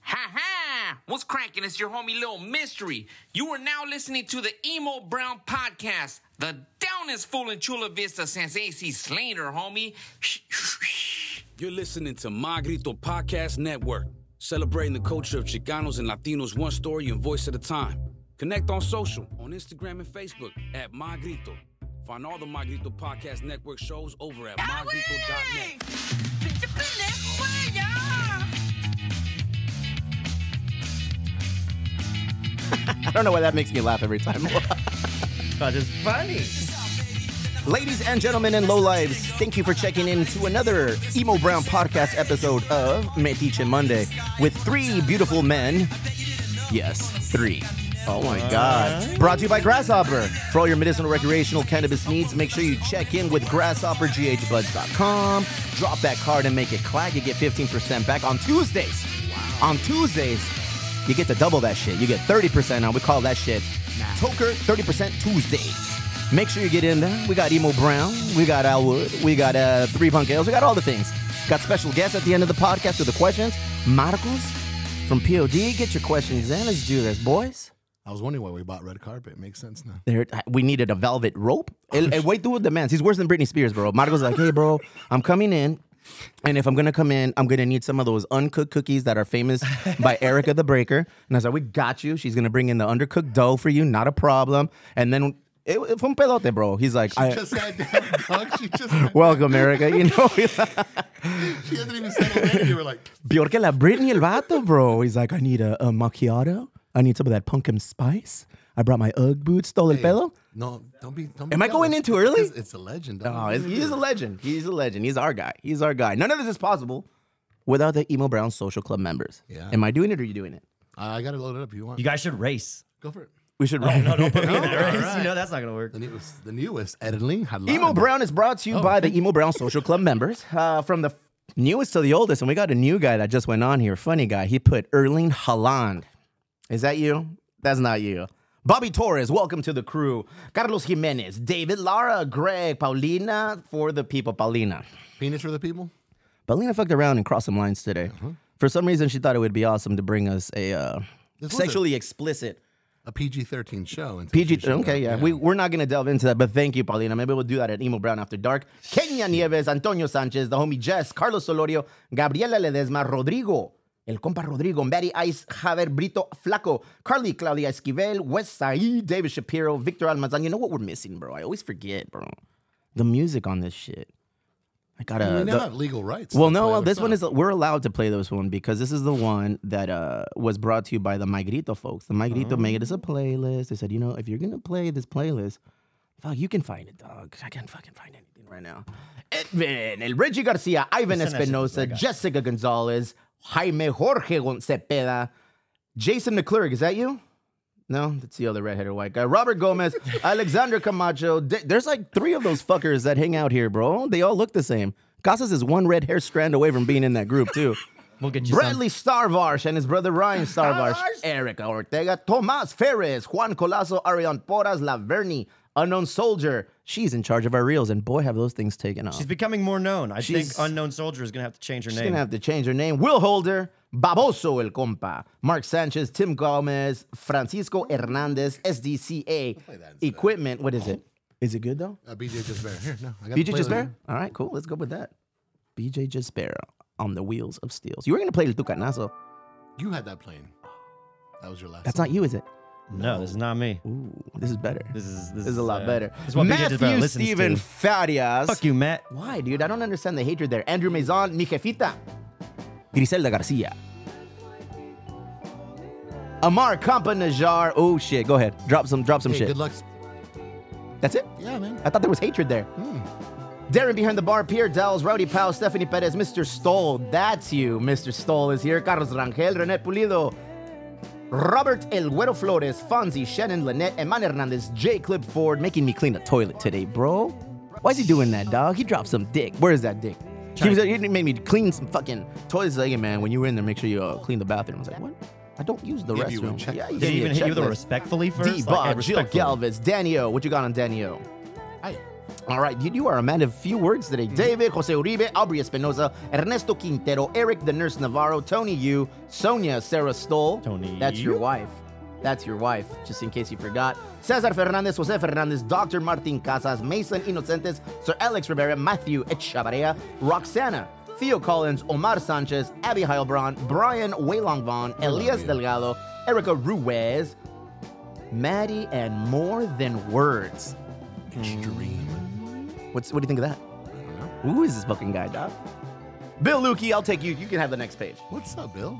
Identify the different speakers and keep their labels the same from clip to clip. Speaker 1: Ha ha! What's cracking? It's your homie Little Mystery. You are now listening to the Emo Brown Podcast, the downest fool in Chula Vista since AC Slater, homie.
Speaker 2: You're listening to Magrito Podcast Network, celebrating the culture of Chicanos and Latinos one story and voice at a time. Connect on social, on Instagram and Facebook at Magrito. Find all the Magrito Podcast Network shows over at magrito.net.
Speaker 3: I don't know why that makes me laugh every time.
Speaker 4: That is funny.
Speaker 3: Ladies and gentlemen and lowlives, thank you for checking in to another Emo Brown podcast episode of Metiche Monday with three beautiful men. Yes, three. Oh my God. Brought to you by Grasshopper. For all your medicinal, recreational cannabis needs, make sure you check in with grasshopperghbuds.com. Drop that card and make it clack. You get 15% back on Tuesdays. On Tuesdays, you get to double that shit. You get 30% on. We call that shit Toker 30% Tuesdays. Make sure you get in there. We got Emo Brown. We got Al Wood. We got uh, Three Punk Ales. We got all the things. Got special guests at the end of the podcast with the questions. Marcos from POD. Get your questions in. Let's do this, boys.
Speaker 5: I was wondering why we bought red carpet. Makes sense now.
Speaker 3: There, we needed a velvet rope. El, el güey tuvo demands. He's worse than Britney Spears, bro. Marco's like, hey, bro, I'm coming in. And if I'm gonna come in, I'm gonna need some of those uncooked cookies that are famous by Erica the Breaker. And I was like, we got you. She's gonna bring in the undercooked dough for you, not a problem. And then it, it fue un pelote, bro. He's like, I,
Speaker 5: Just that damn dog. She just said-
Speaker 3: welcome, Erica. You know, he's like,
Speaker 5: she hasn't even said it. yet. You were like,
Speaker 3: peor que la Britney el vato, bro. He's like, I need a, a macchiato. I need some of that pumpkin spice. I brought my Ugg boots. Stole el pelo.
Speaker 5: no, don't be. Don't be
Speaker 3: Am I going
Speaker 5: jealous.
Speaker 3: in too early?
Speaker 5: It's, it's a legend. dog.
Speaker 3: No, it's- Oh, he's a legend. He's a legend. He's our guy. He's our guy. None of this is possible without the Emo Brown Social Club members.
Speaker 5: Yeah.
Speaker 3: Am I doing it or are you doing it?
Speaker 5: I I gotta load it up. If you want?
Speaker 4: You guys should race.
Speaker 5: go for it.
Speaker 3: We should. Oh,
Speaker 4: No, don't put me in
Speaker 5: No?
Speaker 4: that race.
Speaker 5: Alright.
Speaker 4: You know that's not gonna work.
Speaker 5: The newest, the newest Edling Halal.
Speaker 3: Emo Brown is brought to you
Speaker 4: Oh.
Speaker 3: by the Emo Brown Social Club members, uh, from the newest to the oldest. And we got a new guy that just went on here. Funny guy. He put Erling Haaland. Is that you? That's not you. Bobby Torres, welcome to the crew. Carlos Jimenez, David Lara, Greg, Paulina for the people. Paulina.
Speaker 5: penis for the people.
Speaker 3: But Lena fucked around and crossed some lines today.
Speaker 5: Mm-hmm.
Speaker 3: For some reason, she thought it would be awesome to bring us a uh,
Speaker 5: This was
Speaker 3: sexually explicit
Speaker 5: A PG thirteen show. until she
Speaker 3: PG.
Speaker 5: showed
Speaker 3: Okay,
Speaker 5: up.
Speaker 3: yeah. We, we're not going to delve into that, but thank you, Paulina. Maybe we'll do that at Emo Brown After Dark. Kenya Nieves, Antonio Sanchez, the homie Jess, Carlos Solorio, Gabriela Ledesma, Rodrigo, El Compa Rodrigo, Mary Ice, Javier Brito Flaco, Carly Claudia Esquivel, West Said, David Shapiro, Victor Almazan. You know what we're missing, bro? I always forget, bro. The music on this shit. I gotta.
Speaker 5: we now
Speaker 3: the-
Speaker 5: have legal rights.
Speaker 3: well,
Speaker 5: to
Speaker 3: no,
Speaker 5: play
Speaker 3: well,
Speaker 5: other
Speaker 3: this one
Speaker 5: songs.
Speaker 3: is we're allowed to play this one because this is the one that uh, was brought to you by the Migrito folks. The Migrito made us a playlist. They said, you know, if you're gonna play this playlist, fuck, you can find it, dog. I can't fucking find anything right now. Edvin, El Reggie Garcia,
Speaker 4: Listen,
Speaker 3: Ivan
Speaker 4: that's just
Speaker 3: Espinosa, Jessica Gonzalez, Jaime Jorge Gon- Cepeda, Jason McClurg. Is that you? No, that's the other redheaded white guy. Robert Gomez, Alexander Camacho. D- There's like three of those fuckers that hang out here, bro. They all look the same. Casas is one red hair strand away from being in that group, too.
Speaker 4: We'll get you some.
Speaker 3: Bradley Starvarsh and his brother Ryan Starvarsh, Erica Ortega, Tomas Ferres, Juan Colazo, Arion Poras, Laverni, Unknown Soldier. She's in charge of our reels, and boy, have those things taken off.
Speaker 4: She's becoming more known. I think
Speaker 3: She's-
Speaker 4: Unknown Soldier is gonna have to change her
Speaker 3: She's
Speaker 4: name.
Speaker 3: gonna have to change her name. Will Holder, Baboso El Compa, Mark Sanchez, Tim Gomez, Francisco Hernandez, SDCA Equipment. What is it? Is it good though?
Speaker 5: uh, BJ just bear. Here, no, I got
Speaker 3: BJ Gisbert? All right, cool. Let's go with that. BJ Gisbert on the wheels of steels. You were gonna play El Tucanazo.
Speaker 5: You had that plane. That was your last.
Speaker 3: That's
Speaker 5: song.
Speaker 3: not you, is it?
Speaker 4: no, this is not me.
Speaker 3: Ooh, this is better.
Speaker 4: This is this,
Speaker 3: This is a lot
Speaker 4: uh,
Speaker 3: better.
Speaker 4: This is what BJ just about
Speaker 3: Matthew
Speaker 4: listens
Speaker 3: Steven
Speaker 4: to.
Speaker 3: Farias.
Speaker 4: Fuck you, Matt.
Speaker 3: Why, dude? I don't understand the hatred there. Andrew Maison, mi jefita. Griselda Garcia. Amar Kampanajar. Oh shit, go ahead. Drop some drop some
Speaker 5: Hey,
Speaker 3: shit.
Speaker 5: good luck.
Speaker 3: That's it?
Speaker 5: Yeah, man.
Speaker 3: I thought there was hatred there. Hmm. Darren behind the bar, Pierre Dells, Rowdy Powell, Stephanie Perez, Mr. Stoll. That's you. Mr. Stoll is here. Carlos Rangel, René Pulido, Robert El Güero Flores, Fonzie, Shannon Lynette, Eman Hernandez, J. Clip Ford, making me clean a toilet today, bro. Why is he doing that, dog? He dropped some dick. Where is that dick? He, was, he made me clean some fucking toilets. He's Like, hey, man, when you were in there, make sure you uh, clean the bathroom. I was like, what? I don't use the
Speaker 5: Give you a
Speaker 3: restroom.
Speaker 5: checklist.
Speaker 3: yeah,
Speaker 4: Did he
Speaker 3: gave me
Speaker 4: even
Speaker 3: a
Speaker 4: hit you with a
Speaker 3: checklist.
Speaker 4: respectfully 1st
Speaker 3: D-Bob, Jill Galvez, Danio. What you got on Danio?
Speaker 5: Hi.
Speaker 3: All right, you, you are a man of few words today.
Speaker 4: Mm-hmm.
Speaker 3: David, Jose Uribe, Aubrey Espinosa, Ernesto Quintero, Eric the Nurse Navarro, Tony Yu, Sonia Sarah Stoll.
Speaker 4: Tony
Speaker 3: That's your
Speaker 4: Yu.
Speaker 3: wife. That's your wife, just in case you forgot. Cesar Fernandez, Jose Fernandez, Dr. Martin Casas, Mason Inocentes, Sir Alex Rivera, Matthew Echavarria, Roxana, Theo Collins, Omar Sanchez, Abby Heilbronn, Brian Waylong Vaughn, Elias Delgado, Erica Ruiz, Maddie, and more than words.
Speaker 4: Mm.
Speaker 5: Extreme.
Speaker 3: What's what do you think of that?
Speaker 5: I don't know.
Speaker 3: Who is this fucking guy, Doc? Bill Lukey, I'll take you. You can have the next page.
Speaker 5: What's up, Bill?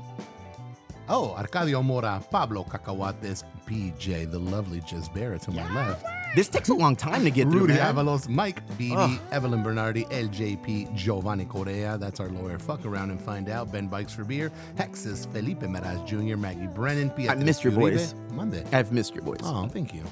Speaker 5: Oh, Arcadio Mora, Pablo Cacahuates, PJ, the lovely Jez Barrett to my left.
Speaker 3: This takes a long time to get through,
Speaker 5: Rudy
Speaker 3: man.
Speaker 5: Avalos, Mike Beebe, Evelyn Bernardi, LJP, Giovanni Correa, that's our lawyer. Fuck around and find out. Ben Bikes for Beer, Hexus, Felipe Meraz Jr., Maggie Brennan, Pia.
Speaker 3: I missed your
Speaker 5: Uribe.
Speaker 3: voice.
Speaker 5: Monday.
Speaker 3: I've missed your voice.
Speaker 5: Oh, thank you.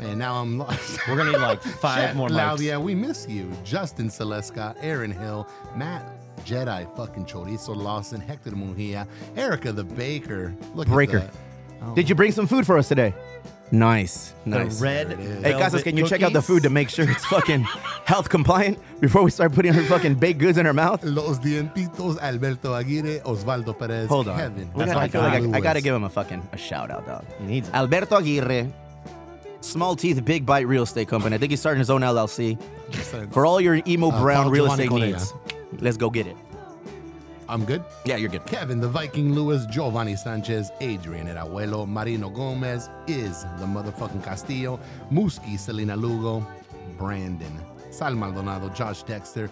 Speaker 5: And now I'm lost.
Speaker 4: We're gonna need like five
Speaker 5: Chet
Speaker 4: more mics.
Speaker 5: Claudia, we miss you. Justin Seleska, Aaron Hill, Matt Jedi, fucking Chorizo Lawson, Hector Mujia, Erica the Baker. Look at
Speaker 3: Breaker.
Speaker 5: that.
Speaker 3: Did you bring some food for us today? Nice, nice.
Speaker 4: The red.
Speaker 3: hey, Casas,
Speaker 4: velvet
Speaker 3: can you check out the
Speaker 4: cookies?
Speaker 3: food to make sure it's fucking health compliant before we start putting her fucking baked goods in her mouth?
Speaker 5: Los Dientitos, Alberto Aguirre, Osvaldo Perez.
Speaker 3: Hold on.
Speaker 5: Kevin.
Speaker 3: We gotta- I
Speaker 4: my
Speaker 3: feel like
Speaker 5: God.
Speaker 3: I, I gotta give him a fucking a shout out, dog.
Speaker 4: He needs it.
Speaker 3: Alberto Aguirre, small teeth, big bite real estate company. I think he's starting his own LLC for all your emo
Speaker 5: Uh,
Speaker 3: brown
Speaker 5: Paul
Speaker 3: real
Speaker 5: Giovanni
Speaker 3: estate
Speaker 5: Correa.
Speaker 3: needs. Let's go get it.
Speaker 5: I'm good.
Speaker 3: Yeah, you're good.
Speaker 5: Kevin the Viking Lewis, Giovanni Sanchez, Adrian El Abuelo, Marino Gomez is the motherfucking Castillo, Muski, Selena Lugo, Brandon, Sal Maldonado, Josh Dexter,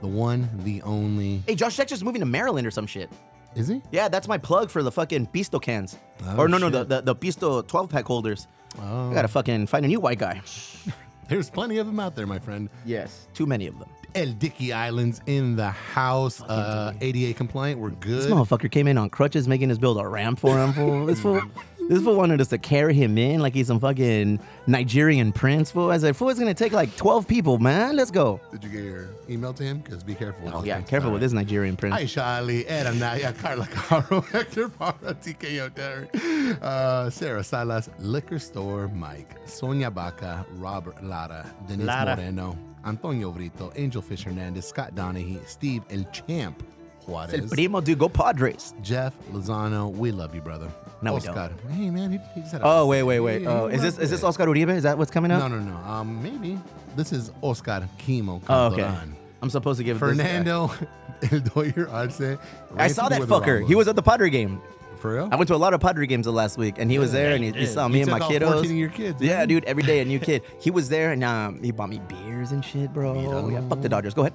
Speaker 5: the one, the only.
Speaker 3: Hey, Josh Dexter's moving to Maryland or some shit.
Speaker 5: Is he?
Speaker 3: Yeah, that's my plug for the fucking pisto cans.
Speaker 5: Oh,
Speaker 3: or no, no, the,
Speaker 5: shit.
Speaker 3: the, the pisto 12 pack holders.
Speaker 5: Oh.
Speaker 3: I gotta fucking find a new white guy.
Speaker 5: There's plenty of them out there, my friend.
Speaker 3: Yes. Too many of them.
Speaker 5: El Dickey Islands in the house, uh, ADA compliant. We're
Speaker 3: This
Speaker 5: good.
Speaker 3: motherfucker came in on crutches, making us build a ramp for him. Fool. This fool, this fool wanted us to carry him in like he's some fucking Nigerian prince. Fool, I said, fool, it's gonna take like twelve people, man. Let's go.
Speaker 5: Did you get your email to him? Because be careful.
Speaker 3: Oh yeah, careful with this Nigerian prince.
Speaker 5: Hi, Shali, Ed Anaya, Carla Caro, Hector Parra, TKO Terry, uh, Sarah Salas, Liquor Store Mike, Sonia Baca, Robert Lara, Denise
Speaker 4: Lara.
Speaker 5: Moreno, Antonio Brito, Angelfish Hernandez, Scott Donahue, Steve El Champ
Speaker 3: El
Speaker 5: Juarez,
Speaker 3: primo, dude, go Padres.
Speaker 5: Jeff Lozano. We love you, brother.
Speaker 3: No, we don't.
Speaker 5: Oscar. Hey, man, he, he just had a
Speaker 3: Oh wait, wait,
Speaker 5: He-
Speaker 3: wait.
Speaker 5: he
Speaker 3: Oh, is this
Speaker 5: loved
Speaker 3: is this
Speaker 5: it.
Speaker 3: Oscar Uribe? Is that what's coming up?
Speaker 5: No, no, no. Um, maybe this is Oscar Kimo.
Speaker 3: Oh, okay.
Speaker 5: Calderon.
Speaker 3: I'm supposed to give this guy-
Speaker 5: Fernando El Doyer Arce.
Speaker 3: I saw that
Speaker 5: Randy
Speaker 3: fucker. He
Speaker 5: Guerrero.
Speaker 3: was at the Padre game.
Speaker 5: for real.
Speaker 3: I went to a lot of Padre games the last week, and he was there, and he, he saw me
Speaker 5: He
Speaker 3: and my
Speaker 5: took all
Speaker 3: kiddos.
Speaker 5: 14 of your kids,
Speaker 3: yeah,
Speaker 5: man.
Speaker 3: dude, every day a new kid. He was there, and um, he bought me beers and shit, bro. Oh, Yeah, fuck the Dodgers. Go ahead.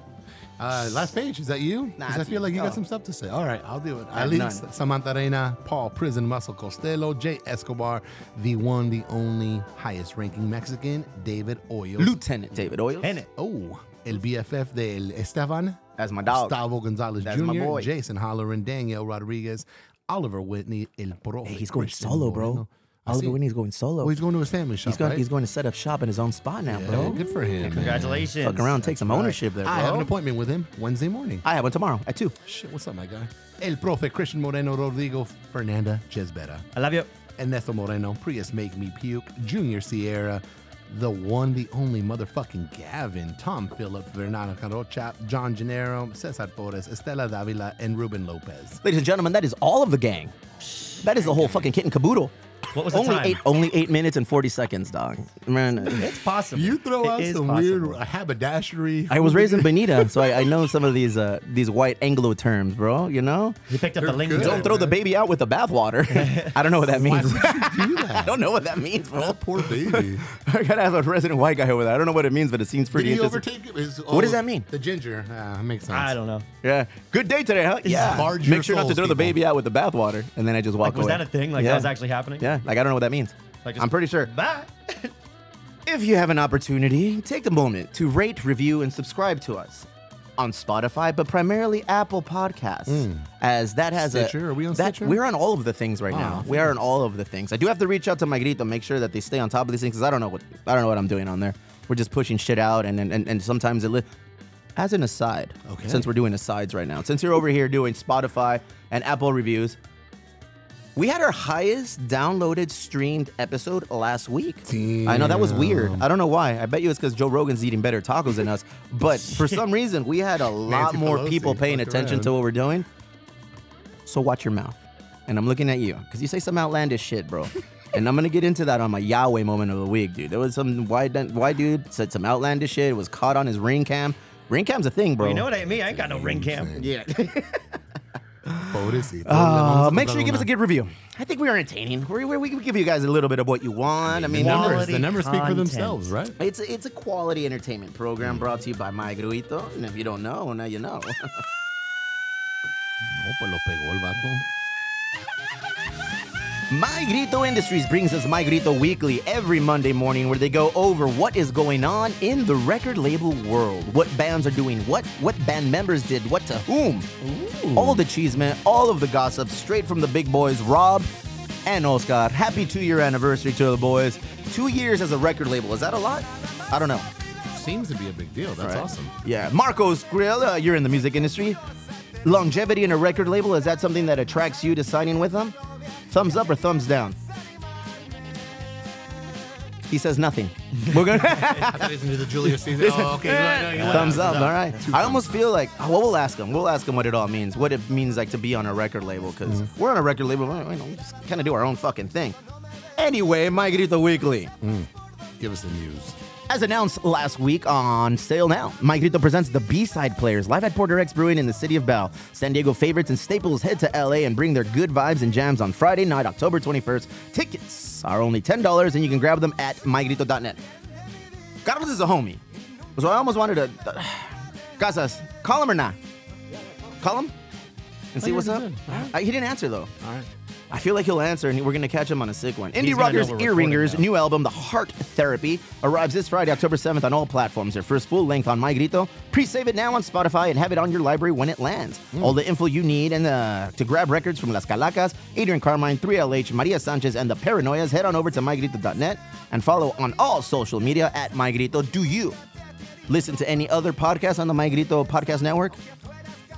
Speaker 5: Uh, last page, is that you?
Speaker 3: Nah,
Speaker 5: Because I
Speaker 3: it's
Speaker 5: feel
Speaker 3: me.
Speaker 5: like you
Speaker 3: Oh.
Speaker 5: got some stuff to say. All right, I'll do it.
Speaker 3: have
Speaker 5: Alex,
Speaker 3: none.
Speaker 5: Samantha Reina, Paul Prison Muscle Costello, Jay Escobar, the one, the only highest ranking Mexican, David Oyo.
Speaker 3: Lieutenant David Oil.
Speaker 4: And it.
Speaker 5: Oh, El BFF del Esteban.
Speaker 3: That's my dog.
Speaker 5: Gustavo Gonzalez
Speaker 3: That's
Speaker 5: Jr.,
Speaker 3: my boy.
Speaker 5: Jason Holleran, Daniel Rodriguez, Oliver Whitney, El Profe.
Speaker 3: Hey, he's going
Speaker 5: Christian
Speaker 3: solo, bro.
Speaker 5: Moreno. I
Speaker 3: Oliver
Speaker 5: see.
Speaker 3: Whitney's going solo.
Speaker 5: Oh, he's going to his family shop.
Speaker 3: he's, going,
Speaker 5: right?
Speaker 3: he's going to set up shop in his own spot now,
Speaker 5: Yeah,
Speaker 3: bro.
Speaker 5: Good for him. man.
Speaker 4: Congratulations.
Speaker 3: Fuck around, take some ownership there, bro.
Speaker 5: I have an appointment with him Wednesday morning.
Speaker 3: I have one tomorrow at 2.
Speaker 5: Shit, what's up, my guy? El Profe Christian Moreno, Rodrigo Fernanda Chesbera,
Speaker 4: I love you.
Speaker 5: Ernesto Moreno, Prius Make Me Puke, Junior Sierra, the one, the only motherfucking Gavin, Tom Phillip, Fernando Carocha, John Gennaro, Cesar Torres, Estela Davila, and Ruben Lopez.
Speaker 3: Ladies and gentlemen, that is all of the gang. That is the whole fucking kit and caboodle.
Speaker 4: What was the
Speaker 3: only
Speaker 4: time?
Speaker 3: eight? Only eight minutes and forty seconds, dog. Man,
Speaker 4: It's possible.
Speaker 5: You throw
Speaker 4: It
Speaker 5: out
Speaker 4: is
Speaker 5: some
Speaker 4: possible.
Speaker 5: weird haberdashery.
Speaker 3: I was raised in Benita, so I, I know some of these uh, these white Anglo terms, bro. You know,
Speaker 4: You picked up the lingo.
Speaker 5: good.
Speaker 3: don't throw the baby out with the bathwater. I don't know what that means.
Speaker 5: do
Speaker 3: I
Speaker 5: that.
Speaker 3: don't know what that means, bro.
Speaker 5: That poor baby.
Speaker 3: I gotta have a resident white guy over there. I don't know what it means, but it seems
Speaker 5: Did
Speaker 3: pretty
Speaker 5: he
Speaker 3: interesting.
Speaker 5: overtake his,
Speaker 3: What does that mean?
Speaker 5: The ginger. Uh, makes sense.
Speaker 4: I don't know.
Speaker 3: Yeah, good day today, huh? Yeah.
Speaker 5: barge your
Speaker 3: Make sure not to
Speaker 5: souls,
Speaker 3: throw the
Speaker 5: people.
Speaker 3: baby out with the bathwater, and then I just walk
Speaker 4: Like, was
Speaker 3: away.
Speaker 4: that a thing? Like,
Speaker 3: yeah.
Speaker 4: that was actually happening?
Speaker 3: Yeah, like I don't know what that means.
Speaker 4: Like, just-
Speaker 3: I'm pretty sure.
Speaker 4: Bye.
Speaker 3: If you have an opportunity, take the moment to rate, review, and subscribe to us on Spotify, but primarily Apple Podcasts, as that has
Speaker 5: Hmm. Stitcher?
Speaker 3: a.
Speaker 5: Are we on
Speaker 3: that,
Speaker 5: Stitcher?
Speaker 3: We're on all of the things right now.
Speaker 5: Ah,
Speaker 3: We are on all of the things. I do have to reach out to my grito, make sure that they stay on top of these things, because I don't know what I don't know what I'm doing on there. We're just pushing shit out, and and, and, and sometimes it. Li- as an aside,
Speaker 5: Okay.
Speaker 3: since we're doing asides right now, since you're over here doing Spotify and Apple reviews, We had our highest downloaded streamed episode last week. I know that was weird. I don't know why. I bet you it's because Joe Rogan's eating better tacos than us. But for some reason, we had a lot
Speaker 5: Nancy
Speaker 3: more
Speaker 5: Pelosi,
Speaker 3: people paying
Speaker 5: fuck
Speaker 3: attention
Speaker 5: around.
Speaker 3: to what we're doing. So watch your mouth. And I'm looking at you because you say some outlandish shit, bro. and I'm gonna get into that on my Yahweh moment of the week, dude. There was some white white dude said some outlandish shit. Was caught on his ring cam. Ring cam's a thing, bro.
Speaker 4: You know what I mean? I ain't got no ring cam.
Speaker 3: Yeah.
Speaker 5: Pobrecito.
Speaker 3: Uh,
Speaker 5: Vamos a
Speaker 3: make sure you
Speaker 5: comprar
Speaker 3: give us
Speaker 5: una.
Speaker 3: a good review. I think we are entertaining. We, we, we give you guys a little bit of what you want. I mean,
Speaker 4: Quality
Speaker 5: Numbers, the numbers speak for
Speaker 4: content.
Speaker 5: themselves, right?
Speaker 3: It's a, it's a quality entertainment program brought to you by My Gruito. And if you don't know, now you know.
Speaker 5: Oh, pues lo pegó el vato.
Speaker 3: My Grito Industries brings us My Grito Weekly every Monday morning where they go over what is going on in the record label world. What bands are doing what, what band members did what to whom. All the cheese man, all of the gossip straight from the big boys, Rob and Oscar. Happy two year anniversary to the boys. Two years as a record label. Is that a lot? I don't know.
Speaker 5: Seems to be a big deal. That's
Speaker 3: Right.
Speaker 5: awesome.
Speaker 3: Yeah, Marcos Grill, uh, you're in the music industry. Longevity in a record label, is that something that attracts you to signing with them? Thumbs up or thumbs down? He says nothing. We're gonna
Speaker 5: I thought he was into the Julius Caesar. Oh, okay. No, no, you went.
Speaker 3: thumbs up. All right. I almost feel like oh, well, we'll ask him. We'll ask him what it all means. What it means like to be on a record label because
Speaker 5: Mm-hmm.
Speaker 3: we're on a record label. but, You know, we just kind of do our own fucking thing. Anyway, My Grito Weekly.
Speaker 5: Give us the news.
Speaker 3: As announced last week on sale now, My Grito presents the B-side players live at Porter X Brewing in the city of Bell. San Diego favorites and staples head to LA and bring their good vibes and jams on Friday night, October 21st. Tickets are only $10 and you can grab them at mygrito.net. Carlos is a homie. So I almost wanted to. Casas, call him or not? Call him and
Speaker 4: Oh,
Speaker 3: see
Speaker 4: yeah,
Speaker 3: what's
Speaker 4: we
Speaker 3: up.
Speaker 4: did.
Speaker 3: I, he didn't answer though.
Speaker 4: All right.
Speaker 3: I feel like he'll answer, and we're gonna catch him on a sick one. Indie
Speaker 4: gonna know
Speaker 3: rockers
Speaker 4: we're recording
Speaker 3: Earringers'
Speaker 4: now.
Speaker 3: new album, The Heart Therapy, arrives this Friday, October 7th, on all platforms. Their first full length on My Grito. Pre-save it now on Spotify and have it on your library when it lands.
Speaker 4: Mm.
Speaker 3: All the info you need and uh, to grab records from Las Calacas, Adrian Carmine, 3LH, Maria Sanchez, and the Paranoias. Head on over to mygrito.net and follow on all social media at My Grito. Do you listen to any other podcast on the My Grito podcast network?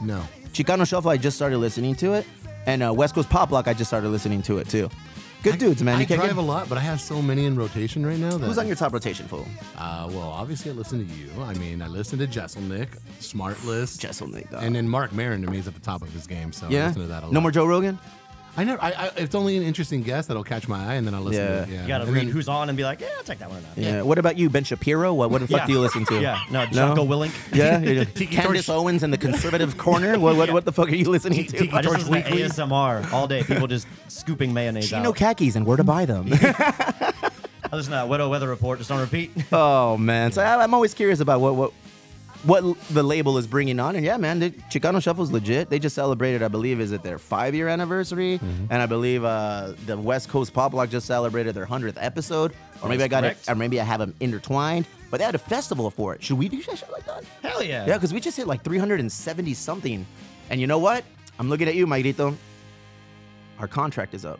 Speaker 5: No.
Speaker 3: Chicano Shuffle, I just started listening to it, and uh, West Coast Pop Lock, I just started listening to it too. Good dudes, man.
Speaker 5: I
Speaker 3: you can't
Speaker 5: drive
Speaker 3: get-
Speaker 5: a lot, but I have so many in rotation right now. That,
Speaker 3: Who's on your top rotation, fool?
Speaker 5: Uh, well, obviously I listen to you. I mean, I listen to Jesselnick, Smartless,
Speaker 3: Jesselnick, dog.
Speaker 5: and then Mark Maron to me is at the top of his game. So I
Speaker 3: yeah,
Speaker 5: listen to that a lot.
Speaker 3: no more Joe Rogan.
Speaker 5: I never. I, I, it's only an interesting guest that'll catch my eye, and then I'll listen.
Speaker 3: Yeah.
Speaker 5: to it. yeah.
Speaker 4: You gotta
Speaker 5: And
Speaker 4: read
Speaker 5: then-
Speaker 4: who's on and be like, yeah, I'll take that one or not.
Speaker 3: Yeah. What about you, Ben Shapiro? What, what the fuck
Speaker 4: Yeah.
Speaker 3: do you listen to?
Speaker 4: Yeah, no, Jocko Willink.
Speaker 3: Yeah, you're just-
Speaker 4: Tiki
Speaker 3: Candace
Speaker 4: Torch-
Speaker 3: Owens in the conservative corner. What, what, what the fuck are you listening
Speaker 4: I
Speaker 3: to?
Speaker 4: just listen to ASMR all day. People just scooping mayonnaise
Speaker 3: Chino
Speaker 4: out.
Speaker 3: khakis and where to buy them.
Speaker 4: I listen to that Widow Weather Report just on repeat.
Speaker 3: oh man, so I, I'm always curious about what what what l- the label is bringing on. And yeah, man, the Chicano Shuffle's legit. They just celebrated, I believe, is it their five year anniversary?
Speaker 4: Mm-hmm.
Speaker 3: And I believe uh, the West Coast Pop Block just celebrated their hundredth episode. Or maybe I
Speaker 4: Oh, That's
Speaker 3: got it,
Speaker 4: correct.
Speaker 3: or maybe I have them intertwined. But they had a festival for it. Should we do shit like that?
Speaker 4: Hell yeah.
Speaker 3: Yeah, because we just hit like 370 something. And you know what? I'm looking at you, Mayrito. Our contract is up.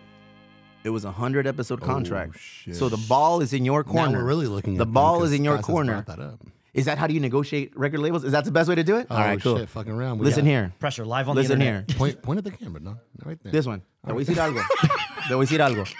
Speaker 3: It was a 100
Speaker 4: Oh,
Speaker 3: episode contract.
Speaker 5: shit.
Speaker 3: So the ball is in your corner.
Speaker 5: Now we're really looking.
Speaker 3: The
Speaker 5: at them
Speaker 3: ball
Speaker 5: 'cause
Speaker 3: is in your
Speaker 5: Stas has
Speaker 3: corner.
Speaker 5: brought That up.
Speaker 3: Is that how do you negotiate record labels? Is that the best way to do it?
Speaker 5: Oh,
Speaker 3: All right, cool.
Speaker 5: Shit, fucking around. We
Speaker 3: Listen
Speaker 5: got-
Speaker 3: here.
Speaker 4: Pressure live on
Speaker 3: Listen
Speaker 4: the internet.
Speaker 3: here.
Speaker 5: Point, point at the camera. No, right there.
Speaker 3: This one. Te voy a decir algo. Te voy a decir algo.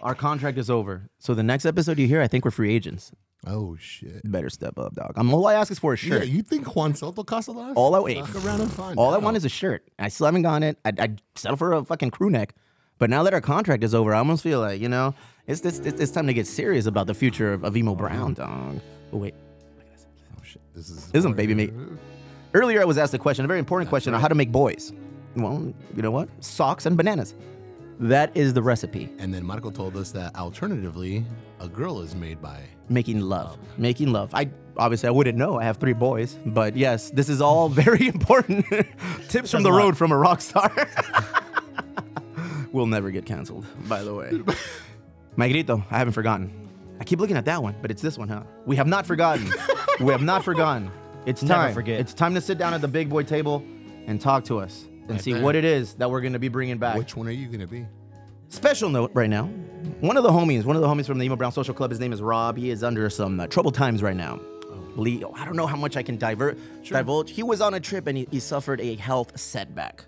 Speaker 3: Our contract is over. So the next episode you hear, I think we're free agents.
Speaker 5: Oh shit.
Speaker 3: Better step up, dog. I'm all I ask is for a shirt.
Speaker 5: Yeah, you think Juan Soto costs a lot?
Speaker 3: All I wait.
Speaker 5: Fuck around and find
Speaker 3: All I
Speaker 5: out.
Speaker 3: want is a shirt. I still haven't gotten it. I, I settled for a fucking crew neck. But now that our contract is over, I almost feel like, you know, it's it's, it's, it's time to get serious about the future of, of Emo Brown, dog. Oh, wait.
Speaker 5: Oh, shit. This is
Speaker 3: Isn't baby me? Earlier, I was asked a question, a very important question on how to make boys. Well, you know what? Socks and bananas. That is the recipe.
Speaker 5: And then Marco told us that alternatively, a girl is made by.
Speaker 3: Making love. Making love. I obviously I wouldn't know. I have three boys, but yes, this is all very important. Tips from the
Speaker 4: a lot.
Speaker 3: road from a rock star. we'll never get canceled, by the way. My grito, I haven't forgotten. I keep looking at that one, but it's this one, huh? We have not forgotten. we have not forgotten. It's
Speaker 4: Never
Speaker 3: time.
Speaker 4: forget.
Speaker 3: It's time to sit down at the big boy table and talk to us and see
Speaker 5: there.
Speaker 3: what it is that we're going to be bringing back.
Speaker 5: Which one are you gonna be?
Speaker 3: Special note right now. One of the homies, one of the homies from the Emo Brown Social Club, his name is Rob. He is under some uh, troubled times right now.
Speaker 5: Oh.
Speaker 3: Leo, I don't know how much I can divert, divulge. He was on a trip and he, he suffered a health setback.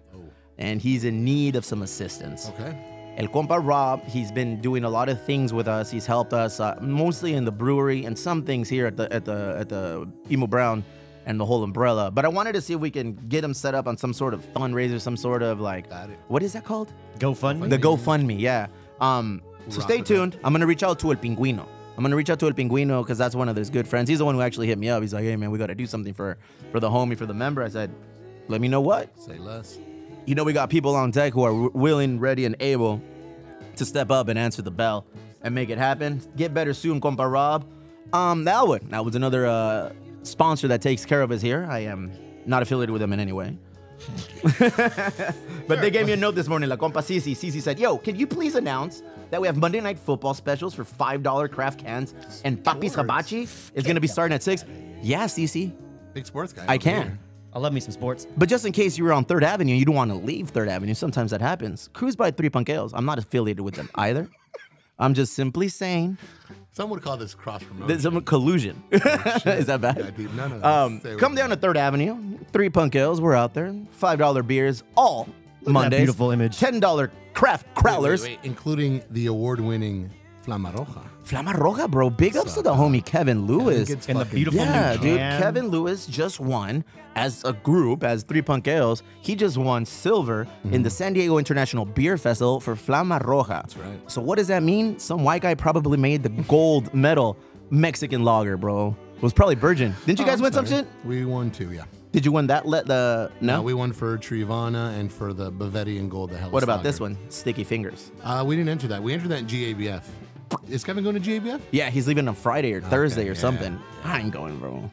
Speaker 3: and he's in need of some assistance.
Speaker 5: Oh. Okay.
Speaker 3: El compa Rob, he's been doing a lot of things with us. He's helped us uh, mostly in the brewery and some things here at the at the at the Emo Brown and the whole umbrella. But I wanted to see if we can get him set up on some sort of fundraiser, some sort of like
Speaker 5: Got it.
Speaker 3: what is that called?
Speaker 4: GoFundMe.
Speaker 3: The GoFundMe, yeah. Um, so
Speaker 5: Rock
Speaker 3: stay
Speaker 5: with that.
Speaker 3: tuned. I'm gonna reach out to El Pinguino. I'm gonna reach out to El Pinguino because that's one of his good friends. He's the one who actually hit me up. He's like, "Hey man, we gotta do something for for the homie, for the member." I said, "Let me know what."
Speaker 5: Say less.
Speaker 3: You know, we got people on deck who are w- willing, ready, and able to step up and answer the bell and make it happen. Get better soon, compa Rob. Um, that one, that was another uh, sponsor that takes care of us here. I am not affiliated with them in any way. but they gave me a note this morning, La Compa Cece. Cece said, Yo, can you please announce that we have Monday Night Football specials for $5 craft cans and Papi's Hibachi is going to be starting at 6? Yeah, Cece,
Speaker 5: Big sports guy.
Speaker 3: I
Speaker 5: over
Speaker 3: can.
Speaker 5: here.
Speaker 4: I love me some sports.
Speaker 3: But just in case you were on Third Avenue, you don't want to leave Third Avenue. Sometimes that happens. Cruise by Three Punkeos. I'm not affiliated with them either. I'm just simply saying
Speaker 5: Some would call this cross
Speaker 3: there's
Speaker 5: promotion.
Speaker 3: some collusion. Is that bad?
Speaker 5: I did- no, no, no.
Speaker 3: Um,
Speaker 5: Stay with
Speaker 3: come
Speaker 5: me.
Speaker 3: down to Third Avenue. Three Punkeos. We're out there. Five dollar beers all
Speaker 4: that
Speaker 3: Mondays.
Speaker 4: beautiful image.
Speaker 3: Ten dollar craft crowlers.
Speaker 5: including the award-winning Flamaroja.
Speaker 3: Flama Roja, bro. Big ups to the homie Kevin Lewis.
Speaker 5: it's
Speaker 4: And the
Speaker 5: fucking-
Speaker 4: beautiful
Speaker 3: Yeah,
Speaker 4: new
Speaker 3: dude.
Speaker 4: can.
Speaker 3: Kevin Lewis just won as a group, as Three Punk Ales. He just won silver
Speaker 5: Mm-hmm.
Speaker 3: in the San Diego International Beer Festival for Flama Roja. That's
Speaker 5: right.
Speaker 3: So what does that mean? Some white guy probably made the gold medal Mexican lager, bro. It was probably virgin. Didn't you
Speaker 5: Oh,
Speaker 3: guys
Speaker 5: I'm
Speaker 3: win some
Speaker 5: sorry.
Speaker 3: shit?
Speaker 5: We won two, yeah.
Speaker 3: Did you win that? Let the no.
Speaker 5: Uh, we won for Trivana and for the Bavarian Gold. The hell.
Speaker 3: what about this one? Sticky fingers.
Speaker 5: Uh, we didn't enter that. We entered that in GABF. Is Kevin going to GABF?
Speaker 3: Yeah, he's leaving on Friday or Thursday or
Speaker 5: yeah.
Speaker 3: something. I ain't going, bro.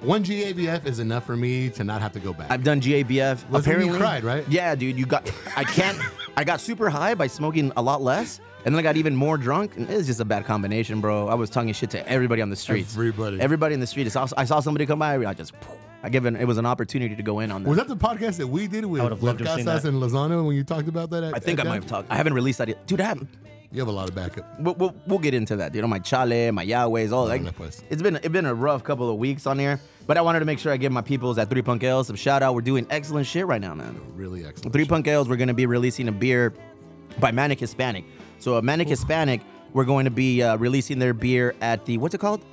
Speaker 5: One GABF is enough for me to not have to go back.
Speaker 3: I've done GABF.
Speaker 5: Wasn't
Speaker 3: Apparently,
Speaker 5: you cried, right?
Speaker 3: Yeah, dude. You got. I can't. I got super high by smoking a lot less, and then I got even more drunk. And it was just a bad combination, bro. I was tonguing shit to everybody on the streets.
Speaker 5: Everybody.
Speaker 3: Everybody in the street. I saw, I saw somebody come by. I just. I given. It was an opportunity to go in on
Speaker 5: was
Speaker 3: them.
Speaker 5: that the podcast that we did with,
Speaker 4: I would've
Speaker 5: with
Speaker 4: loved to have seen
Speaker 5: Casas
Speaker 4: that.
Speaker 5: and Lozano when you talked about that? At,
Speaker 3: I think I
Speaker 5: at
Speaker 3: might have
Speaker 5: Def?
Speaker 3: talked. I haven't released that, yet. dude. I haven't.
Speaker 5: You have a lot of backup.
Speaker 3: We'll, we'll, we'll get into that, dude. On my chale, my Yahwehs, all that.
Speaker 5: Ándale, pues.
Speaker 3: It's been it's been a rough couple of weeks on here, but I wanted to make sure I give my peoples at Three Punk L some shout out. We're doing excellent shit right now, man.
Speaker 5: Really excellent.
Speaker 3: Three Punk Ales, we're going to be releasing a beer by Manic Hispanic. So, a Manic Hispanic, we're going to be uh, releasing their beer at the, what's it called?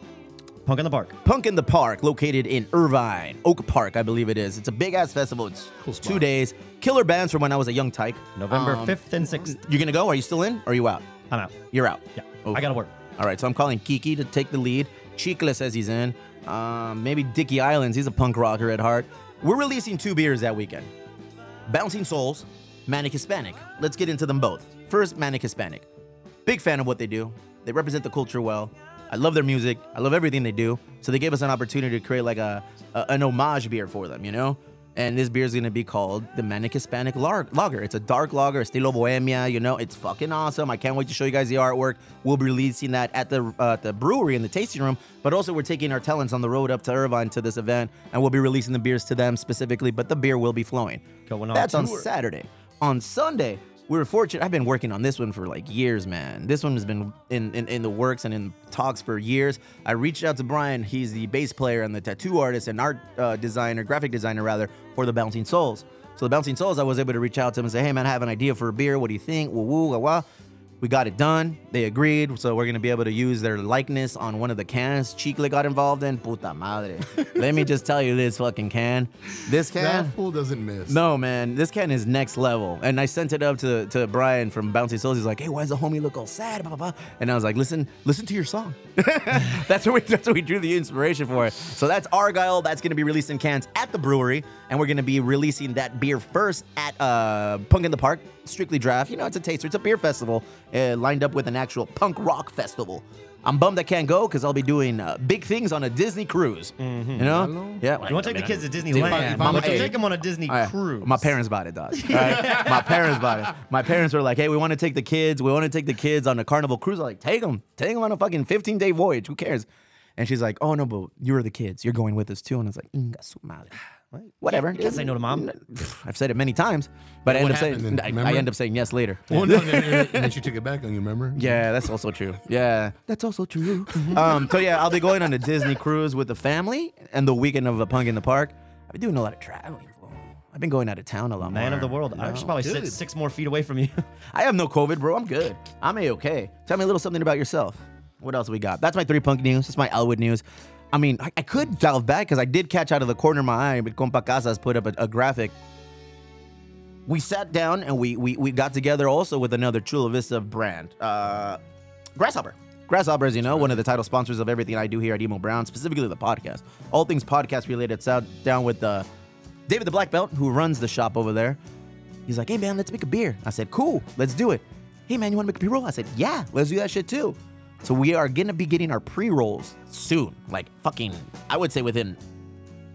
Speaker 4: Punk in the Park.
Speaker 3: Punk in the Park, located in Irvine, Oak Park, I believe it is. It's a big ass festival. It's two days. Killer bands from when I was a young tyke.
Speaker 4: November
Speaker 3: Um,
Speaker 4: 5th and 6th.
Speaker 3: You're going to go? Are you still in? Or are you out?
Speaker 4: I'm out.
Speaker 3: You're out.
Speaker 4: Yeah.
Speaker 3: Okay.
Speaker 4: I got to work.
Speaker 3: All right, so I'm calling Kiki to take the lead. Chicla says he's in. Um, maybe Dickie Islands. He's a punk rocker at heart. We're releasing two beers that weekend Bouncing Souls, Manic Hispanic. Let's get into them both. First, Manic Hispanic. Big fan of what they do. They represent the culture well. I love their music. I love everything they do. So they gave us an opportunity to create like a, a an homage beer for them, you know. And this beer is gonna be called the Manic Hispanic Lar- Lager. It's a dark lager, estilo bohemia. You know, it's fucking awesome. I can't wait to show you guys the artwork. We'll be releasing that at the uh, the brewery in the tasting room. But also, we're taking our talents on the road up to Irvine to this event, and we'll be releasing the beers to them specifically. But the beer will be flowing.
Speaker 4: Going on
Speaker 3: That's on
Speaker 4: tour.
Speaker 3: Saturday. On Sunday, we were fortunate. I've been working on this one for like years, man. This one has been in, in, in the works and in talks for years. I reached out to Brian. He's the bass player and the tattoo artist and art uh, designer, graphic designer rather, for the Bouncing Souls. So the Bouncing Souls, I was able to reach out to him and say, hey, man, I have an idea for a beer. What do you think? Woo woo, wah wah. We got it done. They agreed. So we're going to be able to use their likeness on one of the cans Chicle got involved in. Puta madre. Let me just tell you this fucking can. This
Speaker 5: That
Speaker 3: can.
Speaker 5: fool doesn't miss.
Speaker 3: No, man, this can is next level. And I sent it up to, to Brian from Bouncy Souls. He's like, "Hey, why does the homie look all sad?" Blah, blah, blah. And I was like, "Listen, listen to your song." that's where we that's where we drew the inspiration for it. So that's Argyle. That's gonna be released in cans at the brewery, and we're gonna be releasing that beer first at uh, Punk in the Park, strictly draft. You know, it's a taster. It's a beer festival uh, lined up with an actual punk rock festival. I'm bummed I can't go because I'll be doing uh, big things on a Disney cruise. You know? Yeah.
Speaker 4: Mm-hmm. You want to take the kids to
Speaker 5: I-
Speaker 4: Disneyland?
Speaker 5: if I'm
Speaker 4: but
Speaker 5: a-
Speaker 4: you take them on a Disney
Speaker 3: All right.
Speaker 4: cruise.
Speaker 3: Oh, My parents bought it, dog. All right? my parents bought it. My parents were like, "Hey, we want to take the kids. We want to take the kids on a carnival cruise." I'm like, "Take them, take them on a fucking 15 day voyage. Who cares?" And she's like, "Oh no, but you are the kids. You're going with us too." And I was like, "Inga su madre." Whatever.
Speaker 4: can't say no to mom.
Speaker 3: I've said it many times, but I end
Speaker 5: What
Speaker 3: up saying
Speaker 5: happened
Speaker 3: I-
Speaker 5: then?
Speaker 3: I,
Speaker 5: Remember?
Speaker 3: end up saying yes later.
Speaker 5: Well, Oh, no, no, no, no, and then she took it back on you. Remember?
Speaker 3: Yeah, that's also true. Yeah, that's also true. um, so yeah, I'll be going on a Disney cruise with the family and the weekend of a punk in the park. I've been doing a lot of traveling. bro. I've been going out of town a lot
Speaker 4: Man
Speaker 3: more.
Speaker 4: of the world. I should probably sit
Speaker 5: dude.
Speaker 4: six more feet away from you.
Speaker 3: I have no COVID, bro. I'm good. I'm a okay. Tell me a little something about yourself. What else we got? That's my three punk news. That's my Elwood news. I mean, I, I could delve back because I did catch out of the corner of my eye, but Compa Casas put up a, a graphic. We sat down and we we, we got together also with another Chula Vista brand, uh, Grasshopper. Grasshopper, as you know, one of the title sponsors of everything I do here at Emo Brown, specifically the podcast. All things podcast related. Sat down with uh, David the Black Belt, who runs the shop over there. He's like, hey man, let's make a beer. I said, cool, let's do it. Hey man, you want to make a pre roll? I said, yeah, let's do that shit too. So we are gonna be getting our pre rolls soon, like fucking, I would say within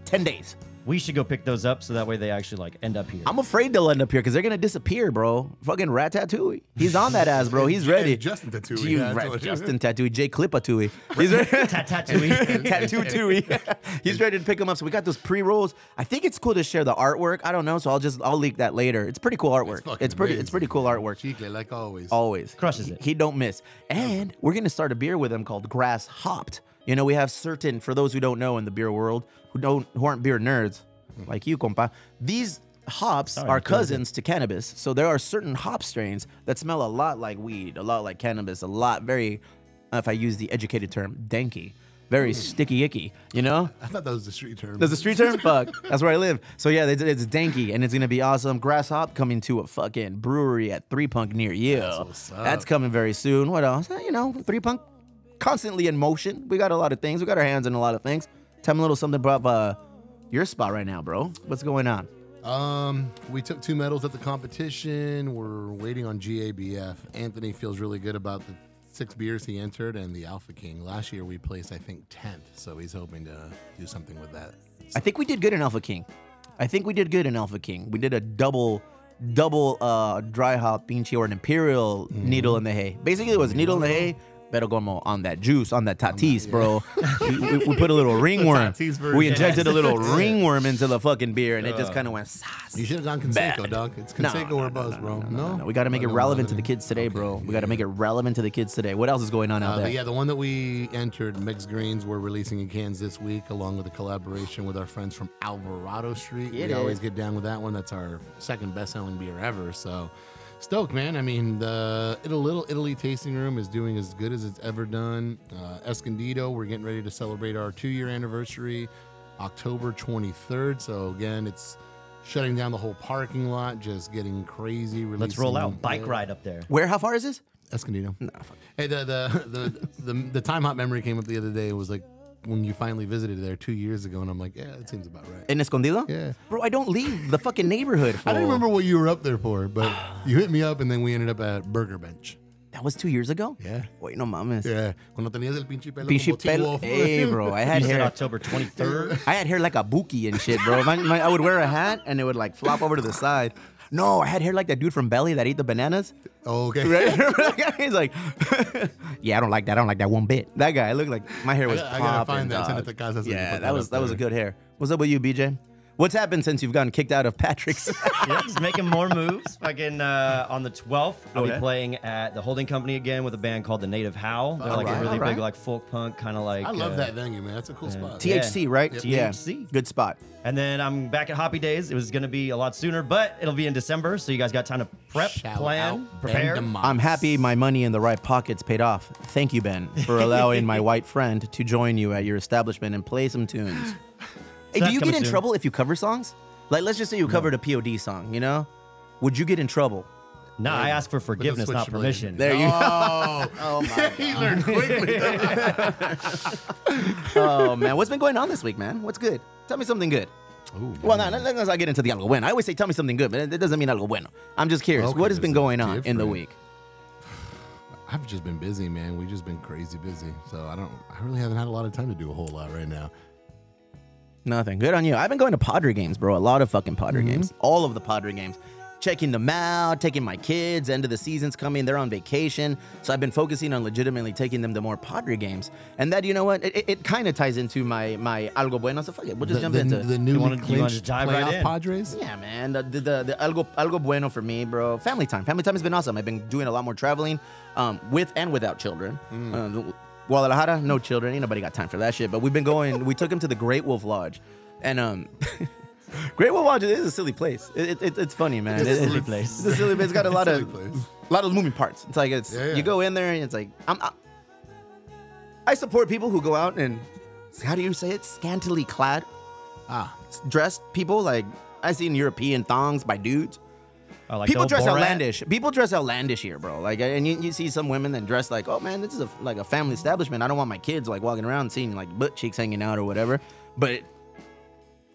Speaker 3: 10 days.
Speaker 4: we should go pick those up so that way they actually like end up here.
Speaker 3: I'm afraid they'll end up here because they're gonna disappear, bro. Fucking Rat Tattooey. He's on that ass, bro. He's ready.
Speaker 5: And Justin Tattooey,
Speaker 3: Dude,
Speaker 5: yeah, I
Speaker 3: Rat-
Speaker 5: told you.
Speaker 3: Justin Tattooey. Jay Clipatooey. He's ready.
Speaker 4: Tat Tattooey.
Speaker 3: tattoo Tooey. He's ready to pick them up. So we got those pre rolls. I think it's cool to share the artwork. I don't know, so I'll just I'll leak that later. It's pretty cool artwork. It's,
Speaker 5: fucking
Speaker 3: pretty it's
Speaker 5: amazing.
Speaker 3: pretty cool artwork.
Speaker 5: Chicle, like always.
Speaker 3: Always
Speaker 4: Crushes
Speaker 3: He-
Speaker 4: it.
Speaker 3: He don't miss. And we're gonna start a beer with him called Grass Hopped. You know, we have certain for those who don't know in the beer world who don't who aren't beer nerds
Speaker 4: Hmm.
Speaker 3: like you, compa. These hops are cousins to cannabis. So there are certain hop strains that smell a lot like weed, a lot like cannabis, a lot very, uh, if I use the educated term, danky, very
Speaker 4: Hmm.
Speaker 3: sticky icky. You know.
Speaker 5: I thought that was the street term.
Speaker 3: There's a street term? Fuck. That's where I live. So yeah, it's, it's danky and it's gonna be awesome. Grasshop coming to a fucking brewery at Three Punk near you. That's, coming very soon. What else? Eh, You know, Three Punk constantly in motion. We got a lot of things. We got our hands in a lot of things. Tell me a little something about uh, your spot right now, bro. What's going on?
Speaker 5: Um, we took two medals at the competition. We're waiting on GABF. Anthony feels really good about the six beers he entered and the Alpha King. Last year we placed, I think, tenth, so he's hoping to do something with that.
Speaker 3: I think we did good in Alpha King. I think we did good in Alpha King. We did a double, double uh, dry hop pinche or an imperial
Speaker 5: Mm-hmm.
Speaker 3: needle in the hay. Basically, it was needle in the hay. Better Gomo on that juice, on that tatis, bro. we, we, we put a little ringworm.
Speaker 5: Tatis version.
Speaker 3: We injected a little ringworm into the fucking beer, and it just kind of went.
Speaker 5: You
Speaker 3: Sass.
Speaker 5: should have gone Conseco, dog. It's
Speaker 3: No,
Speaker 5: Conseco
Speaker 3: no,
Speaker 5: or
Speaker 3: no,
Speaker 5: Buzz,
Speaker 3: no,
Speaker 5: bro.
Speaker 3: no,
Speaker 5: No,
Speaker 3: no, no. we got to make it
Speaker 5: Fucking
Speaker 3: relevant to the
Speaker 5: relevant.
Speaker 3: kids today, bro. We got to make it relevant to the kids today. What else is going on out
Speaker 5: Uh,
Speaker 3: there?
Speaker 5: but yeah, the one that we entered, Mixed Greens, we're releasing in cans this week, along with a collaboration with our friends from Alvarado Street.
Speaker 3: Get
Speaker 5: we
Speaker 3: it.
Speaker 5: always get down with that one. That's our second best-selling beer ever. So, stoked, man. I mean, the Ita- Little Italy Tasting Room is doing as good as it's ever done. Uh, Escondido, we're getting ready to celebrate our two-year anniversary, October 23rd. So again, it's shutting down the whole parking lot, just getting crazy.
Speaker 4: Let's roll
Speaker 5: releasing-
Speaker 4: out. Bike
Speaker 5: Yeah.
Speaker 4: ride up there.
Speaker 3: Where? How far is this?
Speaker 5: Escondido. Hey, the the, the the the time hop memory came up the other day. It was like when you finally visited there two years ago, and I'm like, yeah, that seems about right.
Speaker 3: In Escondido?
Speaker 5: Yeah.
Speaker 3: Bro, I don't leave the fucking neighborhood.
Speaker 5: I
Speaker 3: fool.
Speaker 5: don't remember what you were up there for, but you hit me up, and then we ended up at Burger Bench.
Speaker 3: That was two years ago?
Speaker 5: Yeah.
Speaker 3: Wait, no mames.
Speaker 5: Yeah, cuando tenías el pinche pelo
Speaker 3: Pinche
Speaker 5: como Teen
Speaker 3: pelo-
Speaker 5: Wolf.
Speaker 3: Hey, bro, I had
Speaker 4: You said
Speaker 3: hair.
Speaker 4: October 23rd.
Speaker 3: I had hair like a buki and shit, bro. My, my, I would wear a hat and it would like flop over to the side. No, I had hair like that dude from Belly that ate the bananas.
Speaker 5: Oh, okay.
Speaker 3: He's like, yeah, I don't like that. I don't like that one bit. That guy, I look like my hair was
Speaker 5: gotta- I
Speaker 3: popping.
Speaker 5: gotta find that. Send it
Speaker 3: dog.
Speaker 5: to Casas and
Speaker 3: Yeah,
Speaker 5: put
Speaker 3: that,
Speaker 5: that
Speaker 3: was
Speaker 5: up
Speaker 3: that was a
Speaker 5: there.
Speaker 3: good hair. What's up with you, BJ? What's happened since you've gotten kicked out of Patrick's?
Speaker 4: yeah, just making more moves. Fucking uh, on the 12th, I'll
Speaker 3: Okay.
Speaker 4: be playing at the Holding Company again with a band called The Native Howl. They're like
Speaker 3: Alright,
Speaker 4: a really
Speaker 3: alright.
Speaker 4: big like folk punk kind of like.
Speaker 5: I love
Speaker 4: uh,
Speaker 5: that venue, man. That's a cool spot.
Speaker 4: Yeah.
Speaker 3: THC, right?
Speaker 4: Yep.
Speaker 3: Yeah,
Speaker 4: THC.
Speaker 3: good spot.
Speaker 4: And then I'm back at Hoppy Days. It was gonna be a lot sooner, but it'll be in December, so you guys got time to prep,
Speaker 5: Shout
Speaker 4: plan,
Speaker 5: out
Speaker 4: prepare.
Speaker 5: Ben DeMoss.
Speaker 3: I'm happy my money in the right pockets paid off. Thank you, Ben, for allowing my white friend to join you at your establishment and play some tunes. Hey, do
Speaker 4: that's
Speaker 3: you get
Speaker 4: coming
Speaker 3: in
Speaker 4: soon.
Speaker 3: trouble if you cover songs? Like, let's just say you covered a POD song, you know? Would you get in trouble?
Speaker 4: No, I ask for forgiveness, not
Speaker 5: switchblade.
Speaker 4: permission.
Speaker 3: There you go.
Speaker 5: Oh, oh my he learned quickly.
Speaker 3: Oh, man. What's been going on this week, man? What's good? Tell me something good. well, no, let- let's not get into the algo bueno. I always say, tell me something good, but it doesn't mean algo bueno. I'm just curious.
Speaker 5: Okay,
Speaker 3: what has been
Speaker 5: that's
Speaker 3: going on in the
Speaker 5: different.
Speaker 3: week?
Speaker 5: I've just been busy, man. We've just been crazy busy. So I don't, I really haven't had a lot of time to do a whole lot right now.
Speaker 3: Nothing. Good on you. I've been going to Padre games, bro. A lot of fucking Padre
Speaker 5: Mm-hmm.
Speaker 3: games. All of the Padre games. Checking them out, taking my kids. End of the season's coming. They're on vacation. So I've been focusing on legitimately taking them to more Padre games. And that, you know what? It, it, kind of ties into my my algo bueno. So fuck it. We'll just jump
Speaker 5: the,
Speaker 3: into
Speaker 5: the, the newly
Speaker 4: wanna- you wanna
Speaker 5: clinched
Speaker 4: just dive right
Speaker 5: playoff
Speaker 4: in?
Speaker 5: Padres.
Speaker 3: Yeah, man. The, the, the, the algo, algo bueno for me, bro. Family time. Family time has been awesome. I've been doing a lot more traveling um, with and without children. Uh, Guadalajara, no children. Ain't nobody got time for that shit. But we've been going, we took him to the Great Wolf Lodge. And um, Great Wolf Lodge is a silly place. It, it, it's funny, man.
Speaker 4: It's a
Speaker 3: It-
Speaker 4: silly
Speaker 3: it-
Speaker 4: place.
Speaker 3: It's a silly place. It's got a lot
Speaker 5: Silly
Speaker 3: of
Speaker 5: place.
Speaker 3: a lot of moving parts. It's like it's
Speaker 5: Yeah, yeah.
Speaker 3: you go in there and it's like I'm. I, I support people who go out and how do you say it? Scantily clad,
Speaker 5: Ah,
Speaker 3: dressed people like I seen European thongs by dudes.
Speaker 4: Oh, like the
Speaker 3: people
Speaker 4: old
Speaker 3: dress
Speaker 4: Borat?
Speaker 3: outlandish. People dress outlandish here, bro. Like, and you, you see some women that dress like, oh man, this is a, like a family establishment. I don't want my kids like walking around seeing like butt cheeks hanging out or whatever. But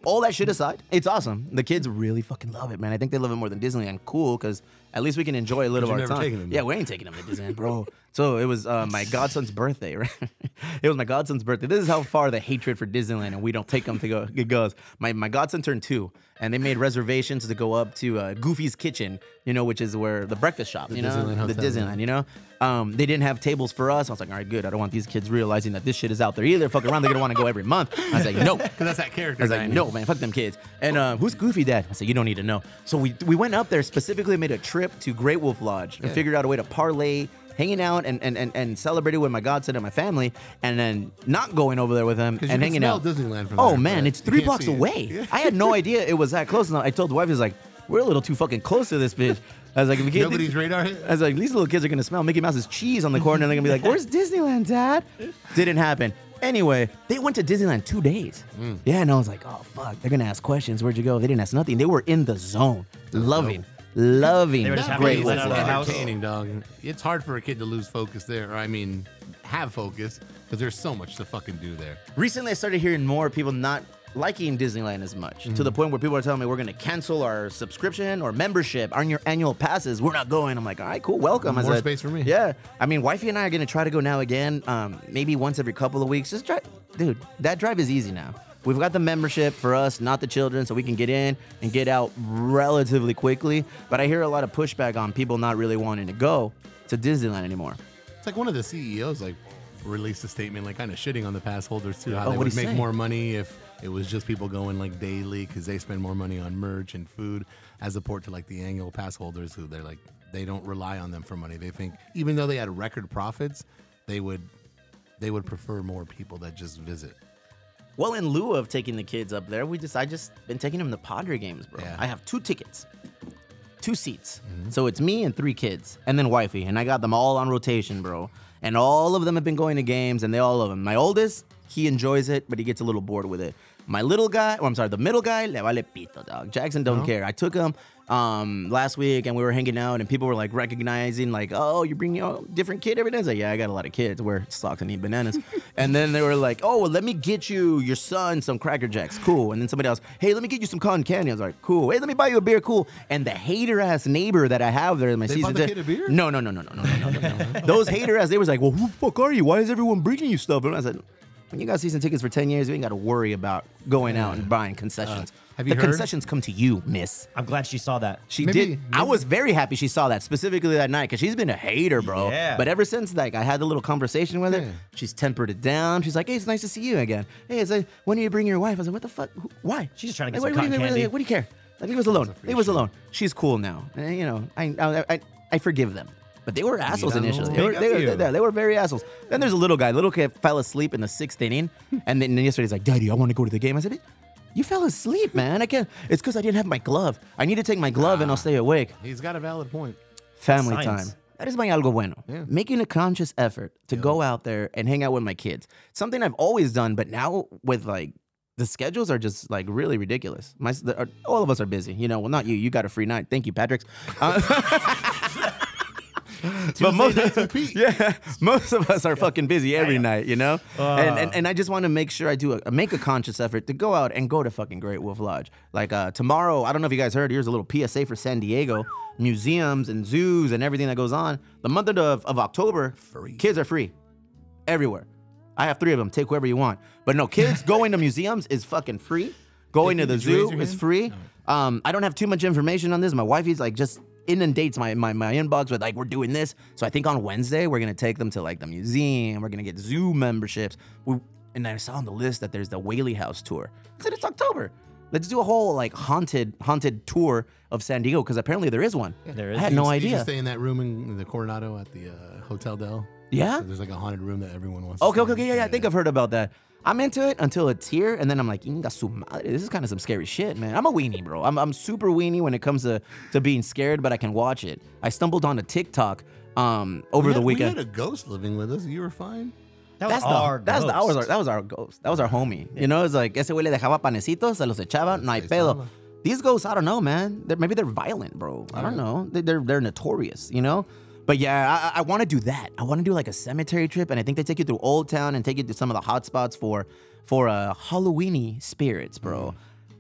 Speaker 3: all that shit aside, it's awesome. The kids really fucking love it, man. I think they love it more than Disneyland. Cool, because at least we can enjoy a little
Speaker 5: But
Speaker 3: of our
Speaker 5: you're never
Speaker 3: time.
Speaker 5: taking them.
Speaker 3: yeah, we ain't taking them to Disneyland, bro. so it was uh, my godson's birthday, right? it was my godson's birthday. This is how far the hatred for Disneyland and we don't take them to go it goes. My my godson turned two, and they made reservations to go up to uh, Goofy's Kitchen, you know, which is where the breakfast shop, you know,
Speaker 5: Disneyland
Speaker 3: the
Speaker 5: hotel, yeah.
Speaker 3: Disneyland, you know. Um, they didn't have tables for us. I was like, all right, good. I don't want these kids realizing that this shit is out there either. Fuck around, they're gonna want to go every month. I was like, no.
Speaker 5: because that's that character.
Speaker 3: I was like,
Speaker 5: guy.
Speaker 3: no, man, fuck them kids. And uh, who's Goofy Dad? I said, you don't need to know. So we we went up there specifically, made a trip to Great Wolf Lodge, and figured out a way to parlay, hanging out, and and and, and celebrated with my godson and my family, and then not going over there with them and
Speaker 5: you can
Speaker 3: hanging
Speaker 5: smell
Speaker 3: out.
Speaker 5: Disneyland from
Speaker 3: oh
Speaker 5: there,
Speaker 3: man,
Speaker 5: but
Speaker 3: it's
Speaker 5: you
Speaker 3: three
Speaker 5: can't
Speaker 3: blocks
Speaker 5: see it.
Speaker 3: away. I had no idea it was that close. And I told the wife, "Is like we're a little too fucking close to this bitch." I was like, if we can't
Speaker 5: Nobody's radar hit?
Speaker 3: I was like, these little kids are gonna smell Mickey Mouse's cheese on the corner, and they're gonna be like, "Where's Disneyland, Dad?" Didn't happen. Anyway, they went to Disneyland two days.
Speaker 4: Mm.
Speaker 3: Yeah, and I was like, "Oh fuck, they're gonna ask questions. Where'd you go?" They didn't ask nothing. They were in the zone, loving, loving.
Speaker 4: They were just happy
Speaker 3: Great
Speaker 4: to
Speaker 5: It's
Speaker 4: let
Speaker 3: Wolf
Speaker 4: out
Speaker 3: Lodge.
Speaker 4: of the house.
Speaker 5: entertaining, dog. It's hard for a kid to lose focus there, or I mean, have focus, because there's so much to fucking do there.
Speaker 3: recently I started hearing more people not liking Disneyland as much to the
Speaker 5: Mm-hmm.
Speaker 3: point where people are telling me we're going to cancel our subscription or membership on your annual passes. We're not going. I'm like, all right, cool, welcome. I
Speaker 5: More
Speaker 3: said,
Speaker 5: space for me.
Speaker 3: Yeah, I mean, wifey and I are going to try to go now again, um, maybe once every couple of weeks. Just try, dude. That drive is easy now. We've got the membership for us, not the children, so we can get in and get out relatively quickly. But I hear a lot of pushback on people not really wanting to go to Disneyland anymore.
Speaker 5: It's like one of the CEOs like released a statement like kind of shitting on the pass holders too,
Speaker 3: Oh,
Speaker 5: how they
Speaker 3: what'd
Speaker 5: would
Speaker 3: he
Speaker 5: make
Speaker 3: say?
Speaker 5: more money if it was just people going like daily because they spend more money on merch and food as opposed to like the annual pass holders who they're like they don't rely on them for money. They think even though they had record profits, they would they would prefer more people that just visit.
Speaker 3: Well, in lieu of taking the kids up there, we just I just been taking them to Padre games, bro.
Speaker 5: Yeah.
Speaker 3: I have two tickets, two seats, so it's me and three kids, and then wifey, and I got them all on rotation, bro. And all of them have been going to games, and they all love them. My oldest, he enjoys it, but he gets a little bored with it. My little guy, or I'm sorry, the middle guy, le vale pito, dog. Jackson don't care. I took him um, last week, and we were hanging out, and people were like recognizing, like, "Oh, you're bringing a different kid every day." I was like, "Yeah, I got a lot of kids. Wear socks and eat bananas." and then they were like, "Oh, well, let me get you your son some Cracker Jacks, cool." And then somebody else, "Hey, let me get you some cotton candy." I was like, "Cool." Hey, let me buy you a beer, cool. And the hater ass neighbor that I have there in my
Speaker 5: They
Speaker 3: season
Speaker 5: bought the kid a beer?
Speaker 3: No, no, no, no, no, no, no, no, no. Those hater ass, they was like, "Well, who the fuck are you? Why is everyone bringing you stuff?" And I said. When you got season tickets for 10 years, you ain't got to worry about going out and buying concessions.
Speaker 5: Uh, have you
Speaker 3: the
Speaker 5: heard?
Speaker 3: concessions come to you, miss.
Speaker 4: I'm glad she saw that.
Speaker 3: She
Speaker 5: Maybe-
Speaker 3: did. I was very happy she saw that specifically that night because she's been a hater, bro.
Speaker 4: Yeah.
Speaker 3: But ever since like I had the little conversation with her,
Speaker 5: Yeah.
Speaker 3: she's tempered it down. She's like, "Hey, it's nice to see you again. Hey, it's like, when do you bring your wife?" I was like, "What the fuck? Who- Why?"
Speaker 4: She's just trying to get
Speaker 3: Like, what,
Speaker 4: some
Speaker 3: what, do you-
Speaker 4: cotton
Speaker 3: what do you-
Speaker 4: candy.
Speaker 3: What do you care? Like, leave us alone. Leave us alone. She's cool now. And, you know, I, I I I forgive them. But they were assholes
Speaker 5: don't
Speaker 3: initially. They were,
Speaker 4: pick
Speaker 3: they,
Speaker 4: up
Speaker 3: were,
Speaker 4: you.
Speaker 3: they- they were very assholes. Then there's a little guy. Little kid fell asleep in the sixth inning, and then yesterday's like, "Daddy, I want to go to the game." I said, "You fell asleep, man. I can't. It's because I didn't have my glove. I need to take my glove, and I'll stay awake."
Speaker 5: He's got a valid point.
Speaker 3: family
Speaker 4: Ah, Science.
Speaker 3: time. That is my algo bueno. Making a conscious effort to go out there and hang out with my kids. Something I've always done, but now with like the schedules are just like really ridiculous. My s- the, are, all of us are busy, you know. Well, not you. You got a free night. Thank you, Patrick. Uh, but most, yeah, most of us are fucking busy every night, you know. Ah. and, and and I just want to make sure I do a, make a conscious effort to go out and go to fucking Great Wolf Lodge. Like uh, tomorrow, I don't know if you guys heard. Here's a little PSA for San Diego museums and zoos and everything that goes on. The month of, of October, kids are free everywhere. I have three of them. Take whoever you want. But no, kids going to museums is fucking free. Going to the
Speaker 5: just raise
Speaker 3: zoo
Speaker 5: your
Speaker 3: is
Speaker 5: hand?
Speaker 3: free. Um, I don't have too much information on this. My wifey's like just inundates my, my my inbox with like we're doing this. So I think on Wednesday we're gonna take them to like the museum. We're gonna get zoo memberships. We, and I saw on the list that there's the Whaley House tour. I said it's October. Let's do a whole like haunted haunted tour of San Diego because apparently there is one.
Speaker 4: There
Speaker 3: I
Speaker 4: is.
Speaker 3: had no
Speaker 5: You just
Speaker 3: idea.
Speaker 5: stay in that room in the Coronado at the uh, Hotel Del.
Speaker 3: Yeah?
Speaker 5: there's like a haunted room that everyone wants. to
Speaker 3: Okay,
Speaker 5: stay
Speaker 3: okay,
Speaker 5: in.
Speaker 3: okay, yeah, yeah. I think I've heard about that. I'm into it until it's here, and then I'm like, "Inga su madre, this is kind of some scary shit, man. I'm a weenie, bro. I'm, I'm super weenie when it comes to, to being scared, but I can watch it. I stumbled on a TikTok um, over
Speaker 5: We
Speaker 3: the
Speaker 5: had-
Speaker 3: weekend.
Speaker 5: We had a ghost living with us. You were fine.
Speaker 4: That was
Speaker 3: That's the,
Speaker 4: our
Speaker 3: that's the, that was
Speaker 4: ghost.
Speaker 3: our that was our ghost. That was our homie. You know, it's like ese güey le dejaba panecitos, se los echaba, no hay pedo. These ghosts, I don't know, man. They're, maybe they're violent, bro. I don't know. They, they're they're notorious, you know. But yeah, I, I want to do that. I want to do like a cemetery trip, and I think they take you through Old Town and take you to some of the hot spots for for uh, Halloweeny spirits, bro.
Speaker 4: Mm.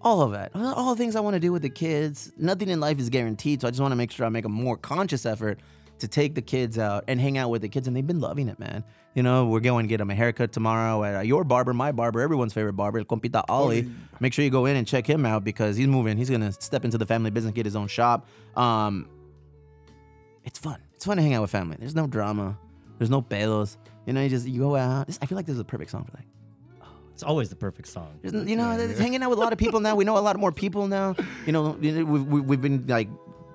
Speaker 3: All of that, all all the things I want to do with the kids. Nothing in life is guaranteed, so I just want to make sure I make a more conscious effort to take the kids out and hang out with the kids, and they've been loving it, man. You know, we're going to get them a haircut tomorrow at uh, your barber, my barber, everyone's favorite barber, El Compita Ollie. Make sure you go in and check him out because he's moving. He's gonna step into the family business, get his own shop. Um, it's fun. It's fun to hang out with family. There's no drama. There's no pedos. You know, you just you go out. This- I feel like this is a perfect song for that.
Speaker 4: It's always the perfect song.
Speaker 3: There's- You know, it's hanging out with a lot of people now. We know a lot more people now. You know, you know, we've, we- we've been like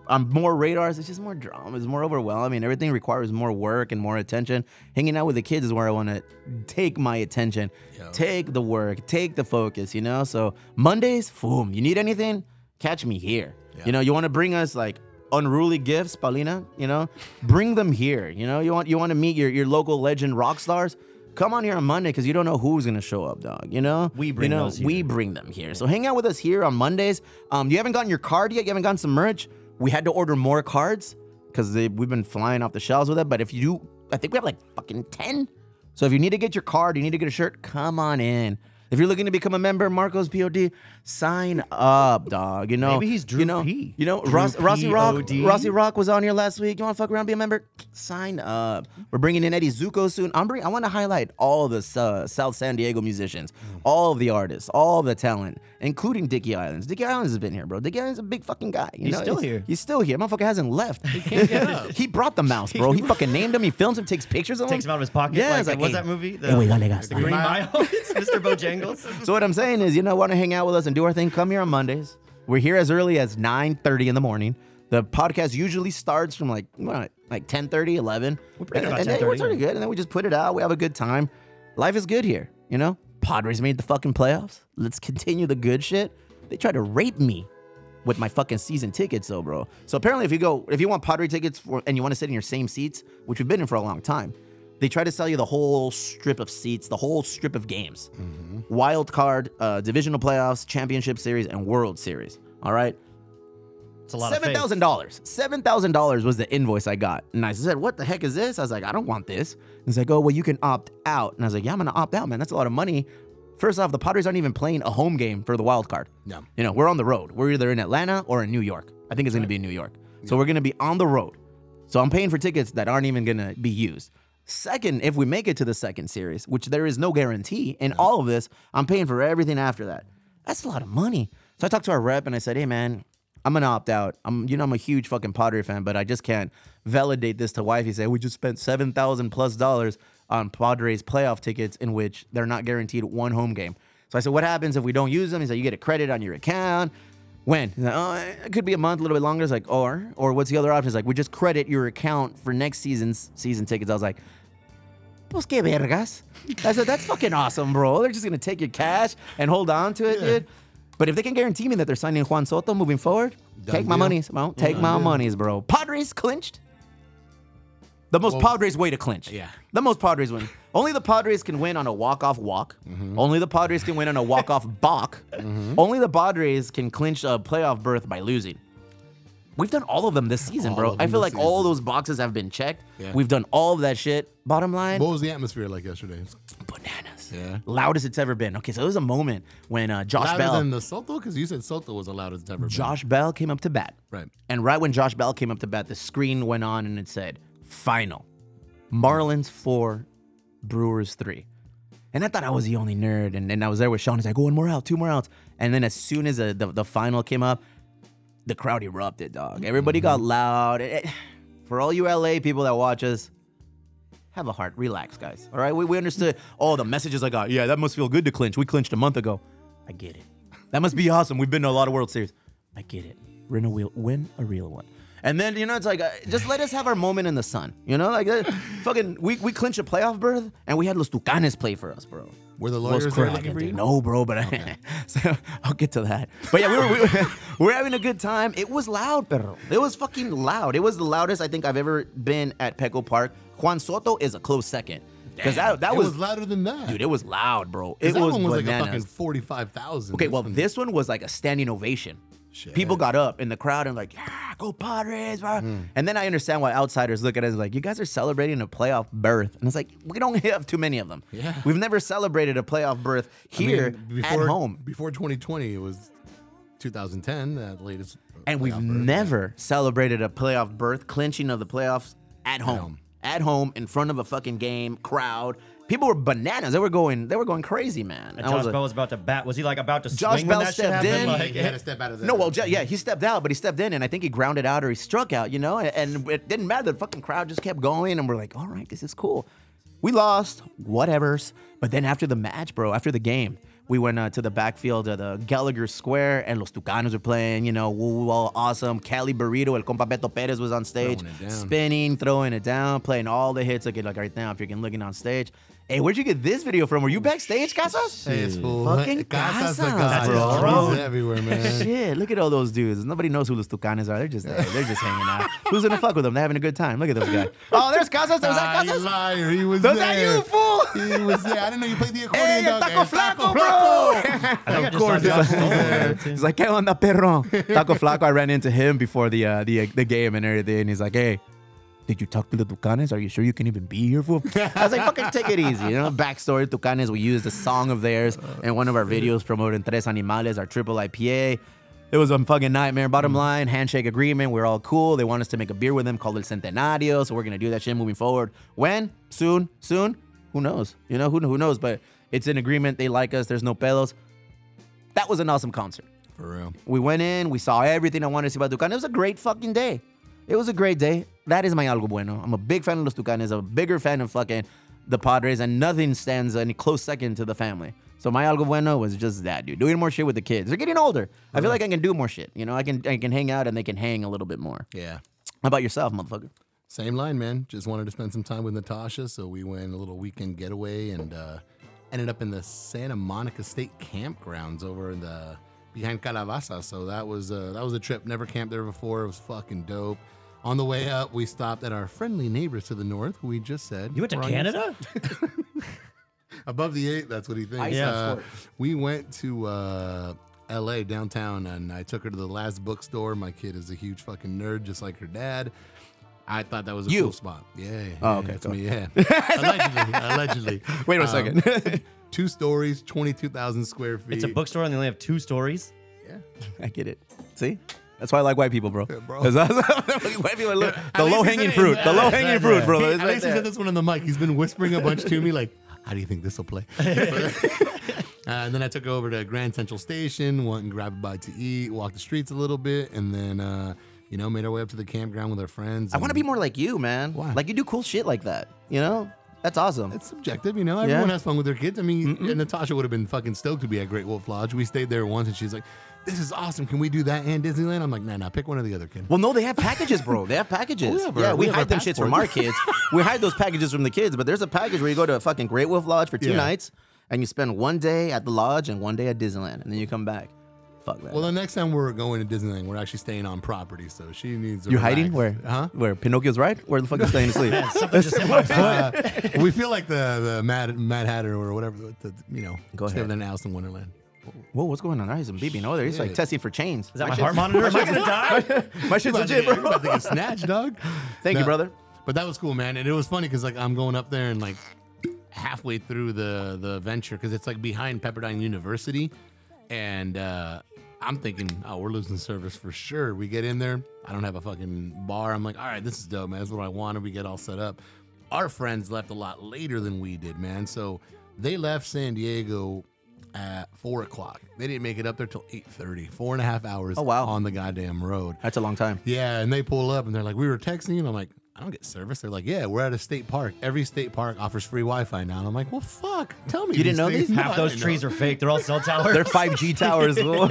Speaker 3: on more radars. It's just more drama. It's more overwhelming. Everything requires more work and more attention. Hanging out with the kids is where I want to take my attention, take the work, take the focus, you know? So Mondays, boom, you need anything? Catch me here. You know, you want to bring us like unruly gifts, Paulina, you know? bring them here. You know, you want you want to meet your, your local legend rock stars? Come on here on Monday because you don't know who's gonna show up, dog. You know
Speaker 4: We
Speaker 3: you
Speaker 4: bring
Speaker 3: know,
Speaker 4: those
Speaker 3: We
Speaker 4: here.
Speaker 3: bring them here. So hang out with us here on Mondays. Um, you haven't gotten your card yet. You haven't gotten some merch. We had to order more cards because we've been flying off the shelves with it. But if you do, I think we have like fucking ten. So if you need to get your card, you need to get a shirt. Come on in. If you're looking to become a member, Marcos Pod, sign up, dog. You know,
Speaker 4: Maybe he's Drew
Speaker 3: you know,
Speaker 4: P.
Speaker 3: You know,
Speaker 4: Drew
Speaker 3: Ross, Rossi Rock,
Speaker 4: POD?
Speaker 3: Rossi Rock was on here last week. You want to fuck around, be a member? Sign up. We're bringing in Eddie Zuko soon. I'm bring, I want to highlight all the uh, South San Diego musicians, all of the artists, all the talent, including Dickie Islands. Dickie Islands has been here, bro. Dickie Islands is a big fucking guy. You
Speaker 4: He's
Speaker 3: know?
Speaker 4: still here.
Speaker 3: He's still here. Motherfucker hasn't left. he brought the mouse, bro. He fucking named him. He films him, takes pictures of him.
Speaker 4: Takes him out of his pocket.
Speaker 3: Yeah,
Speaker 4: like,
Speaker 3: it's like,
Speaker 4: what's
Speaker 3: hey,
Speaker 4: that movie? The,
Speaker 3: hey, wait, dale gas,
Speaker 4: the
Speaker 3: dale.
Speaker 4: Green Mile. Mr. Bojangles.
Speaker 3: So what I'm saying is, you know, want to hang out with us and do our thing? Come here on Mondays. We're here as early as 9:30 in the morning. The podcast usually starts from like what, like 10:30, 11. We're
Speaker 4: pretty good
Speaker 3: and,
Speaker 4: about
Speaker 3: and then we're
Speaker 4: 10:30,
Speaker 3: pretty good, and then we just put it out. We have a good time. Life is good here, you know. Padres made the fucking playoffs. Let's continue the good shit. They tried to rape me with my fucking season tickets, though, bro. So apparently, if you go, if you want Padre tickets for, and you want to sit in your same seats, which we've been in for a long time, they try to sell you the whole strip of seats, the whole strip of games, wild card, uh, divisional playoffs, championship series, and World Series. All right,
Speaker 4: It's a lot
Speaker 3: seven
Speaker 4: of faith.
Speaker 3: thousand dollars. Seven thousand dollars was the invoice I got, and I said, "What the heck is this?" I was like, "I don't want this." And he's like, "Oh, well, you can opt out." And I was like, "Yeah, I'm gonna opt out, man. That's a lot of money." First off, the Padres aren't even playing a home game for the wild card.
Speaker 5: No.
Speaker 3: You know, we're on the road. We're either in Atlanta or in New York. I think it's gonna be in New York. So we're gonna be on the road. So I'm paying for tickets that aren't even gonna be used. Second, if we make it to the second series, which there is no guarantee in all of this, I'm paying for everything after that. That's a lot of money. So I talked to our rep and I said, "Hey, man, I'm gonna opt out. I'm, you know, I'm a huge fucking Padre fan, but I just can't validate this to wifey. Say we just spent seven thousand plus dollars on Padres playoff tickets, in which they're not guaranteed one home game. So I said, what happens if we don't use them? He said, you get a credit on your account. When? He's like, oh, it could be a month, a little bit longer. It's like, or, or what's the other option? He's like, we just credit your account for next season's season tickets. I was like, pues que vergas. I said, that's fucking awesome, bro. They're just gonna take your cash and hold on to it, dude. But if they can guarantee me that they're signing Juan Soto moving forward,
Speaker 5: Done
Speaker 3: take my
Speaker 5: deal.
Speaker 3: monies, bro. Take my monies, bro. Padres clinched. The most Padres way to clinch.
Speaker 5: yeah.
Speaker 3: The most Padres win. Only the Padres can win on a walk-off walk.
Speaker 5: Mm-hmm.
Speaker 3: Only the Padres can win on a walk-off balk. Only the Padres can clinch a playoff berth by losing. We've done all of them this season,
Speaker 5: All
Speaker 3: bro.
Speaker 5: of
Speaker 3: I
Speaker 5: them
Speaker 3: feel
Speaker 5: this
Speaker 3: like all
Speaker 5: season.
Speaker 3: those boxes have been checked.
Speaker 5: Yeah.
Speaker 3: We've done all of that shit. Bottom line,
Speaker 5: What was the atmosphere like yesterday?
Speaker 3: bananas.
Speaker 5: Yeah.
Speaker 3: Loudest it's ever been. Okay, so there was a moment when uh, Josh
Speaker 5: Louder
Speaker 3: Bell
Speaker 5: than the Soto? Because you said Soto was the loudest it's ever been.
Speaker 3: Josh Bell came up to bat.
Speaker 5: Right.
Speaker 3: And right when Josh Bell came up to bat, the screen went on and it said, final. Marlins four, Brewers three. And I thought I was the only nerd. And, and I was there with Sean. He's like, oh, one more out, two more outs. And then as soon as the, the, the final came up, the crowd erupted, dog. Everybody got loud. It- it- for all you LA people that watch us, have a heart. Relax, guys. All right. We, we understood all the messages I got. Yeah, that must feel good to clinch. We clinched a month ago. I get it. That must be awesome. We've been to a lot of World Series. I get it. Win a, wheel, win a real one. And then, you know, it's like, uh, just let us have our moment in the sun. You know, like, uh, fucking, we, we clinch a playoff berth and we had Los Tucanes play for us, bro.
Speaker 5: Were the
Speaker 3: Most
Speaker 5: lawyers there
Speaker 3: crap.
Speaker 5: looking for you?
Speaker 3: No, bro, but I, so I'll get to that. But yeah, we were, we were we were having a good time. It was loud, perro. It was fucking loud. It was the loudest I think I've ever been at Peco Park. Juan Soto is a close second because that that
Speaker 5: It
Speaker 3: was,
Speaker 5: was louder than that.
Speaker 3: dude. It was loud, bro.
Speaker 5: 'Cause
Speaker 3: It
Speaker 5: that
Speaker 3: was,
Speaker 5: one was like a
Speaker 3: bananas.
Speaker 5: fucking forty-five thousand.
Speaker 3: Okay, well, this one was like a standing ovation.
Speaker 5: Mm. Shit. Mm.
Speaker 3: People got up in the crowd and like, yeah, go Padres. blah." And then I understand why outsiders look at us like, you guys are celebrating a playoff berth. And it's like, we don't have too many of them.
Speaker 5: Yeah.
Speaker 3: We've never celebrated a playoff berth
Speaker 5: I mean,
Speaker 3: here
Speaker 5: before,
Speaker 3: at home.
Speaker 5: before 2020, it was 2010, that latest.
Speaker 3: And we've
Speaker 5: playoff berth.
Speaker 3: never celebrated a playoff berth, clinching of the playoffs at home.
Speaker 5: home.
Speaker 3: At home, in front of a fucking game, crowd. People were bananas. They were going, they were going crazy, man.
Speaker 6: And
Speaker 3: I was
Speaker 6: Josh
Speaker 3: like-
Speaker 6: Bell was about to bat. Was he like about to
Speaker 3: Josh
Speaker 6: swing
Speaker 3: Bell
Speaker 6: when that shit
Speaker 3: stepped
Speaker 6: happened?
Speaker 3: in.
Speaker 6: Like,
Speaker 5: He had to step out of
Speaker 3: No, well, ju- yeah, he stepped out, but he stepped in, and I think he grounded out or he struck out, you know, and, and it didn't matter. The fucking crowd just kept going, and we're like, all right, this is cool. We lost, whatever's. But then after the match, bro, after the game, we went uh, to the backfield of the Gallagher Square, and Los Tucanos were playing, you know, woo woo, all awesome. Cali Burrito, El Compa Beto Perez was on stage,
Speaker 5: Throwing it down.
Speaker 3: spinning, throwing it down, playing all the hits. Like, like right now, if you're looking on stage. Hey, where'd you get this video from? Were you backstage, Casas?
Speaker 5: Hey, it's full.
Speaker 3: Fucking
Speaker 5: Casas de
Speaker 3: Casas,
Speaker 5: Casas.
Speaker 3: bro.
Speaker 5: It's
Speaker 6: Bro.
Speaker 5: everywhere, man.
Speaker 3: Shit, look at all those dudes. Nobody knows who los Tucanes are. They're just there. They're just hanging out. Who's gonna fuck with them? They're having a good time. Look at those guys. Oh, there's Casas. Was
Speaker 5: Ah,
Speaker 3: that
Speaker 5: you
Speaker 3: Casas?
Speaker 5: liar. He was
Speaker 3: Was that
Speaker 5: there.
Speaker 3: you, fool?
Speaker 5: He was there. I didn't know you played the accordion.
Speaker 3: Hey, el
Speaker 5: dog.
Speaker 3: Taco Flaco, bro.
Speaker 6: I think I just
Speaker 5: course,
Speaker 6: saw Josh
Speaker 5: that's
Speaker 4: Oh,
Speaker 6: Bell
Speaker 5: what
Speaker 6: there, too.
Speaker 3: He's like, ¿Qué onda, perro? Taco Flaco. I ran into him before the uh, the the game and everything. And he's like, Hey, did you talk to the Tucanes? Are you sure you can even be here, fool? I was like, Fucking take it easy. You know, backstory Tucanes. We used a song of theirs in one of our videos promoting Tres Animales, our triple IPA. It was a fucking nightmare. Bottom line, handshake agreement. We're all cool. They want us to make a beer with them called El Centenario. So we're gonna do that shit moving forward. When? Soon? Soon? Who knows? You know who who knows? But it's an agreement. They like us. There's no pedos. That was an awesome concert.
Speaker 5: For real.
Speaker 3: We went in, we saw everything I wanted to see about Tucanes. It was a great fucking day. It was a great day. That is my algo bueno. I'm a big fan of Los Tucanes, I'm a bigger fan of fucking the Padres, and nothing stands any close second to the family. So my algo bueno was just that, dude. Doing more shit with the kids. They're getting older. I feel like I can do more shit. You know, I can I can hang out and they can hang a little bit more.
Speaker 5: Yeah.
Speaker 3: How about yourself, motherfucker?
Speaker 5: Same line, man. Just wanted to spend some time with Natasha, so we went a little weekend getaway and uh, ended up in the Santa Monica State Campgrounds over in the behind Calabaza. So that was uh, that was a trip. Never camped there before. It was fucking dope. On the way up, we stopped at our friendly neighbors to the north, who we just said
Speaker 6: You went to
Speaker 5: were on your-
Speaker 6: Canada?
Speaker 5: above the eight. That's what he thinks.
Speaker 3: Yeah.
Speaker 5: Uh, we went to uh, L.A. downtown, and I took her to the last bookstore. My kid is a huge fucking nerd, just like her dad. I thought that was a
Speaker 3: You.
Speaker 5: cool spot. Yeah. yeah,
Speaker 3: Oh, okay,
Speaker 5: That's
Speaker 3: cool.
Speaker 5: me. Yeah. allegedly. Allegedly.
Speaker 3: Wait a
Speaker 5: Um,
Speaker 3: second.
Speaker 5: two stories, twenty-two thousand square feet.
Speaker 6: It's a bookstore and they only have two stories.
Speaker 5: Yeah.
Speaker 3: I get it. See? That's why I like white people, bro.
Speaker 5: bro.
Speaker 3: 'Cause I- white people are low-
Speaker 5: At
Speaker 3: the
Speaker 5: least he
Speaker 3: low hanging
Speaker 5: said it.
Speaker 3: fruit. The
Speaker 5: Yeah,
Speaker 3: low
Speaker 5: exactly.
Speaker 3: hanging fruit,
Speaker 5: He-
Speaker 3: brother. It's
Speaker 5: At
Speaker 3: right
Speaker 5: least he
Speaker 3: there.
Speaker 5: said this one on the mic. He's been whispering a bunch to me, like, "How do you think this will play?" Uh, and then I took her over to Grand Central Station, went and grabbed a bite to eat, walked the streets a little bit, and then uh, you know made our way up to the campground with our friends.
Speaker 3: I want to be more like you, man.
Speaker 5: Mm. Why?
Speaker 3: Like you do cool shit like that. You know, that's awesome.
Speaker 5: It's subjective, you know.
Speaker 3: Yeah.
Speaker 5: Everyone has fun with their kids. I mean, Natasha would have been fucking stoked to be at Great Wolf Lodge. We stayed there once, and she's like, "This is awesome. Can we do that and Disneyland?" I'm like, "Nah, nah. Pick one or the other, kid."
Speaker 3: Well, no, they have packages, bro. They have packages.
Speaker 5: Oh, Yeah, bro.
Speaker 3: yeah, we,
Speaker 5: We have
Speaker 3: hide
Speaker 5: our
Speaker 3: them shits from our kids. we hide those packages from the kids. But there's a package where you go to a fucking Great Wolf Lodge for two
Speaker 5: Yeah.
Speaker 3: nights, and you spend one day at the lodge and one day at Disneyland, and then you come back. Fuck that.
Speaker 5: Well, the next time we're going to Disneyland, we're actually staying on property, so she needs. To
Speaker 3: You're hiding
Speaker 5: relax.
Speaker 3: where?
Speaker 5: Huh?
Speaker 3: Where Pinocchio's right? Where the fuck is staying asleep?
Speaker 6: Something just hit my foot.
Speaker 5: Uh, we feel like the the Mad Mad Hatter or whatever. The, the, you know,
Speaker 3: Go
Speaker 5: stay
Speaker 3: ahead.
Speaker 5: in Alice in Wonderland.
Speaker 3: Whoa, what's going on? I hear some beeping over there. He's like
Speaker 5: Shit.
Speaker 3: testing for chains.
Speaker 6: Is that my
Speaker 3: shit's-
Speaker 6: heart monitor? Am I gonna die?
Speaker 3: My shit's legit,
Speaker 5: You're
Speaker 3: bro.
Speaker 5: about to get snatched, dog.
Speaker 3: Thank you, brother.
Speaker 5: But that was cool, man, and it was funny because like I'm going up there and like halfway through the the venture because it's like behind Pepperdine University, and uh, I'm thinking, oh, we're losing service for sure. We get in there, I don't have a fucking bar. I'm like, all right, this is dope, man. That's what I wanted. We get all set up. Our friends left a lot later than we did, man. So they left San Diego at four o'clock. They didn't make it up there till 8.30, four and a half hours
Speaker 3: Oh, wow.
Speaker 5: on the goddamn road.
Speaker 3: That's a long time.
Speaker 5: Yeah, and they pull up and they're like, "We were texting," you," and I'm like, "I don't get service." They're like, "Yeah, we're at a state park. Every state park offers free Wi-Fi now." And I'm like, "Well, fuck! Tell me
Speaker 3: You didn't know these?
Speaker 6: Half those trees are fake. They're all cell towers.
Speaker 3: They're 5G towers. fool.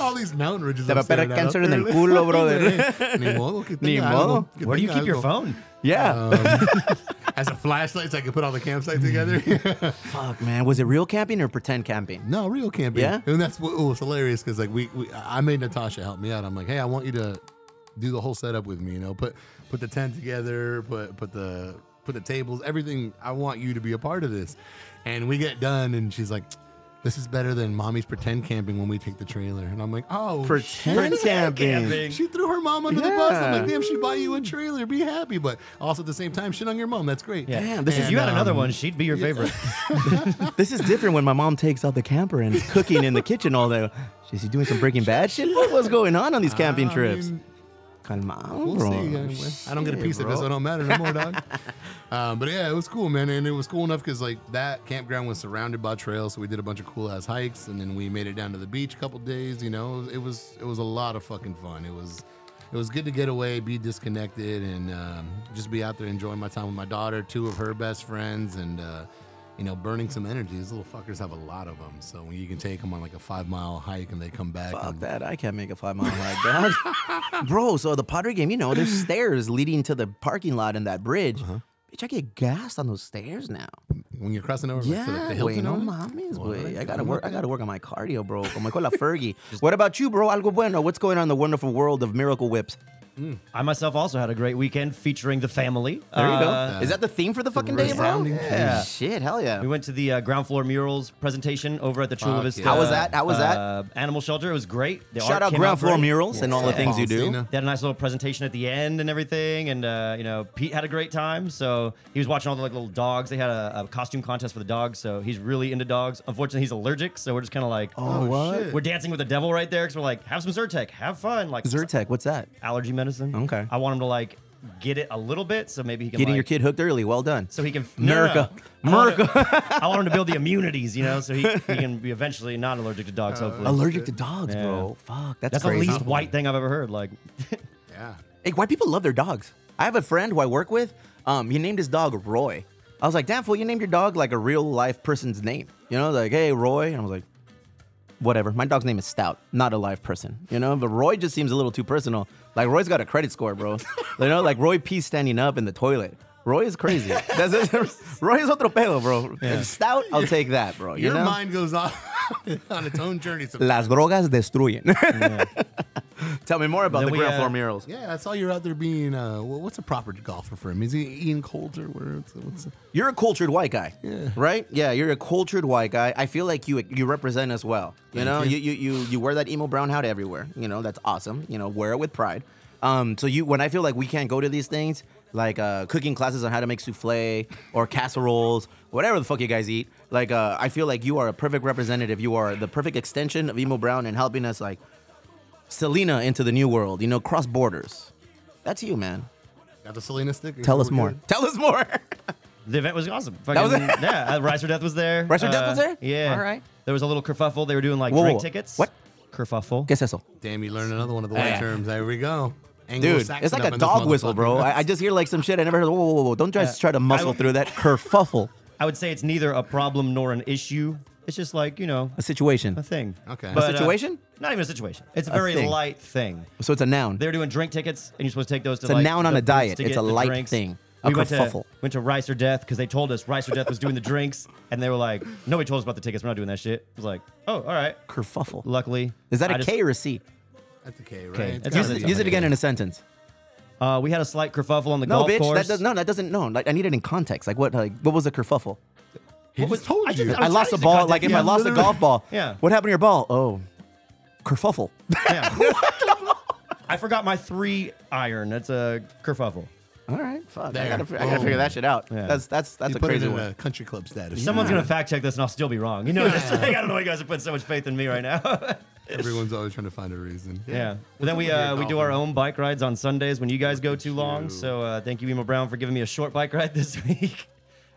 Speaker 5: all these mountain ridges.
Speaker 3: Te va a
Speaker 5: I'm staring
Speaker 3: pegar
Speaker 5: at
Speaker 3: cáncer en el
Speaker 5: up there.
Speaker 3: culo, brother.
Speaker 5: Ni modo. Que
Speaker 3: Ni
Speaker 5: tenga
Speaker 3: modo.
Speaker 5: algo, que
Speaker 4: Where do you
Speaker 5: tenga
Speaker 4: keep your
Speaker 5: algo.
Speaker 4: phone?
Speaker 3: yeah.
Speaker 5: Oh, As a flashlight, so I can put all the campsites together.
Speaker 3: Fuck, man. Was it real camping or pretend camping?
Speaker 5: No, real camping.
Speaker 3: Yeah?
Speaker 5: and that's what was hilarious because like we, we, I made Natasha help me out. I'm like, hey, I want you to do the whole setup with me. You know, put put the tent together, put put the put the tables, everything. I want you to be a part of this. And we get done, and she's like, this is better than mommy's pretend camping when we take the trailer. And I'm like, oh,
Speaker 3: Pretend
Speaker 5: shit."
Speaker 3: camping.
Speaker 5: She threw her mom under the bus. I'm like,
Speaker 3: Yeah.
Speaker 5: damn, she bought you a trailer. Be happy, but also at the same time, shit on your mom. That's great.
Speaker 4: Yeah.
Speaker 3: Damn, this
Speaker 4: if
Speaker 3: is-
Speaker 4: you had
Speaker 5: And,
Speaker 4: another
Speaker 5: um,
Speaker 4: one, she'd be your favorite.
Speaker 3: This is different when my mom takes out the camper and is cooking in the kitchen all day. Is she doing some Breaking Bad shit? What- What's going on on these camping
Speaker 5: uh, I
Speaker 3: trips?
Speaker 5: mean,
Speaker 3: Calmado,
Speaker 5: We'll
Speaker 3: bro.
Speaker 5: see. uh, I don't get a
Speaker 3: Shit,
Speaker 5: piece of it,
Speaker 3: bro.
Speaker 5: so it don't matter no more, dog. um, but yeah, it was cool, man, and it was cool enough because like that campground was surrounded by trails, so we did a bunch of cool ass hikes, and then we made it down to the beach a couple days. You know, it was it was a lot of fucking fun. It was it was good to get away, be disconnected, and um, just be out there enjoying my time with my daughter, two of her best friends, and. Uh, you know, burning some energy. These little fuckers have a lot of them. So when you can take them on like a five mile hike and they come back,
Speaker 3: Fuck
Speaker 5: and
Speaker 3: that. I can't make a five mile hike, dog. Bro, so the Padre game, you know, there's stairs leading to the parking lot and that bridge.
Speaker 5: Uh-huh.
Speaker 3: Bitch, I get gassed on those stairs now.
Speaker 5: when you're crossing over, like, to, like,
Speaker 3: Yeah,
Speaker 5: the
Speaker 3: güey,
Speaker 5: Hilton
Speaker 3: no
Speaker 5: over there,
Speaker 3: mames,
Speaker 5: Well,
Speaker 3: güey. I
Speaker 5: alright,
Speaker 3: gotta
Speaker 5: I'm
Speaker 3: work. I
Speaker 5: looking
Speaker 3: gotta work on my cardio, bro. Como con la Fergie. what about you, bro? Algo bueno. What's going on in the wonderful world of miracle whips?
Speaker 4: I myself also had a great weekend featuring the family.
Speaker 3: There you go.
Speaker 4: Uh,
Speaker 3: Is that the theme for the fucking day, bro?
Speaker 5: resounding
Speaker 3: Yeah. Shit, hell yeah.
Speaker 4: We went to the uh, ground floor murals presentation over at the Chula
Speaker 5: Fuck
Speaker 4: Vista.
Speaker 5: yeah. How
Speaker 3: was that? How was that?
Speaker 4: uh, Animal shelter. It was great. The art
Speaker 3: Shout out
Speaker 4: came
Speaker 3: ground floor
Speaker 4: great.
Speaker 3: murals and all the
Speaker 5: Yeah.
Speaker 3: things you do.
Speaker 5: Palestina.
Speaker 4: They had a nice little presentation at the end and everything, and uh, you know Pete had a great time. So he was watching all the like little dogs. They had a, a costume contest for the dogs, so he's really into dogs. Unfortunately, he's allergic, so we're just kind of like,
Speaker 3: Oh, what?
Speaker 4: we're dancing with the devil right there because we're like, have some Zyrtec, have fun, like
Speaker 3: Zyrtec, what's that?
Speaker 4: allergy medicine.
Speaker 3: Okay.
Speaker 4: I want him to like get it a little bit, so maybe he can
Speaker 3: Getting
Speaker 4: like,
Speaker 3: your kid hooked early. Well done.
Speaker 4: so he can
Speaker 3: America.
Speaker 4: America. I want, him, I want him to build the immunities, you know, so he, he can be eventually not allergic to dogs.
Speaker 3: Uh,
Speaker 4: Hopefully,
Speaker 3: Allergic to dogs,
Speaker 4: Yeah.
Speaker 3: bro. Fuck, that's,
Speaker 4: that's the
Speaker 3: crazy.
Speaker 4: least white thing I've ever heard. Like,
Speaker 5: Yeah.
Speaker 3: Hey, white people love their dogs. I have a friend who I work with. Um, he named his dog Roy. I was like, damn fool, you named your dog like a real life person's name. You know, like, hey, Roy. And I was like, whatever. My dog's name is Stout, not a live person. You know, but Roy just seems a little too personal. Like Roy's got a credit score, bro. you know, like Roy P standing up in the toilet. Roy is crazy. That's it. Roy is otro pedo, bro. Stout, I'll take that, bro. You
Speaker 5: Your
Speaker 3: know?
Speaker 5: mind goes off on its own journey.
Speaker 3: Las
Speaker 5: sometimes.
Speaker 3: drogas destruyen. Tell me more about
Speaker 4: Then
Speaker 3: the
Speaker 4: we,
Speaker 3: ground
Speaker 4: uh,
Speaker 3: floor murals.
Speaker 5: yeah, I saw you're out there being. Uh, wh- what's a proper golfer for him? Is he Ian Coulter? Where it's, what's
Speaker 3: You're a cultured white guy, right? Yeah, you're a cultured white guy. I feel like you you represent us well. You know, you. You, you you wear that emo brown hat everywhere. You know, that's awesome. You know, wear it with pride. Um, so you when I feel like we can't go to these things, like uh, cooking classes on how to make souffle or casseroles, whatever the fuck you guys eat. Like uh, I feel like you are a perfect representative. You are the perfect extension of emo brown and helping us like Selena into the new world. You know, cross borders. That's you, man.
Speaker 5: got the Selena sticker?
Speaker 3: Tell us
Speaker 5: We're
Speaker 3: more.
Speaker 5: good.
Speaker 3: Tell us more.
Speaker 4: The event was awesome.
Speaker 3: was
Speaker 4: Fucking-
Speaker 3: it?
Speaker 4: Yeah, uh, Rise or Death was there. Uh,
Speaker 3: Rise or Death was there?
Speaker 4: Yeah.
Speaker 3: All right.
Speaker 4: There was a little kerfuffle. They were doing like
Speaker 3: Whoa, whoa,
Speaker 4: drink
Speaker 3: whoa.
Speaker 4: tickets.
Speaker 3: What?
Speaker 4: Kerfuffle.
Speaker 3: ¿Qué es eso?
Speaker 5: Damn, you learned another one of the white
Speaker 3: Yeah.
Speaker 5: terms. There we go.
Speaker 3: Dude, it's like a dog whistle, bro. I, I just hear like some shit I never heard. Whoa, whoa, whoa, whoa. Don't just
Speaker 4: Yeah.
Speaker 3: try to muscle
Speaker 4: I-
Speaker 3: through that kerfuffle
Speaker 4: I would say it's neither a problem nor an issue. It's just like, you know,
Speaker 3: a situation.
Speaker 4: a thing.
Speaker 5: Okay. A
Speaker 4: uh,
Speaker 3: situation?
Speaker 4: not even a situation. It's a very
Speaker 3: thing.
Speaker 4: light thing.
Speaker 3: So it's a noun.
Speaker 4: They were doing drink tickets, and you're supposed to take those to
Speaker 3: It's a
Speaker 4: like,
Speaker 3: noun on
Speaker 4: the
Speaker 3: a
Speaker 4: booths
Speaker 3: diet.
Speaker 4: to
Speaker 3: It's
Speaker 4: get
Speaker 3: a
Speaker 4: the
Speaker 3: light
Speaker 4: drinks.
Speaker 3: thing. A
Speaker 4: We went to,
Speaker 3: kerfuffle.
Speaker 4: went to Rise or Death because they told us Rise or Death was doing the drinks, and they were like, nobody told us about the tickets. We're not doing that shit. I was like, oh, all right.
Speaker 3: Kerfuffle.
Speaker 4: Luckily.
Speaker 3: Is that
Speaker 4: a
Speaker 3: a K or a C?
Speaker 5: That's okay, right?
Speaker 4: Okay,
Speaker 5: It's
Speaker 4: that's
Speaker 5: got
Speaker 3: Use
Speaker 4: not
Speaker 5: its
Speaker 3: it,
Speaker 4: a-
Speaker 5: own-
Speaker 3: use it again in a sentence.
Speaker 4: Uh, we had a slight kerfuffle on the
Speaker 3: No,
Speaker 4: golf
Speaker 3: bitch.
Speaker 4: course.
Speaker 3: That does, no, that doesn't. No, like, I need it in context. Like what? Like what was a kerfuffle?
Speaker 5: He just told
Speaker 4: I
Speaker 5: you.
Speaker 4: just-
Speaker 3: I
Speaker 4: was
Speaker 3: lost a
Speaker 4: trying to
Speaker 3: ball.
Speaker 4: context-
Speaker 3: Like if
Speaker 4: yeah,
Speaker 3: I lost a
Speaker 4: literally.
Speaker 3: golf ball.
Speaker 4: Yeah.
Speaker 3: What happened to your ball? Oh, kerfuffle.
Speaker 4: Yeah. I forgot my three iron. That's a kerfuffle.
Speaker 3: All right. Fuck. I
Speaker 5: There.
Speaker 3: gotta, fi- I gotta
Speaker 5: Boom.
Speaker 3: figure that shit out.
Speaker 4: Yeah.
Speaker 3: That's that's that's
Speaker 5: You
Speaker 3: a
Speaker 5: put it
Speaker 3: crazy
Speaker 5: in
Speaker 3: one.
Speaker 5: a country club status.
Speaker 4: Someone's gonna fact check this, and I'll still be wrong. You know this. Like, I don't know why you guys are putting so much faith in me right now.
Speaker 5: Everyone's always trying to find a reason.
Speaker 4: yeah. But then we
Speaker 5: Somebody
Speaker 4: uh, we do
Speaker 5: golfing.
Speaker 4: our own bike rides on Sundays when you guys go too long. So uh, thank you, Emo Brown, for giving me a short bike ride this week.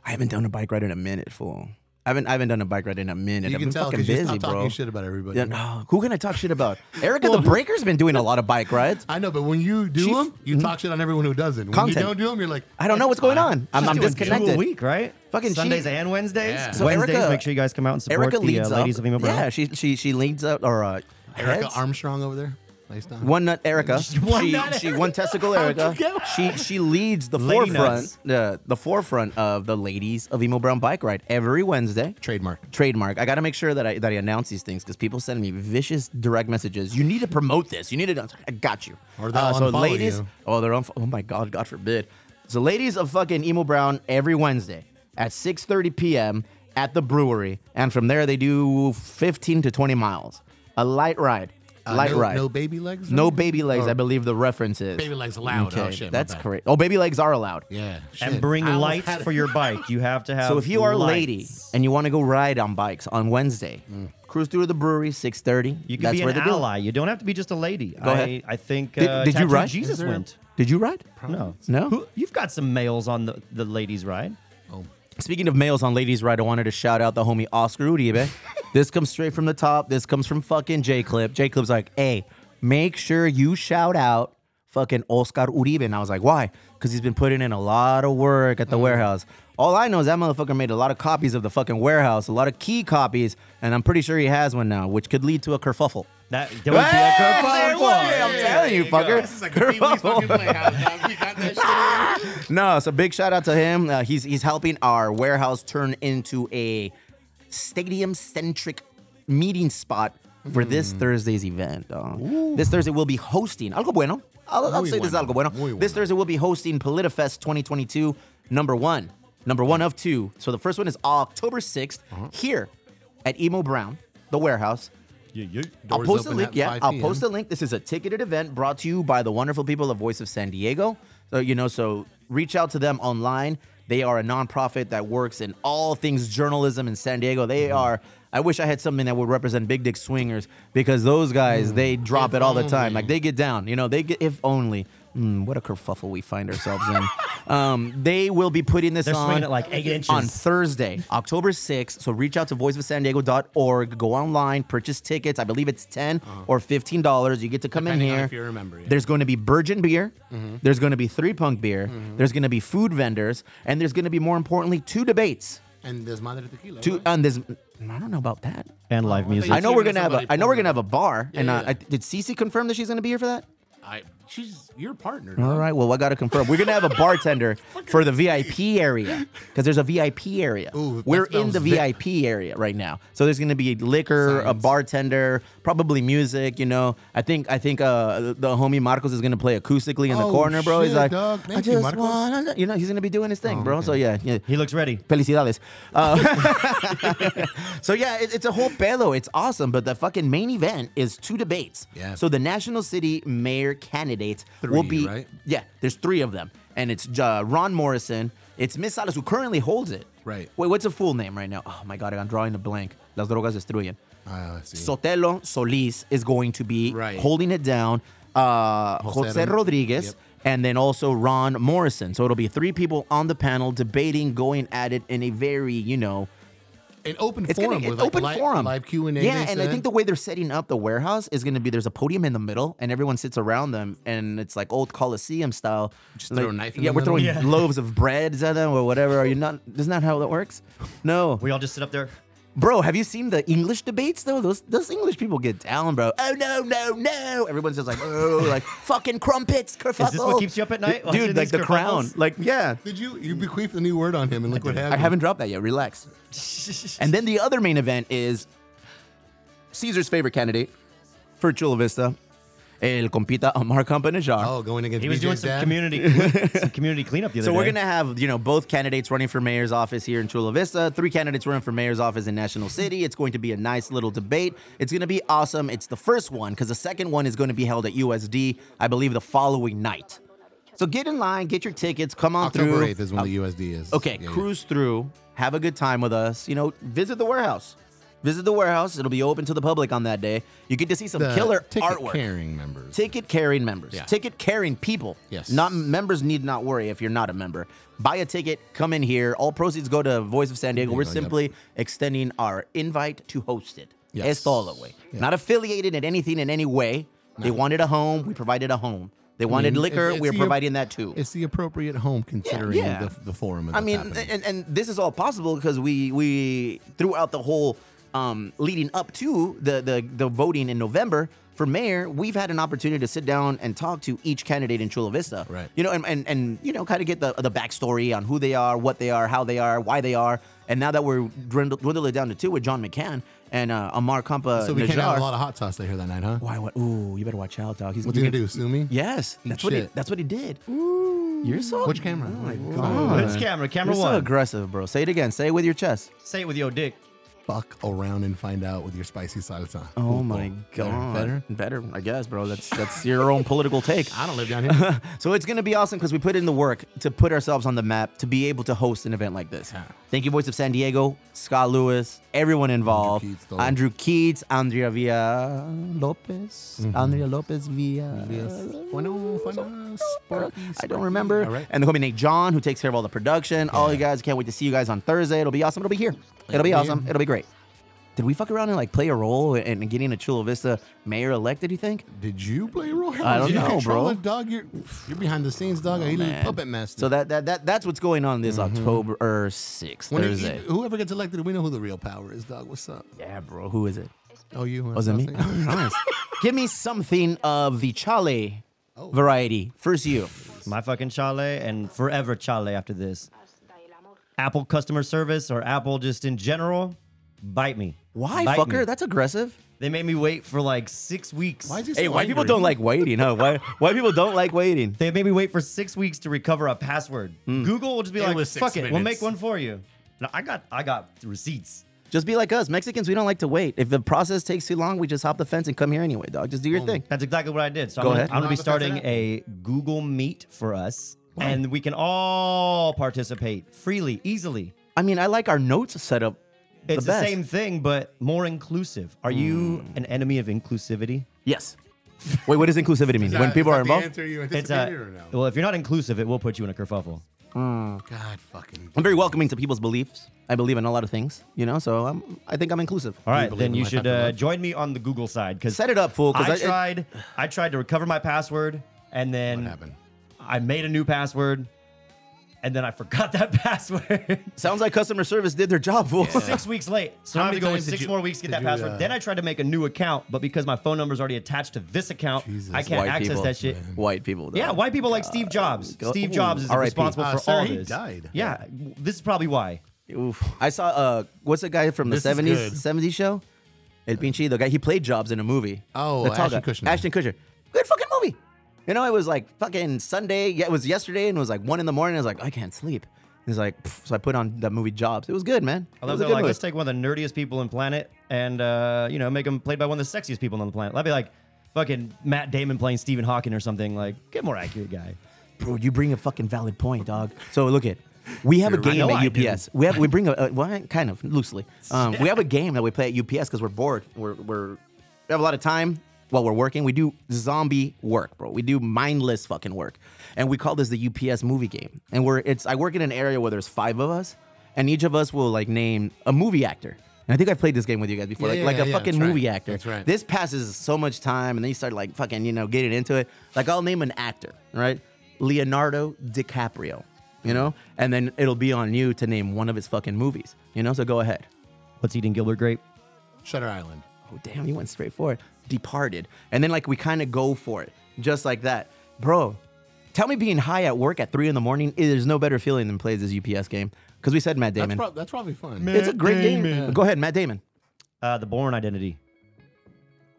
Speaker 3: I haven't done a bike ride in a minute, fool. I haven't I haven't done a bike ride in a minute.
Speaker 5: You
Speaker 3: I've
Speaker 5: can
Speaker 3: been
Speaker 5: tell
Speaker 3: fucking
Speaker 5: because you
Speaker 3: busy,
Speaker 5: stop
Speaker 3: bro.
Speaker 5: talking shit about everybody.
Speaker 3: Yeah, no, who can I talk shit about? Erica the Breaker's been doing a lot of bike rides.
Speaker 5: I know, but when you do
Speaker 3: Chief-
Speaker 5: them, you talk shit on everyone who doesn't. When you
Speaker 3: Mm-hmm. Content.
Speaker 5: don't do them, you're like,
Speaker 3: I don't know what's going on. I'm, I'm
Speaker 4: Just doing Two a
Speaker 3: disconnected.
Speaker 4: week, right?
Speaker 3: Fucking
Speaker 4: Sundays
Speaker 3: she-
Speaker 4: and Wednesdays.
Speaker 5: Yeah.
Speaker 3: So
Speaker 4: Wednesdays,
Speaker 3: Erica-
Speaker 4: make sure you guys come out and support
Speaker 3: Erica
Speaker 4: the
Speaker 3: leads
Speaker 4: uh, ladies
Speaker 3: up.
Speaker 4: of Emo Brown.
Speaker 3: Yeah, she she she leads up or uh, I
Speaker 5: Erica
Speaker 3: heads?
Speaker 5: Armstrong over there. Nice time.
Speaker 3: One nut Erica.
Speaker 6: one
Speaker 3: she,
Speaker 6: nut
Speaker 3: she one testicle Erica. She she leads the
Speaker 6: Lady
Speaker 3: forefront
Speaker 6: nuts.
Speaker 3: the the forefront of the ladies of Emo Brown Bike Ride every Wednesday.
Speaker 5: Trademark.
Speaker 3: Trademark. I gotta make sure that I that I announce these things because people send me vicious direct messages. You need to promote this. You need to. I got you. Uh,
Speaker 5: Or they'll
Speaker 3: so
Speaker 5: unfollow
Speaker 3: ladies.
Speaker 5: you.
Speaker 3: Oh, they're on. Oh my God. God forbid. So ladies of fucking Emo Brown every Wednesday at 6:30 p.m. at the brewery, and from there they do 15 to 20 miles, a light ride,
Speaker 5: Uh,
Speaker 3: light
Speaker 5: no,
Speaker 3: ride.
Speaker 5: No baby legs. Oh,
Speaker 3: No
Speaker 5: right?
Speaker 3: baby legs,
Speaker 5: Or
Speaker 3: I believe the reference is.
Speaker 5: Baby legs allowed. Oh, shit, my
Speaker 3: that's
Speaker 5: bad.
Speaker 3: correct. Oh, baby legs are allowed.
Speaker 5: Yeah. shit.
Speaker 6: And bring
Speaker 5: I almost
Speaker 6: lights
Speaker 5: had it.
Speaker 6: for your bike. You have to have.
Speaker 3: So if you are a
Speaker 6: lights. Mm.
Speaker 3: lady and you want to go ride on bikes on Wednesday, cruise through the brewery, 6.30.
Speaker 6: you can
Speaker 3: that's
Speaker 6: be
Speaker 3: where
Speaker 6: an
Speaker 3: they do it.
Speaker 6: ally. You don't have to be just a lady.
Speaker 3: Go ahead.
Speaker 6: I, I think.
Speaker 3: Did-
Speaker 6: uh,
Speaker 3: did you
Speaker 6: Tattooed
Speaker 3: write? Is
Speaker 6: Jesus
Speaker 5: there-
Speaker 6: went.
Speaker 3: Did you ride?
Speaker 6: No.
Speaker 3: No?
Speaker 6: Who, you've got some males on the, the ladies ride.
Speaker 3: Speaking of males on Ladies Ride, I wanted to shout out the homie Oscar Uribe. this comes straight from the top. This comes from fucking J Clip. J Clip's like, hey, make sure you shout out fucking Oscar Uribe. And I was like, why? Because he's been putting in a lot of work at the warehouse. All I know is that motherfucker made a lot of copies of the fucking warehouse, a lot of key copies, and I'm pretty sure he has one now, which could lead to a kerfuffle.
Speaker 6: That, that would be a
Speaker 3: Hey, there
Speaker 6: kerfuffle.
Speaker 3: was! I'm telling you, fucker.
Speaker 5: This is like a Pee Wee's fucking playhouse. dog. We got that shit. in.
Speaker 3: No, so big shout out to him. Uh, he's he's helping our warehouse turn into a stadium centric meeting spot for this
Speaker 5: Hmm.
Speaker 3: Thursday's event. Uh, this Thursday we'll be hosting algo bueno. I'll, I'll
Speaker 5: Muy
Speaker 3: say this is
Speaker 5: bueno.
Speaker 3: algo bueno.
Speaker 5: Muy
Speaker 3: This
Speaker 5: bueno.
Speaker 3: Thursday we'll be hosting PolitiFest 2022 number one, number one of two. So the first one is October 6th
Speaker 5: Uh-huh.
Speaker 3: here at Emo Brown, the warehouse. I'll
Speaker 5: Doors
Speaker 3: post a
Speaker 5: open
Speaker 3: link.
Speaker 5: at
Speaker 3: Yeah,
Speaker 5: 5
Speaker 3: I'll
Speaker 5: p.m..
Speaker 3: post a link. This is a ticketed event brought to you by the wonderful people of Voice of San Diego. So you know, so reach out to them online. They are a nonprofit that works in all things journalism in San Diego. They
Speaker 6: Mm-hmm.
Speaker 3: are. I wish I had something that would represent Big Dick Swingers because those
Speaker 6: Mm.
Speaker 3: guys they drop it all the time. Like they get down. You know, they get if only. Mm, what a kerfuffle we find ourselves in. Um, they will be putting this
Speaker 6: They're
Speaker 3: on
Speaker 6: swinging it like eight inches.
Speaker 3: on Thursday, October 6th. So reach out to voiceofsandiego.org, go online, purchase tickets. I believe it's 10 or $15. You get to come
Speaker 5: Uh-huh. Depending
Speaker 3: in
Speaker 5: on
Speaker 3: here.
Speaker 5: if you remember, yeah.
Speaker 3: There's going to be Virgin beer.
Speaker 5: Mm-hmm.
Speaker 3: There's going to be three punk beer. There's going to be food vendors. And there's going to be, more importantly, two debates.
Speaker 5: And there's Madre Tequila.
Speaker 3: Two
Speaker 5: right?
Speaker 3: on this. I don't know about that.
Speaker 6: And live music.
Speaker 3: I know we're
Speaker 5: Somebody
Speaker 3: gonna have a. I know we're
Speaker 5: pulled
Speaker 3: gonna have a
Speaker 5: up.
Speaker 3: bar. and
Speaker 5: yeah,
Speaker 3: uh,
Speaker 5: yeah.
Speaker 3: I, did Cece confirm that she's gonna be here for that?
Speaker 5: I, she's your partner.
Speaker 3: All
Speaker 5: dog.
Speaker 3: right. Well, I gotta confirm. We're gonna have a bartender for the VIP area because there's a VIP area.
Speaker 5: Ooh, that
Speaker 3: We're in
Speaker 5: smells
Speaker 3: the
Speaker 5: vi-
Speaker 3: VIP area right now, so there's gonna be liquor, a
Speaker 5: Science.
Speaker 3: bartender, probably music. You know, I think I think uh, the homie Marcos is gonna play acoustically in the
Speaker 5: Oh,
Speaker 3: corner, bro. he's
Speaker 5: shit,
Speaker 3: like,
Speaker 5: dog.
Speaker 3: I
Speaker 5: Thank you,
Speaker 3: just
Speaker 5: Marcos." Oh,
Speaker 3: wanna, you know, he's gonna be doing his thing, bro. So yeah, yeah.
Speaker 6: He looks ready.
Speaker 3: Felicidades. Uh, so yeah, it, it's a whole pelo. It's awesome, but the fucking main event is two debates.
Speaker 5: Yeah.
Speaker 3: So the national city mayor candidates will
Speaker 5: Three,
Speaker 3: be
Speaker 5: right?
Speaker 3: yeah. There's three of them, and it's uh, Ron Morrison. It's Miss Salas who currently holds it.
Speaker 5: Right.
Speaker 3: Wait, what's her full name right now? Oh my god, I'm drawing a blank. Las drogas destruyen.
Speaker 5: Ah, I see.
Speaker 3: Sotelo Solis is going to be
Speaker 5: Right.
Speaker 3: holding it down. Uh,
Speaker 5: Jose
Speaker 3: Jose
Speaker 5: Ram-
Speaker 3: Rodriguez.
Speaker 5: Yep.
Speaker 3: And then also Ron Morrison. So it'll be three people on the panel debating, going at it in a very, you know,
Speaker 5: an open
Speaker 3: it's
Speaker 5: forum
Speaker 3: gonna
Speaker 5: with
Speaker 3: it's
Speaker 5: like
Speaker 3: open
Speaker 5: live,
Speaker 3: forum,
Speaker 5: live Q and A.
Speaker 3: Yeah, and I think the way they're setting up the warehouse is gonna be there's a podium in the middle, and everyone sits around them, and it's like old Coliseum style.
Speaker 5: Just
Speaker 3: like,
Speaker 5: throw a knife in
Speaker 3: yeah,
Speaker 5: the
Speaker 3: we're
Speaker 5: middle?
Speaker 3: throwing
Speaker 6: Yeah.
Speaker 3: loaves of breads at them or whatever. Are you not? Isn't that how that works? No,
Speaker 6: We all just sit up there.
Speaker 3: Bro, have you seen the English debates though? Those those English people get down, bro. Oh no, no, no! Everyone's just like, oh, like fucking crumpets, kerfuffle.
Speaker 6: Is this what keeps you up at night? watching
Speaker 3: dude? Like
Speaker 6: these
Speaker 3: the Crown,
Speaker 6: kerfuffles?
Speaker 3: like yeah.
Speaker 5: did you you bequeathed a new word on him and look what happened.
Speaker 3: I haven't dropped that yet. Relax. and then the other main event is Caesar's favorite candidate for Chula Vista, El Compita Amar Campanajar.
Speaker 5: Oh, going against.
Speaker 6: He was
Speaker 5: BJ's
Speaker 6: doing some
Speaker 5: dad?
Speaker 6: community some community cleanup the other
Speaker 3: So
Speaker 6: day.
Speaker 3: we're gonna have you know both candidates running for mayor's office here in Chula Vista, three candidates running for mayor's office in National City. It's going to be a nice little debate. It's gonna be awesome. It's the first one because the second one is going to be held at USD, I believe, the following night. So get in line, get your tickets, come on
Speaker 5: October
Speaker 3: through.
Speaker 5: eighth is when the USD is.
Speaker 3: Okay,
Speaker 5: Yeah, yeah.
Speaker 3: cruise through, have a good time with us. You know, visit the warehouse. Visit the warehouse. It'll be open to the public on that day. You get to see some
Speaker 5: The
Speaker 3: killer
Speaker 5: ticket
Speaker 3: artwork
Speaker 5: Carrying members.
Speaker 3: ticket carrying members,
Speaker 5: Yeah.
Speaker 3: ticket carrying people.
Speaker 5: Yes.
Speaker 3: Not members need not worry if you're not a member. Buy a ticket, come in here. All proceeds go to Voice of San Diego. We're
Speaker 5: Diego, yep.
Speaker 3: simply extending our invite to host it.
Speaker 5: Yes.
Speaker 3: Es todo, güey. Not affiliated in anything in any way. They wanted a home. We provided a home. They wanted
Speaker 5: mean,
Speaker 3: liquor.
Speaker 5: Mm-hmm. it- it's
Speaker 3: we're
Speaker 5: the-
Speaker 3: providing that too.
Speaker 5: It's the appropriate home considering
Speaker 3: yeah.
Speaker 5: The, the forum.
Speaker 3: I mean, and, and this is all possible because we we throughout the whole um, leading up to the, the the voting in November for mayor, we've had an opportunity to sit down and talk to each candidate in Chula Vista.
Speaker 5: Right.
Speaker 3: You know, and and, and you know, kind of get the the backstory on who they are, what they are, how they are, why they are. And now that we're dwindled, dwindled it down to two with John McCann and uh, Amar Kampa
Speaker 5: So we can't have
Speaker 3: Najjar.
Speaker 5: a lot of hot sauce later that night, huh?
Speaker 3: why? What? Ooh, you better watch out, dog. He's
Speaker 5: What did you do? Sue me?
Speaker 3: Yes, that's what he,
Speaker 5: shit.
Speaker 3: that's what he did. You're so Oh
Speaker 5: Which camera?
Speaker 4: Which camera? Camera
Speaker 3: You're so
Speaker 4: one.
Speaker 3: aggressive, bro. Say it again. Say it with your chest.
Speaker 4: Say it with your dick.
Speaker 5: Fuck around and find out with your spicy salsa.
Speaker 3: Oh my
Speaker 5: Better,
Speaker 3: god.
Speaker 5: better?
Speaker 3: better, I guess, bro. That's that's your own political take.
Speaker 5: I don't live down here.
Speaker 3: So it's gonna be awesome because we put in the work to put ourselves on the map to be able to host an event like this. Thank you, Voice of San Diego, Scott Lewis, everyone involved,
Speaker 5: Keats, though.
Speaker 3: Andrew Keats, Andrea Villa Lopez, Andrea Lopez Mm-hmm. Villa.
Speaker 5: Bueno, bueno, sparky,
Speaker 3: I
Speaker 5: sparky.
Speaker 3: don't remember.
Speaker 5: All right.
Speaker 3: And the homie Nate John, who takes care of all the production. All you guys can't wait to see you guys on Thursday. It'll be awesome. It'll be here. It'll be
Speaker 5: Yeah.
Speaker 3: awesome. It'll be great. Did we fuck around and like play a role in in getting a Chula Vista mayor elected? You think?
Speaker 5: Did you play a role?
Speaker 3: I don't
Speaker 5: Did you
Speaker 3: know,
Speaker 5: control
Speaker 3: bro. Oh,
Speaker 5: it, dog, you're, you're behind the scenes, dog. Are you a puppet master?
Speaker 3: So that that, that that's what's going on this October or sixth
Speaker 5: Mm-hmm. When you-
Speaker 3: Thursday.
Speaker 5: whoever gets elected, we know who the real power is, dog. What's up?
Speaker 3: yeah, bro. Who is it?
Speaker 5: Oh, you?
Speaker 3: Was it me? nice. Give me something of the chale
Speaker 5: Oh.
Speaker 3: variety. First, you.
Speaker 4: My fucking chale and forever chale after this. Apple customer service or Apple just in general, bite me.
Speaker 3: Why,
Speaker 4: Bite
Speaker 3: fucker?
Speaker 4: me.
Speaker 3: That's aggressive.
Speaker 4: they made me wait for like six weeks.
Speaker 5: Why is he so
Speaker 3: Hey, white people
Speaker 5: angry?
Speaker 3: don't like waiting, huh? Why white people don't like waiting?
Speaker 4: They made me wait for six weeks to recover a password.
Speaker 6: Hmm.
Speaker 4: Google will just be like,
Speaker 7: was six
Speaker 4: "Fuck it, we'll
Speaker 7: minutes.
Speaker 4: make one for you." No, I got, I got receipts.
Speaker 3: Just be like us. Mexicans, we don't like to wait. If the process takes too long, we just hop the fence and come here anyway, dog. Just do your thing.
Speaker 4: That's exactly what I did. So
Speaker 3: Go
Speaker 4: I'm,
Speaker 3: ahead.
Speaker 4: Gonna, I'm gonna be
Speaker 5: Wow, that's- that's
Speaker 4: starting
Speaker 5: it.
Speaker 4: a Google Meet for us, and we can all participate freely, easily.
Speaker 3: I mean, I like our notes set up.
Speaker 4: It's
Speaker 3: the
Speaker 4: the,
Speaker 3: best. Hmm.
Speaker 4: same thing, but more inclusive. Are you an enemy of inclusivity?
Speaker 3: Yes. Wait, what does inclusivity mean? when people are involved?
Speaker 5: answer you
Speaker 4: It's a, well, if you're not inclusive, it will put you in a kerfuffle.
Speaker 5: God fucking.
Speaker 3: I'm very welcoming to people's beliefs. I believe in a lot of things, you know, so I'm, I think I'm inclusive.
Speaker 4: All right,
Speaker 5: believe
Speaker 4: then
Speaker 5: in
Speaker 4: you
Speaker 5: life
Speaker 4: should
Speaker 5: after
Speaker 4: uh,
Speaker 5: love?
Speaker 4: join me on the Google side because
Speaker 3: Set it up, fool. 'cause
Speaker 4: I,
Speaker 3: it-
Speaker 4: tried. I tried to recover my password, and then
Speaker 5: What happened?
Speaker 4: I made a new password, and then I forgot that password.
Speaker 3: sounds like customer service did their job, fool.
Speaker 4: six weeks late. So
Speaker 7: How
Speaker 4: I'm gonna
Speaker 7: many
Speaker 4: go with
Speaker 7: times did
Speaker 4: six
Speaker 7: you-
Speaker 4: more weeks to get
Speaker 5: did
Speaker 4: that
Speaker 5: you,
Speaker 4: password.
Speaker 5: uh,
Speaker 4: then I tried to make a new account, but because my phone number is already attached to this account,
Speaker 5: Jesus.
Speaker 4: I can't
Speaker 3: White
Speaker 4: access
Speaker 3: people,
Speaker 4: that shit.
Speaker 3: White people. dog.
Speaker 4: Yeah, white people like Steve Jobs.
Speaker 3: Go-
Speaker 4: Steve
Speaker 3: Ooh,
Speaker 4: Jobs is
Speaker 3: RIP.
Speaker 4: responsible
Speaker 5: Ah,
Speaker 4: for
Speaker 5: sir,
Speaker 4: all
Speaker 5: he
Speaker 4: this.
Speaker 5: died.
Speaker 4: Yeah, w- this is probably why.
Speaker 3: Oof. I saw uh, what's the guy from the
Speaker 5: This is
Speaker 3: seventies
Speaker 5: good. Uh,
Speaker 3: seventies show? El Pinche, the guy he played Jobs in a movie.
Speaker 5: Oh,
Speaker 3: The tall
Speaker 5: Ashton
Speaker 3: guy.
Speaker 5: Kutcher.
Speaker 3: Ashton Kutcher. Good fucking movie. You know, it was like fucking Sunday. Yeah, it was yesterday, and it was like one in the morning. I was like, I can't sleep. He's like, "Pff," so I put on that movie Jobs. It was good, man.
Speaker 4: I
Speaker 3: it
Speaker 4: love
Speaker 3: was a
Speaker 4: that.
Speaker 3: good
Speaker 4: Like,
Speaker 3: movie.
Speaker 4: let's take one of the nerdiest people on the planet and uh, you know make him played by one of the sexiest people on the planet. That'd be like fucking Matt Damon playing Stephen Hawking or something. Like, get more accurate, guy.
Speaker 3: Bro, you bring a fucking valid point, dog. So look it. We have a
Speaker 4: I
Speaker 3: game
Speaker 4: know I
Speaker 3: at
Speaker 4: do.
Speaker 3: UPS. We have we bring a uh, well, kind of loosely. Um, we have a game that we play at UPS because we're bored. We're we're we have a lot of time while we're working. We do zombie work, bro. We do mindless fucking work, and we call this the UPS movie game. And we're it's I work in an area where there's five of us, and each of us will like name a movie actor. And I think I played this game with you guys before, like
Speaker 5: Yeah, yeah,
Speaker 3: like
Speaker 5: yeah,
Speaker 3: a
Speaker 5: yeah,
Speaker 3: fucking
Speaker 5: that's right.
Speaker 3: movie actor.
Speaker 5: That's right.
Speaker 3: This this passes so much time and then you start like fucking you know getting into it like i'll name an actor right leonardo dicaprio you know and then it'll be on you to name one of his fucking movies you know so go ahead
Speaker 4: What's eating Gilbert Grape?
Speaker 5: Shutter Island.
Speaker 3: oh damn you went straight for it departed and then like we kind of go for it just like that bro tell me being high at work at three in the morning eh, there's no better feeling than plays this ups game because we said matt
Speaker 5: That's,
Speaker 3: damon
Speaker 5: prob- that's probably fun.
Speaker 3: it's a great game
Speaker 4: Damon.
Speaker 3: go ahead matt damon
Speaker 4: Uh, the Born Identity.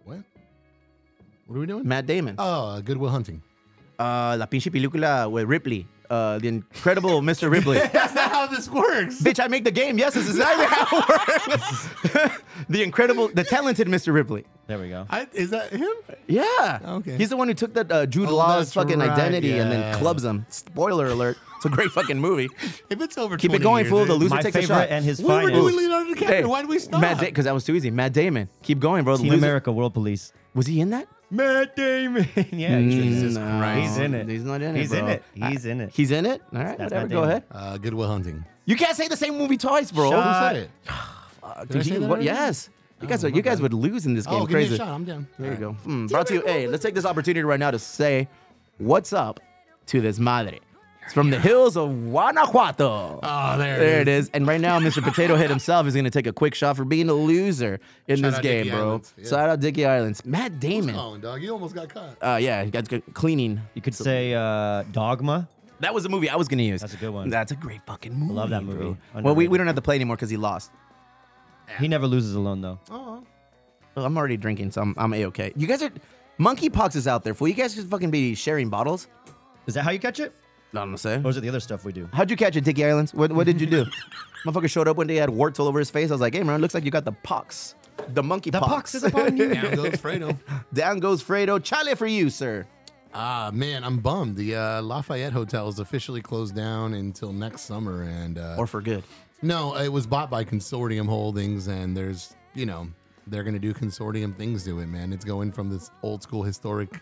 Speaker 5: What? What are we doing?
Speaker 3: matt damon
Speaker 5: Oh, Goodwill Hunting.
Speaker 3: uh, la pinche película with ripley uh, the incredible mr ripley
Speaker 5: That's not how this works.
Speaker 3: Bitch, I make the game. Yes, this is exactly how it works. the incredible, the talented Mr. Ripley.
Speaker 4: There we go.
Speaker 5: I, is that him?
Speaker 3: Yeah.
Speaker 5: Okay.
Speaker 3: He's the one who took that uh, Jude
Speaker 5: Oh,
Speaker 3: Law's
Speaker 5: that's
Speaker 3: fucking
Speaker 5: right,
Speaker 3: identity and then
Speaker 5: yeah.
Speaker 3: clubs him. Spoiler alert. It's a great fucking movie.
Speaker 5: If it's over,
Speaker 3: Keep it
Speaker 5: 20
Speaker 3: going,
Speaker 5: years,
Speaker 3: fool.
Speaker 5: it-
Speaker 3: The loser
Speaker 4: My
Speaker 3: takes a
Speaker 4: favorite
Speaker 3: shot.
Speaker 4: and his
Speaker 5: We were
Speaker 4: finest.
Speaker 5: doing Leonardo DiCaprio. Why did we stop?
Speaker 3: Matt because that was too easy. Matt Damon. Keep going, bro. The
Speaker 4: Team
Speaker 3: loser-
Speaker 4: America World Police.
Speaker 3: Was he in that?
Speaker 4: Matt Damon. yeah,
Speaker 3: Jesus Christ.
Speaker 4: He's in it.
Speaker 3: Mm, He's not in it.
Speaker 4: He's in
Speaker 3: bro.
Speaker 4: it. He's in it.
Speaker 3: He's in it. All right.
Speaker 4: That's
Speaker 3: whatever.
Speaker 4: Matt
Speaker 3: Go
Speaker 4: Damon.
Speaker 3: ahead.
Speaker 5: Uh, Goodwill Hunting.
Speaker 3: You can't say the same movie twice, bro.
Speaker 5: Who said it?
Speaker 3: Fuck,
Speaker 5: Did I
Speaker 3: dude,
Speaker 5: say
Speaker 3: he-
Speaker 5: that
Speaker 3: what-
Speaker 5: already?
Speaker 3: yes. You guys, are, you guys would lose in this game.
Speaker 5: Oh, give
Speaker 3: Crazy.
Speaker 5: me a shot. I'm down.
Speaker 3: There you go. Hmm, brought to you. Hey, let's take this opportunity right now to say, what's up to this madre? It's from the hills of Guanajuato.
Speaker 5: Oh, there,
Speaker 3: There it is. And right now, Mr. Potato Head himself is going to take a quick shot for being a loser in
Speaker 5: Shout
Speaker 3: this
Speaker 5: out
Speaker 3: game,
Speaker 5: Dickey
Speaker 3: bro.
Speaker 5: Islands, yeah.
Speaker 3: Shout out Dickie Islands. Matt Damon.
Speaker 5: Oh, dog, you almost got caught.
Speaker 3: Uh, yeah, he got good cleaning.
Speaker 6: You could say uh, Dogma.
Speaker 3: That was a movie I was going to use.
Speaker 6: That's a good one.
Speaker 3: That's a great fucking movie.
Speaker 6: love that
Speaker 3: bro.
Speaker 6: movie.
Speaker 3: Well, we, we
Speaker 6: Underrated.
Speaker 3: don't have to play anymore because he lost.
Speaker 6: He never loses alone though.
Speaker 5: Oh,
Speaker 3: Well, I'm already drinking, so I'm, I'm A-OK. You guys are... Monkeypox is out there, fool. You guys should fucking be sharing bottles.
Speaker 6: Is that how you catch it?
Speaker 3: I don't say.
Speaker 6: Or
Speaker 4: Oh.
Speaker 6: is it the other stuff we do?
Speaker 3: How'd you catch it, Dickie Islands? What, what did you do? Motherfucker showed up one day, had warts all over his face. I was like, hey, man, looks like you got the pox. The monkey
Speaker 6: The pox is upon you.
Speaker 5: down goes Fredo.
Speaker 3: Down goes Fredo. Chale for you, sir.
Speaker 5: Ah, man, I'm bummed. The uh, Lafayette Hotel is officially closed down until next summer, and uh,
Speaker 3: Or for good.
Speaker 5: no, it was bought by Consortium Holdings, and there's, you know, they're gonna do consortium things to it, man. It's going from this old school historic.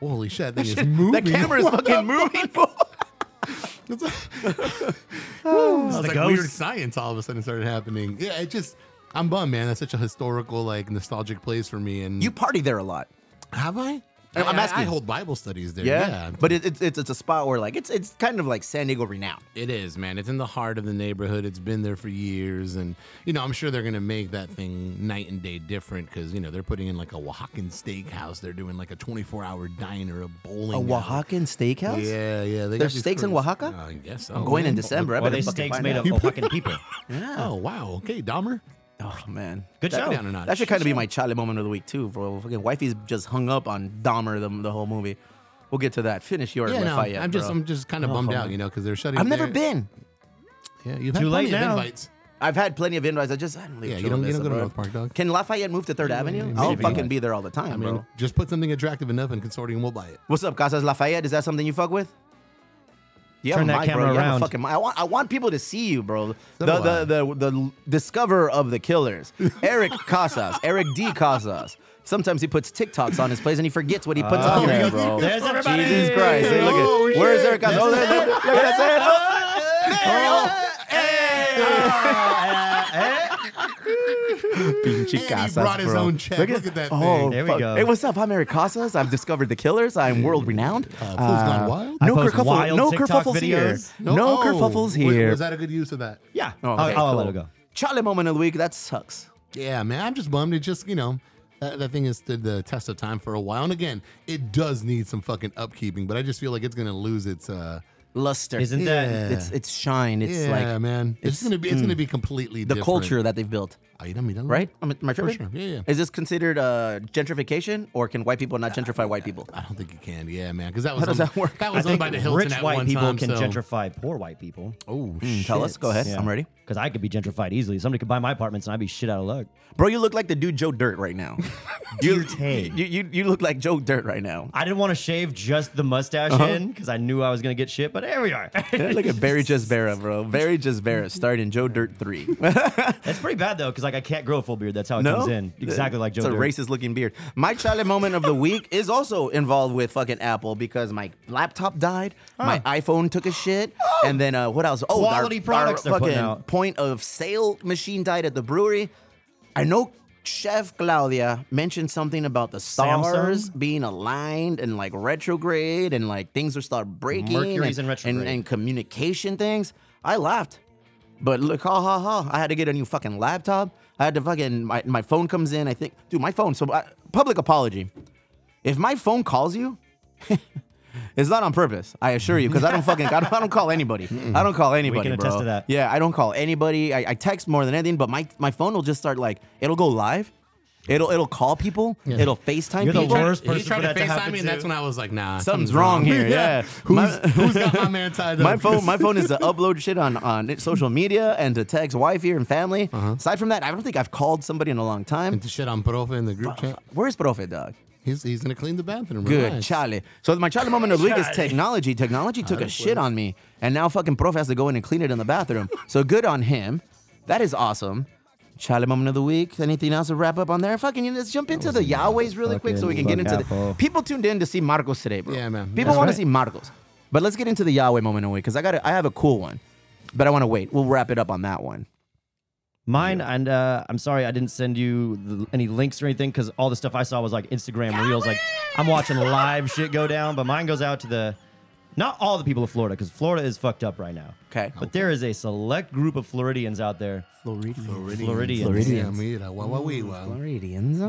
Speaker 5: Holy shit, that thing is moving.
Speaker 3: That camera is
Speaker 5: What
Speaker 3: fucking moving. fool.
Speaker 5: It's like, it's
Speaker 6: the
Speaker 5: like
Speaker 6: ghost.
Speaker 5: weird science all of a sudden started happening. Yeah, it just I'm bummed, man. That's such a historical, like nostalgic place for me. And
Speaker 3: You party there a lot.
Speaker 5: have I?
Speaker 3: I'm
Speaker 5: I- I- I
Speaker 3: asking.
Speaker 5: hold Bible studies there.
Speaker 3: Yeah.
Speaker 5: Yeah,
Speaker 3: But it, it's it's it's a spot where like it's it's kind of like San Diego renowned.
Speaker 5: it is, man. It's in the heart of the neighborhood. It's been there for years, and you know I'm sure they're gonna make that thing night and day different because you know they're putting in like a Oaxacan steakhouse. They're doing like a 24 hour diner, a bowling, alley.
Speaker 3: steakhouse?
Speaker 5: Yeah, yeah. They
Speaker 3: There's
Speaker 5: got these
Speaker 3: steaks in
Speaker 5: crazy-
Speaker 3: Oaxaca?
Speaker 5: I guess so.
Speaker 3: I'm going in
Speaker 5: man.
Speaker 3: December. I
Speaker 6: Are
Speaker 3: better
Speaker 6: they
Speaker 3: fucking
Speaker 6: steaks
Speaker 3: find
Speaker 6: made
Speaker 3: out.
Speaker 6: of Oaxacan people?
Speaker 5: Oh wow. Okay, Dahmer.
Speaker 3: Oh man.
Speaker 6: Good
Speaker 5: Back
Speaker 6: show.
Speaker 5: down a notch.
Speaker 3: That should kind of be my Chale moment of the week too, bro. Fucking wifey's just hung up on Dahmer the, the whole movie. We'll get to that. Finish your
Speaker 5: Yeah, no,
Speaker 3: Lafayette,
Speaker 5: I'm just
Speaker 3: bro. Oh,
Speaker 5: I'm just kind of bummed out, you know, because they're shutting.
Speaker 3: I've never
Speaker 5: their-
Speaker 3: been.
Speaker 5: Yeah, you've had
Speaker 6: Too late
Speaker 5: plenty of
Speaker 6: now.
Speaker 5: invites.
Speaker 3: I've had plenty of invites. I just I don't leave
Speaker 5: Yeah, you
Speaker 3: Chula
Speaker 5: don't- you
Speaker 3: Vista,
Speaker 5: don't go to
Speaker 3: bro.
Speaker 5: North Park, dog.
Speaker 3: Can Lafayette move to Third Avenue?
Speaker 5: maybe
Speaker 3: I'll
Speaker 5: if you
Speaker 3: fucking
Speaker 5: want.
Speaker 3: be there all the time,
Speaker 5: I mean,
Speaker 3: bro.
Speaker 5: just put something attractive enough, and consortium will buy it.
Speaker 3: What's up, Casas Lafayette? Is that something you fuck with? You have
Speaker 6: Turn
Speaker 3: a
Speaker 6: that
Speaker 3: mic, bro.
Speaker 6: camera
Speaker 3: You have a
Speaker 6: around.
Speaker 3: fucking mic. I want, I want people to see you, bro. The,
Speaker 5: do
Speaker 3: the, the, the, discoverer of the killers, Eric Casas, Eric D. Casas. Sometimes he puts TikToks on his plays and he forgets what he puts on there, Oh, bro.
Speaker 6: There's everybody.
Speaker 3: Jesus Christ. Hey, look at,
Speaker 5: Oh,
Speaker 3: where's
Speaker 5: shit.
Speaker 3: Eric Casas? Oh, there, there, look at that. say it. Oh, oh. Pinchy
Speaker 5: And he brought his own check. Look at, that
Speaker 3: Oh,
Speaker 5: thing.
Speaker 6: There we
Speaker 3: fuck.
Speaker 6: go.
Speaker 3: Hey, what's up? I'm Eric Casas. I've discovered the killers. I'm world renowned.
Speaker 5: Uh, Fool's Gone Wild?
Speaker 3: No
Speaker 6: I post
Speaker 3: kerfuffle.
Speaker 6: wild
Speaker 3: no
Speaker 6: TikTok
Speaker 3: kerfuffles
Speaker 6: videos.
Speaker 3: here. No,
Speaker 5: oh,
Speaker 3: kerfuffles
Speaker 5: was-
Speaker 3: here.
Speaker 5: Was that a good use of that?
Speaker 6: Yeah.
Speaker 3: Oh,
Speaker 6: I'll,
Speaker 3: okay,
Speaker 6: I'll
Speaker 3: cool.
Speaker 6: let it go.
Speaker 3: Charlie moment of the week. That sucks.
Speaker 5: Yeah, man. I'm just bummed. It just, you know, that, that thing has stood the test of time for a while. And again, it does need some fucking upkeeping, but I just feel like it's gonna lose its. uh
Speaker 3: Luster.
Speaker 6: Isn't
Speaker 5: Yeah.
Speaker 6: that
Speaker 3: It's it's shine. It's
Speaker 5: Yeah,
Speaker 3: like
Speaker 5: man.
Speaker 3: it's-
Speaker 5: It's,
Speaker 3: mm.
Speaker 5: gonna be. It's gonna be completely
Speaker 3: the
Speaker 5: different.
Speaker 3: culture that they've built.
Speaker 5: I don't- I don't-
Speaker 3: Right? Am I, am I
Speaker 5: For
Speaker 3: tripping?
Speaker 5: sure. Yeah, yeah.
Speaker 3: Is this considered uh, gentrification, or can white people not gentrify white people?
Speaker 5: I don't think you can. Yeah, man. Because that was
Speaker 3: does
Speaker 5: owned-
Speaker 3: that work?
Speaker 5: That was
Speaker 6: I
Speaker 5: owned
Speaker 6: think
Speaker 5: by the Hilton
Speaker 6: rich
Speaker 5: at
Speaker 6: white
Speaker 5: one
Speaker 6: people
Speaker 5: time,
Speaker 6: can
Speaker 5: so-
Speaker 6: gentrify poor white people.
Speaker 5: Oh,
Speaker 3: Mm, Tell us. Go ahead. I'm ready,
Speaker 6: Because I could be gentrified easily. Somebody could buy my apartments and I'd be shit out of luck.
Speaker 3: bro. You look like the dude Joe Dirt right now. you, you you you look like Joe Dirt right now.
Speaker 6: I didn't want to shave just the mustache in because I knew I was going to get shit, but here we are.
Speaker 3: Uh-huh. look at Barry Jasbera, bro. Barry Jasbera starting Joe Dirt three.
Speaker 6: That's pretty bad though, because like I can't grow a full beard. That's how it comes in. Exactly like Joe.
Speaker 3: It's a
Speaker 6: Dirt.
Speaker 3: racist looking beard. My childhood moment of the week is also involved with fucking Apple because my laptop died, my iPhone took a shit, and then uh, what else? Oh,
Speaker 6: Quality products they're
Speaker 3: fucking
Speaker 6: putting out.
Speaker 3: point of sale machine died at the brewery. I know Chef Claudia mentioned something about the stars
Speaker 6: Samsung?
Speaker 3: being aligned and like retrograde and like things will start breaking
Speaker 6: Mercury's
Speaker 3: and,
Speaker 6: in retrograde.
Speaker 3: and, and communication things. I laughed. But look, ha ha ha! I had to get a new fucking laptop. I had to fucking my, my phone comes in. I think, dude, my phone. So I, public apology. If my phone calls you, it's not on purpose. I assure you, because I don't fucking I don't, I don't call anybody. I don't call anybody,
Speaker 6: can
Speaker 3: bro.
Speaker 6: attest to that.
Speaker 3: Yeah, I don't call anybody. I, I text more than anything, but my my phone will just start like it'll go live. It'll it'll call people. It'll FaceTime
Speaker 6: You're the
Speaker 3: people.
Speaker 6: worst
Speaker 5: He
Speaker 6: person
Speaker 5: tried
Speaker 6: for
Speaker 5: to
Speaker 6: that to
Speaker 5: FaceTime
Speaker 6: happen
Speaker 5: me,
Speaker 6: to.
Speaker 5: and that's when I was like, nah.
Speaker 3: Something's wrong here. Yeah.
Speaker 5: Who's,
Speaker 3: My-
Speaker 5: who's got my man tied up?
Speaker 3: my phone my phone is to upload shit on on social media and to text wife here and family. Aside from that, I don't think I've called somebody in a long time.
Speaker 5: And to shit on Profe in Uh-huh. the group chat.
Speaker 3: Where's Profe Dog?
Speaker 5: He's, he's going to clean the bathroom.
Speaker 3: Good,
Speaker 5: relax.
Speaker 3: Charlie. So my Charlie moment of the week is technology. Technology took a shit on me, and now fucking Prof has to go in and clean it in the bathroom. so good on him. That is awesome. Charlie moment of the week. Anything else to wrap up on there? Fucking, you know, let's jump into the Yahwehs really quick so we can get
Speaker 6: fucking
Speaker 3: into the.
Speaker 6: Apple.
Speaker 3: People tuned in to see Marcos today, bro.
Speaker 5: Yeah, man.
Speaker 3: People
Speaker 5: That's
Speaker 3: want
Speaker 5: right.
Speaker 3: to see Marcos, but let's get into the Yahweh moment of the week because I got I have a cool one, but I want to wait. We'll wrap it up on that one.
Speaker 6: Mine and uh, I'm sorry I didn't send you the, any links or anything because all the stuff I saw was like Instagram reels. Like I'm watching live shit go down, but mine goes out to the
Speaker 4: Not all the people of Florida, because Florida is fucked up right now.
Speaker 3: Okay.
Speaker 4: But there is a select group of Floridians out there
Speaker 5: Floridians.
Speaker 4: Floridians.
Speaker 5: Floridians. Yeah, mira, guaguaguigua.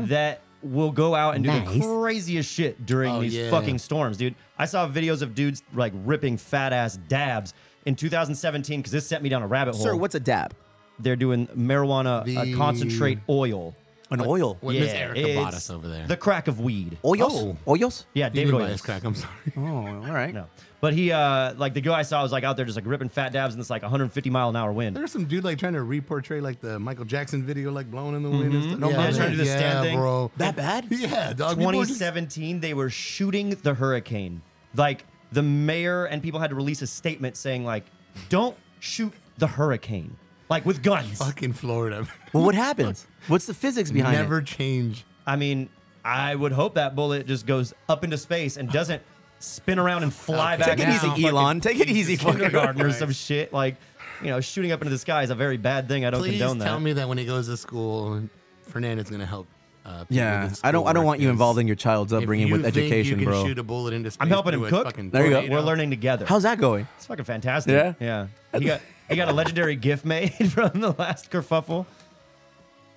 Speaker 4: that will go out and do
Speaker 8: Nice.
Speaker 4: the craziest shit during
Speaker 5: Oh,
Speaker 4: these
Speaker 5: yeah.
Speaker 4: fucking storms, dude. I saw videos of dudes like ripping fat ass dabs in 2017 because this sent me down a rabbit hole.
Speaker 3: Sir, what's a dab?
Speaker 4: they're doing marijuana
Speaker 5: The-
Speaker 4: uh, concentrate oil?
Speaker 3: An oil.
Speaker 5: What Oh. Miss Erica bought
Speaker 4: it's
Speaker 5: us over there.
Speaker 4: The crack of weed.
Speaker 3: Hoyos? Hoyos?
Speaker 4: Yeah,
Speaker 5: You
Speaker 4: David
Speaker 5: mean by
Speaker 4: Oil.
Speaker 5: this crack, I'm sorry.
Speaker 3: Oh, all right.
Speaker 4: No, but he uh like the guy I saw was like out there just like ripping fat dabs in this like 150 mile an hour wind.
Speaker 5: There's some dude like trying to reportray like the Michael Jackson video, like blowing in the wind
Speaker 3: Mm-hmm.
Speaker 5: and stuff.
Speaker 4: No,
Speaker 5: yeah,
Speaker 4: man's trying to do the
Speaker 5: yeah,
Speaker 4: stand thing.
Speaker 5: bro.
Speaker 3: That bad?
Speaker 5: Yeah, dog. people are just-
Speaker 4: 2017, they were shooting the hurricane. Like the mayor and people had to release a statement saying like, "Don't shoot the hurricane." Like with guns.
Speaker 5: Fucking Florida.
Speaker 3: Well, what happens? What's the physics behind
Speaker 5: Never
Speaker 3: it?
Speaker 5: change.
Speaker 4: I mean, I would hope that bullet just goes up into space and doesn't spin around and fly
Speaker 5: Okay.
Speaker 4: back.
Speaker 3: Take it
Speaker 4: down.
Speaker 3: easy,
Speaker 4: Fucking
Speaker 3: Elon. Take it easy, fucker.
Speaker 4: Kindergarten or some shit. Like, you know, shooting up into the sky is a very bad thing. I don't
Speaker 5: Please
Speaker 4: condone that.
Speaker 5: tell me that when he goes to school, Fernando's gonna help. Uh, people
Speaker 3: Yeah,
Speaker 5: with
Speaker 3: I don't. I don't
Speaker 5: schoolwork
Speaker 3: want you
Speaker 5: is-
Speaker 3: involved in your child's
Speaker 5: If
Speaker 3: upbringing
Speaker 5: you
Speaker 3: with
Speaker 5: think
Speaker 3: education,
Speaker 5: you can
Speaker 3: bro.
Speaker 5: Shoot a bullet into space
Speaker 4: I'm helping him
Speaker 5: through a
Speaker 4: cook.
Speaker 5: fucking
Speaker 3: There you go.
Speaker 5: tornado.
Speaker 4: We're learning together.
Speaker 3: How's that going?
Speaker 4: It's fucking fantastic.
Speaker 3: Yeah?
Speaker 4: Yeah. He got he got a legendary gif made from the last kerfuffle.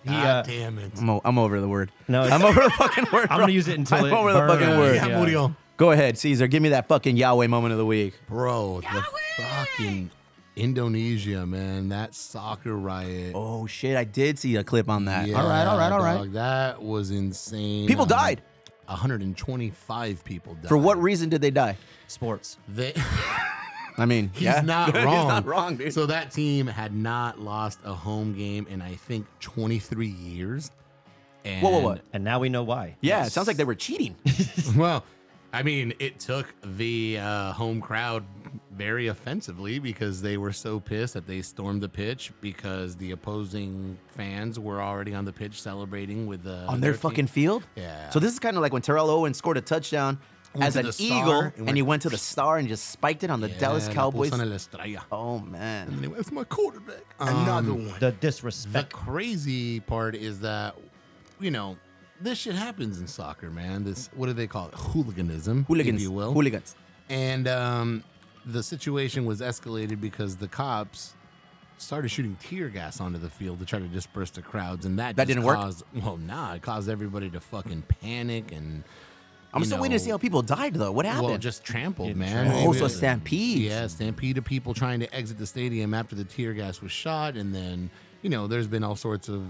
Speaker 4: He,
Speaker 5: God
Speaker 4: uh,
Speaker 5: damn it.
Speaker 3: I'm, o- I'm over the word.
Speaker 4: No, it's-
Speaker 3: I'm over the fucking word.
Speaker 4: I'm
Speaker 3: bro.
Speaker 4: gonna use it until
Speaker 3: I'm
Speaker 4: it
Speaker 3: over the fucking
Speaker 4: burns.
Speaker 3: word.
Speaker 5: Yeah,
Speaker 4: yeah.
Speaker 5: Muriel.
Speaker 3: Go ahead, Caesar. Give me that fucking Yahweh moment of the week.
Speaker 5: Bro, the fucking Indonesia, man. That soccer riot.
Speaker 3: Oh shit! I did see a clip on that.
Speaker 5: Yeah,
Speaker 3: All right, all right, all right.
Speaker 5: dog, that was insane.
Speaker 3: People
Speaker 5: Um,
Speaker 3: died.
Speaker 5: 125 people died.
Speaker 3: For what reason did they die?
Speaker 4: sports.
Speaker 5: They,
Speaker 3: I mean,
Speaker 5: he's
Speaker 3: yeah.
Speaker 5: not
Speaker 3: He's
Speaker 5: wrong.
Speaker 3: not wrong, dude.
Speaker 5: So that team had not lost a home game in, I think, 23 years. And
Speaker 3: whoa, whoa.
Speaker 4: And now we know why.
Speaker 3: yeah, it sounds like they were cheating.
Speaker 5: well, I mean, it took the uh, home crowd very offensively because they were so pissed that they stormed the pitch because the opposing fans were already on the pitch celebrating with the
Speaker 3: on their
Speaker 5: team.
Speaker 3: fucking field.
Speaker 5: Yeah.
Speaker 3: So this is kind of like when Terrell Owen scored a touchdown
Speaker 5: Went
Speaker 3: as
Speaker 5: to
Speaker 3: an
Speaker 5: the star
Speaker 3: eagle,
Speaker 5: and
Speaker 3: and,
Speaker 5: went-
Speaker 3: he went to the star and just spiked it on the
Speaker 5: Yeah,
Speaker 3: Dallas
Speaker 5: la
Speaker 3: Cowboys.
Speaker 5: puso en el estrella.
Speaker 3: Oh man,
Speaker 5: Anyway, it's my quarterback. Another one.
Speaker 4: The
Speaker 5: The
Speaker 4: disrespect.
Speaker 5: crazy part is that, you know, this shit happens in soccer, man. This what do they call it? Hooliganism,
Speaker 3: hooligans,
Speaker 5: if you will.
Speaker 3: hooligans.
Speaker 5: And um, the situation was escalated because the cops started shooting tear gas onto the field to try to disperse the crowds, and that
Speaker 3: That
Speaker 5: just
Speaker 3: didn't work?
Speaker 5: caused, work. Well, nah, it caused everybody to fucking panic and.
Speaker 3: I'm
Speaker 5: you
Speaker 3: still waiting to see
Speaker 5: know,
Speaker 3: how people died though. What happened?
Speaker 5: well, just trampled,
Speaker 4: Getting
Speaker 5: man.
Speaker 3: trampled. Oh,
Speaker 5: It
Speaker 3: so
Speaker 5: was-
Speaker 3: stampede.
Speaker 5: Yeah, stampede of people trying to exit the stadium after the tear gas was shot, and then you know, there's been all sorts of.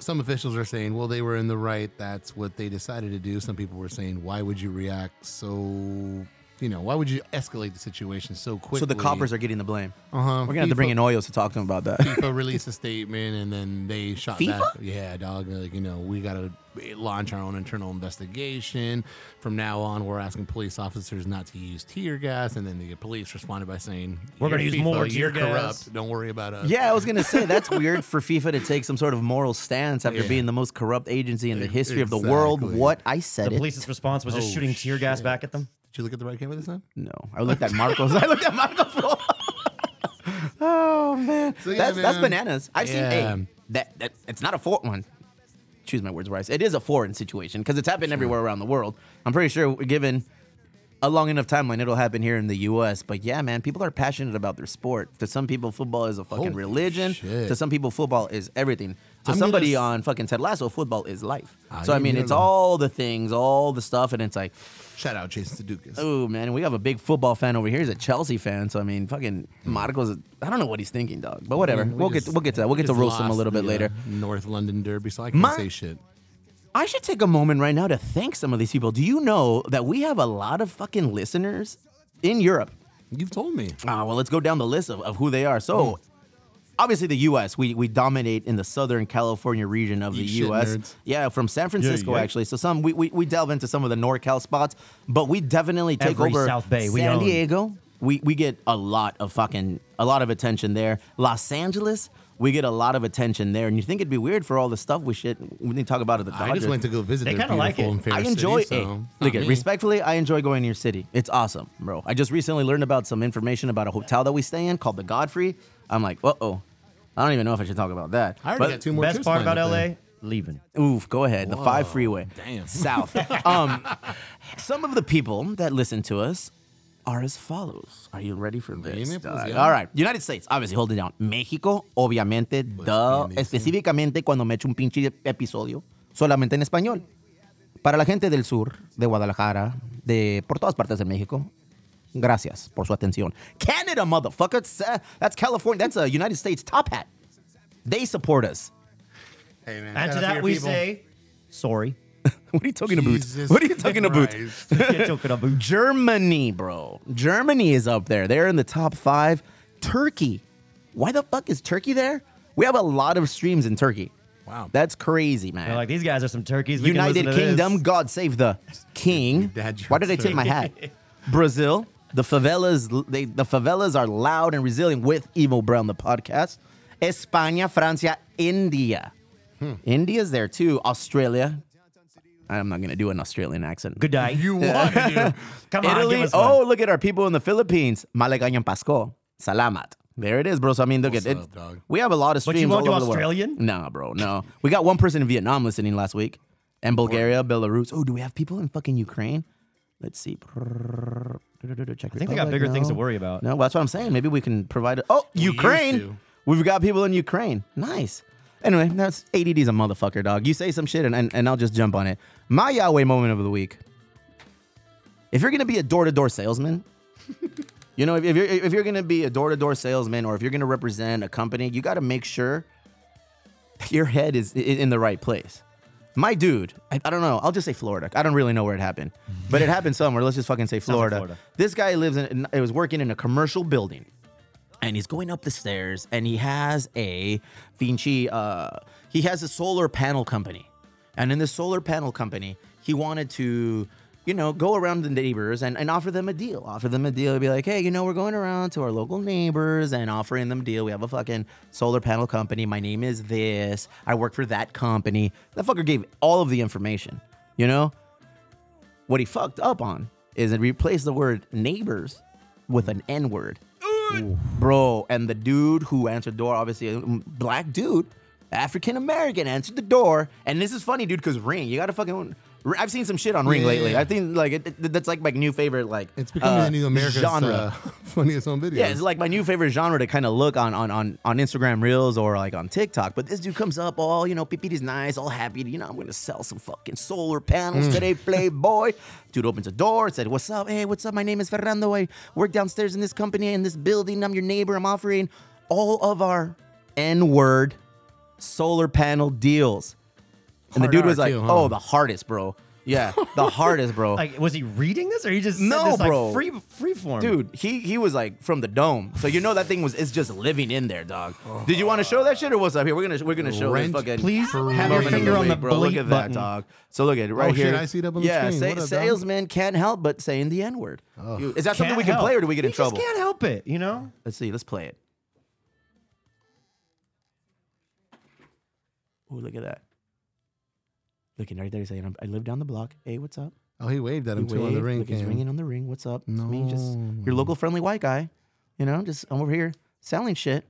Speaker 5: Some officials are saying, well, they were in the right. That's what they decided to do. Some people were saying, why would you react so? You know, why would you escalate the situation so quickly?
Speaker 3: so the coppers are getting the blame.
Speaker 5: Uh-huh.
Speaker 3: We're gonna have to bring
Speaker 5: FIFA
Speaker 3: in Oils to talk to him about that.
Speaker 5: FIFA released a statement and then they shot
Speaker 3: FIFA?
Speaker 5: back. Yeah, dog. They're Like, you know, we got to launch our own internal investigation. From now on, we're asking police officers not to use tear gas. And then the police responded by saying,
Speaker 4: We're gonna
Speaker 5: "You're
Speaker 4: use more tear
Speaker 5: you're
Speaker 4: gas."
Speaker 5: corrupt. Don't worry about us.
Speaker 3: Yeah, I was gonna say that's weird for FIFA to take some sort of moral stance after
Speaker 5: Yeah.
Speaker 3: being the most corrupt agency in the history of the world.
Speaker 5: Exactly.
Speaker 3: What I said
Speaker 4: The
Speaker 3: it.
Speaker 4: police's response was just
Speaker 5: Oh,
Speaker 4: shooting tear gas back at them.
Speaker 5: Did you look at the right camera this time?
Speaker 3: No, I looked at Marcos. I looked at Marcos. oh man,
Speaker 5: So, yeah,
Speaker 3: that's that's
Speaker 5: man.
Speaker 3: bananas. I've
Speaker 5: Yeah.
Speaker 3: seen hey, that that it's not a foreign one. Choose my words, Rice. It is a foreign situation because it's happened everywhere around the world. I'm pretty sure, given a long enough timeline, it'll happen here in the U.S. But yeah, man, people are passionate about their sport. To some people, football is a fucking
Speaker 5: Holy
Speaker 3: religion.
Speaker 5: shit.
Speaker 3: To some people, football is everything. To
Speaker 5: I'm gonna
Speaker 3: somebody
Speaker 5: s-
Speaker 3: on fucking Ted Lasso, football is life.
Speaker 5: Ah,
Speaker 3: so I
Speaker 5: you
Speaker 3: mean,
Speaker 5: know
Speaker 3: it's
Speaker 5: them.
Speaker 3: all the things, all the stuff, and it's like.
Speaker 5: Shout out Jason Sudeikis.
Speaker 3: Oh man, we have a big football fan over here. He's a Chelsea fan, so I mean, fucking Marcos. I don't know what he's thinking, dog. But whatever,
Speaker 5: Man, Hmm. we
Speaker 3: we'll
Speaker 5: just-
Speaker 3: get we'll get to that. We'll
Speaker 5: we
Speaker 3: get to
Speaker 5: just
Speaker 3: roast him a
Speaker 5: lost
Speaker 3: little bit
Speaker 5: the, uh,
Speaker 3: later.
Speaker 5: North London Derby, so I can't
Speaker 3: My-
Speaker 5: say shit.
Speaker 3: I should take a moment right now to thank some of these people. Do you know that we have a lot of fucking listeners in Europe?
Speaker 5: You've told me.
Speaker 3: Ah, well, let's go down the list of, of who they are. So, obviously, the U.S. We we dominate in the Southern California region of
Speaker 5: Eat
Speaker 3: the
Speaker 5: shit,
Speaker 3: U.S.
Speaker 5: nerds.
Speaker 3: Yeah, from San Francisco
Speaker 4: yeah.
Speaker 3: actually. So some we, we we delve into some of the NorCal spots, but we definitely take
Speaker 4: Every
Speaker 3: over
Speaker 4: South Bay we
Speaker 3: San
Speaker 4: own.
Speaker 3: Diego. We we get a lot of fucking a lot of attention there. Los Angeles. We get a lot of attention there, and you think it'd be weird for all the stuff we shit we didn't talk about at the Dodgers.
Speaker 5: I just went to go visit
Speaker 4: They
Speaker 5: their
Speaker 4: kinda
Speaker 5: beautiful
Speaker 4: like it.
Speaker 5: and fair
Speaker 3: I enjoy
Speaker 5: city,
Speaker 3: hey,
Speaker 5: so not
Speaker 3: look at
Speaker 5: me.
Speaker 3: respectfully, I enjoy going to your city. It's awesome, bro. I just recently learned about some information about a hotel that we stay in called the Godfrey. I'm like, uh oh. I don't even know if I should talk about that.
Speaker 5: I already
Speaker 3: But-
Speaker 5: got two more
Speaker 4: Best
Speaker 5: trips
Speaker 4: part
Speaker 5: planned
Speaker 4: about
Speaker 5: up there.
Speaker 4: LA, leaving.
Speaker 3: Oof, go ahead. The five
Speaker 5: Whoa,
Speaker 3: freeway.
Speaker 5: damn.
Speaker 3: South. um, some of the people that listen to us are as follows. Are you ready for this?
Speaker 5: Dime, pues,
Speaker 3: dog?
Speaker 5: ya.
Speaker 3: All right. United States, obviously, holding down. México, obviamente, duh.
Speaker 5: tiene, sí.
Speaker 3: específicamente cuando me echo un pinche episodio solamente en español. Para la gente del sur, de Guadalajara, de por todas partes de México, gracias por su atención. Canada, motherfuckers. Uh, that's California. That's a United States top hat. They support us.
Speaker 5: Hey, man, shout
Speaker 6: And
Speaker 5: out
Speaker 6: to that
Speaker 5: your
Speaker 6: we
Speaker 5: people.
Speaker 6: say, sorry.
Speaker 3: What are you talking
Speaker 5: Jesus
Speaker 3: about? What are you talking about?
Speaker 5: Christ.
Speaker 6: Get your kid a boot.
Speaker 3: Germany, bro. Germany is up there. They're in the top five. Turkey. Why the fuck is Turkey there? We have a lot of streams in Turkey.
Speaker 5: Wow.
Speaker 3: That's crazy,
Speaker 6: They're
Speaker 3: man.
Speaker 6: like, these guys are some turkeys. We can
Speaker 3: United
Speaker 6: listen to
Speaker 3: Kingdom,
Speaker 6: this."
Speaker 3: God save the king.
Speaker 5: Dad jokes
Speaker 3: Why did I take my hat? Brazil, the favelas, they, the favelas are loud and resilient with Emo Brown, the podcast. España, Francia, India.
Speaker 6: Hmm.
Speaker 3: India's there too. Australia. I'm not gonna do an Australian accent.
Speaker 6: Good day.
Speaker 5: You want to?
Speaker 6: Come on,
Speaker 3: Italy.
Speaker 6: give us
Speaker 3: oh,
Speaker 6: one.
Speaker 3: look at our people in the Philippines. Malagayan Pasco. Salamat. There it is, bro. So I mean, look
Speaker 5: What's
Speaker 3: at
Speaker 5: up,
Speaker 3: it.
Speaker 5: dog?
Speaker 3: We have a lot of
Speaker 6: But
Speaker 3: streams.
Speaker 6: you won't
Speaker 3: all
Speaker 6: do
Speaker 3: over
Speaker 6: Australian?
Speaker 3: The world. No, bro. No. We got one person in Vietnam listening last week, and Bulgaria, Belarus. Oh, do we have people in fucking Ukraine? Let's see. I
Speaker 6: think they got bigger things to worry about.
Speaker 3: No, well, that's what I'm saying. Maybe we can provide. A- oh,
Speaker 5: used
Speaker 3: Ukraine.
Speaker 5: to.
Speaker 3: We've got people in Ukraine. Nice. Anyway, that's ADD's a motherfucker, dog. You say some shit, and, and, and I'll just jump on it. My Yahweh moment of the week if you're gonna be a door-to-door salesman you know if, if you're if you're gonna be a door-to-door salesman or if you're gonna represent a company you gotta make sure your head is i- in the right place my dude I, I don't know i'll just say florida i don't really know where it happened but it happened somewhere let's just fucking say
Speaker 6: like
Speaker 3: florida,
Speaker 6: Florida.
Speaker 3: this guy lives in- in it was working in a commercial building and he's going up the stairs and he has a Vinci uh he has a solar panel company. And in the solar panel company, he wanted to you know, go around the neighbors and, and offer them a deal. Offer them a deal. Be like, hey, you know, we're going around to our local neighbors and offering them a deal. We have a fucking solar panel company. My name is this. I work for that company. That fucker gave all of the information, you know? What he fucked up on is it replaced the word neighbors with an N word bro. And the dude who answered door, obviously a m- black dude, African American, answered the door. And this is funny, dude, because Ring, you gotta fucking. R- I've seen some shit on Ring
Speaker 5: Yeah, yeah,
Speaker 3: lately.
Speaker 5: yeah.
Speaker 3: I think like it, it- that's like my new favorite like
Speaker 5: It's becoming
Speaker 3: uh,
Speaker 5: the new America's
Speaker 3: genre.
Speaker 5: Uh, funniest home video.
Speaker 3: Yeah, it's like my new favorite genre to kind of look on, on on on Instagram Reels or like on TikTok. But this dude comes up all you know, Pipiti's nice, all happy. You know, I'm gonna sell some fucking solar panels
Speaker 5: Mm.
Speaker 3: today, Playboy. Dude opens a door, said, "What's up? Hey, what's up? My name is Fernando. I work downstairs in this company in this building. I'm your neighbor. I'm offering all of our N-word solar panel deals." And the
Speaker 5: Hard
Speaker 3: dude was
Speaker 5: R
Speaker 3: like,
Speaker 5: too, huh?
Speaker 3: "Oh, the hardest, bro. Yeah, the hardest, bro."
Speaker 6: Like, was he reading this or he just said
Speaker 3: No,
Speaker 6: this, like,
Speaker 3: bro.
Speaker 6: free free form?
Speaker 3: Dude, he he was like from the dome, so you know that thing was it's just living in there, dog. Did you want to show that shit or what's up here? We're gonna we're gonna show
Speaker 5: Rent,
Speaker 3: this fucking.
Speaker 6: Oh. please
Speaker 5: Free.
Speaker 6: have your
Speaker 3: moment of
Speaker 6: finger on
Speaker 3: week,
Speaker 6: the
Speaker 3: bro. Look
Speaker 6: bleep
Speaker 3: at
Speaker 6: button.
Speaker 3: that, dog. So look at it right
Speaker 5: Oh, shit,
Speaker 3: here.
Speaker 5: I see that on the
Speaker 3: yeah,
Speaker 5: screen. What up, dog?
Speaker 3: salesman can't help but saying the n word. Is that something
Speaker 6: Can't
Speaker 3: we can
Speaker 6: help.
Speaker 3: play or do we get in
Speaker 6: He
Speaker 3: trouble?
Speaker 6: Just can't help it, you know.
Speaker 3: Let's see. Let's play it. Oh, look at that. Looking right there, saying, "I live down the block." Hey, what's up?
Speaker 5: oh, he waved at
Speaker 3: He
Speaker 5: him too on the
Speaker 3: waved,
Speaker 5: ring.
Speaker 3: look, he's
Speaker 5: cam.
Speaker 3: ringing on the ring. What's up? It's me, just
Speaker 5: No.
Speaker 3: your local friendly white guy. You know, just I'm over here selling shit.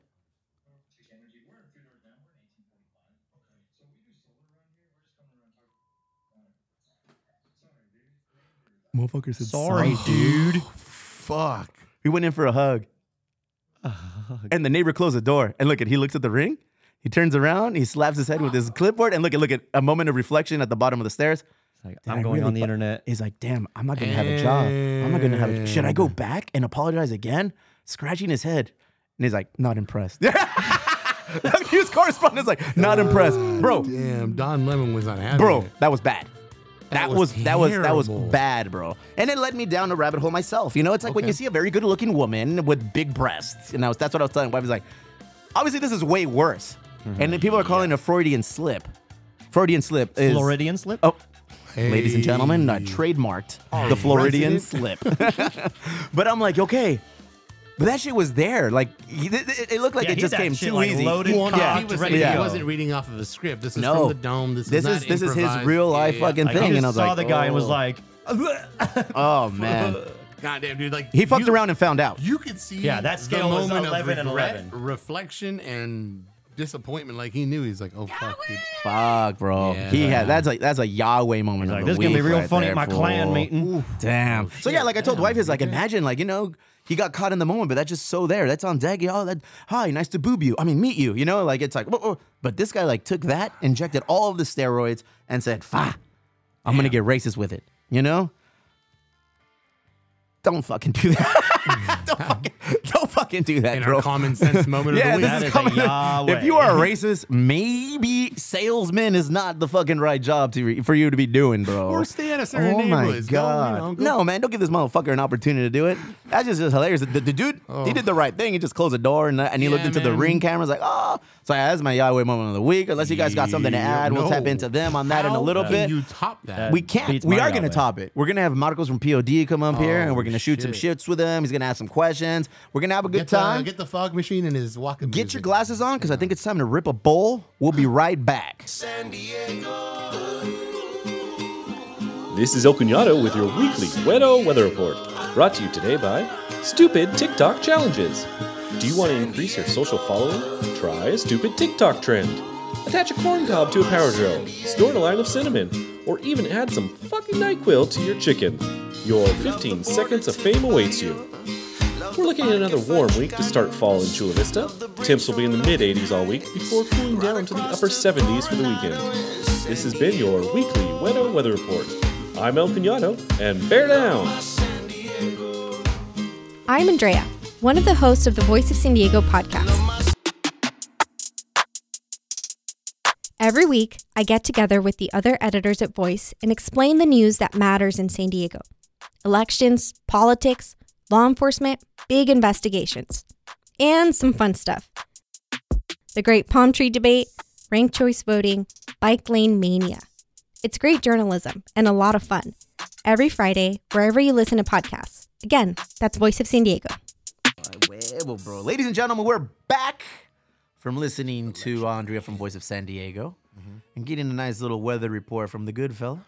Speaker 3: Motherfucker said
Speaker 6: Sorry, dude.
Speaker 5: Fuck.
Speaker 3: We went in for a hug. And the neighbor closed the door. And look at he looks at the ring. He turns around, he slaps his head with his clipboard, and look at look at a moment of reflection at the bottom of the stairs.
Speaker 6: Like,
Speaker 3: Did
Speaker 6: I'm
Speaker 3: I
Speaker 6: going
Speaker 3: really
Speaker 6: on the
Speaker 3: fu-
Speaker 6: internet.
Speaker 3: He's like, damn, I'm not gonna have a job. I'm not gonna have a should I go back and apologize again? Scratching his head. And he's like, not impressed. His correspondent's like, not impressed. Bro,
Speaker 5: Damn, Don Lemon was not happy.
Speaker 3: bro, that was bad. That,
Speaker 5: was
Speaker 3: was, that was that was
Speaker 5: terrible.
Speaker 3: bad, bro. And it led me down a rabbit hole myself. You know, it's like when
Speaker 5: Okay.
Speaker 3: you see a very good looking woman with big breasts, and I was, that's what I was telling. my Wife was like, obviously this is way worse. And then people are calling it a Freudian slip. Freudian slip is
Speaker 6: Floridian slip.
Speaker 3: Oh, ladies and
Speaker 5: Hey.
Speaker 3: gentlemen, I trademarked the Floridian slip. but I'm like, okay. But that shit was there. Like, it, it- it looked like
Speaker 6: Yeah,
Speaker 3: it
Speaker 6: he
Speaker 3: just
Speaker 6: had
Speaker 3: came
Speaker 6: that shit,
Speaker 3: too
Speaker 6: like,
Speaker 3: easy.
Speaker 6: loaded
Speaker 5: Well, no,
Speaker 6: cock,
Speaker 5: he, was,
Speaker 6: ready
Speaker 3: yeah.
Speaker 6: to
Speaker 5: he
Speaker 6: go.
Speaker 5: wasn't reading off of the script. This is
Speaker 3: No,
Speaker 5: from the dome. This,
Speaker 3: this
Speaker 5: is,
Speaker 3: is
Speaker 5: not
Speaker 3: this is his
Speaker 5: improvised.
Speaker 3: real life
Speaker 5: Yeah, yeah.
Speaker 3: fucking
Speaker 6: Like,
Speaker 3: thing.
Speaker 6: he
Speaker 3: and I was
Speaker 6: just saw
Speaker 3: like,
Speaker 6: the guy and was
Speaker 3: oh.
Speaker 6: like,
Speaker 3: oh man,
Speaker 5: Goddamn, dude. Like
Speaker 3: he fucked
Speaker 5: you-
Speaker 3: around and found out.
Speaker 5: You could see.
Speaker 6: Yeah, that scale
Speaker 5: the
Speaker 6: was
Speaker 5: moment of
Speaker 6: 11 and
Speaker 5: regret,
Speaker 6: 11.
Speaker 5: Reflection and disappointment. Like he knew he's like, oh fuck, dude.
Speaker 3: Fuck, bro.
Speaker 5: Yeah.
Speaker 3: he had that's like that's a Yahweh moment. of
Speaker 6: Like,
Speaker 3: the
Speaker 6: this is gonna be
Speaker 3: week
Speaker 6: real
Speaker 3: right
Speaker 6: funny
Speaker 3: there,
Speaker 6: at my
Speaker 3: fool.
Speaker 6: clan meeting. Oh,
Speaker 3: Damn. so yeah, like I told wife, is like imagine, like you know, he got caught in the moment, but that's just so there. That's on deck. you know, Oh, that hi, nice to boob you. I mean, meet you. You know, like it's like, whoa, whoa. but this guy like took that, injected all of the steroids, and said, "Fa, I'm gonna get racist with it." You know. Don't fucking do that. don't, fucking, don't fucking do that,
Speaker 5: In
Speaker 3: bro.
Speaker 5: our common sense moment
Speaker 3: Yeah,
Speaker 5: of the
Speaker 3: this
Speaker 5: week.
Speaker 6: That
Speaker 3: is
Speaker 6: is a
Speaker 3: coming.
Speaker 6: Yahweh.
Speaker 3: If you are a racist, maybe salesman is not the fucking right job to for you to be doing, bro.
Speaker 5: Or stay at a certain
Speaker 3: Oh my
Speaker 5: neighborhood. Go, you
Speaker 3: god!
Speaker 5: know, go-
Speaker 3: no, man, don't give this motherfucker an opportunity to do it. That's just, just hilarious. The, the dude, he did the right thing. He just closed the door and, and he looked
Speaker 5: Oh. Yeah,
Speaker 3: into the
Speaker 5: man.
Speaker 3: ring cameras like, oh. So yeah, that's my Yahweh moment of the week. Unless you guys got something to
Speaker 5: Yeah,
Speaker 3: add, we'll tap
Speaker 5: no.
Speaker 3: into them on that in a
Speaker 5: How
Speaker 3: little
Speaker 5: can
Speaker 3: bit.
Speaker 5: You top that.
Speaker 3: we can't.
Speaker 6: beats
Speaker 3: We
Speaker 6: my
Speaker 3: are going to
Speaker 6: Yahweh.
Speaker 3: top it. We're going to have Marcos from POD come up here, and
Speaker 5: Oh,
Speaker 3: we're going to shoot some
Speaker 5: shit.
Speaker 3: shits with him. He's going to ask some questions. We're going to have a good
Speaker 5: get
Speaker 3: time.
Speaker 5: The, uh, get the fog machine and his walking.
Speaker 3: Get your glasses on because I think it's time to rip a bowl. We'll be right back.
Speaker 9: This is El Cuñado with your weekly Wedo weather report, brought to you today by Stupid TikTok Challenges. Do you want to increase your social following? Try a stupid TikTok trend. Attach a corn cob to a power drill, store in a line of cinnamon, or even add some fucking NyQuil to your chicken. Your 15 seconds of fame awaits you. We're looking at another warm week to start fall in Chula Vista. Temps will be in the mid 80s all week before cooling down to the upper 70s for the weekend. This has been your weekly Wedo Weather Report. I'm El Cunado, and bear down!
Speaker 10: I'm Andrea, one of the hosts of the Voice of San Diego podcast. Every week, I get together with the other editors at Voice and explain the news that matters in San Diego elections, politics, law enforcement, big investigations, and some fun stuff. The Great Palm Tree Debate, ranked choice voting, bike lane mania. It's great journalism and a lot of fun. Every Friday, wherever you listen to podcasts. Again, that's Voice of San Diego.
Speaker 3: Huevo, bro. Ladies and gentlemen, we're back from listening to Andrea from Voice of San Diego and getting a nice little weather report from the good fella.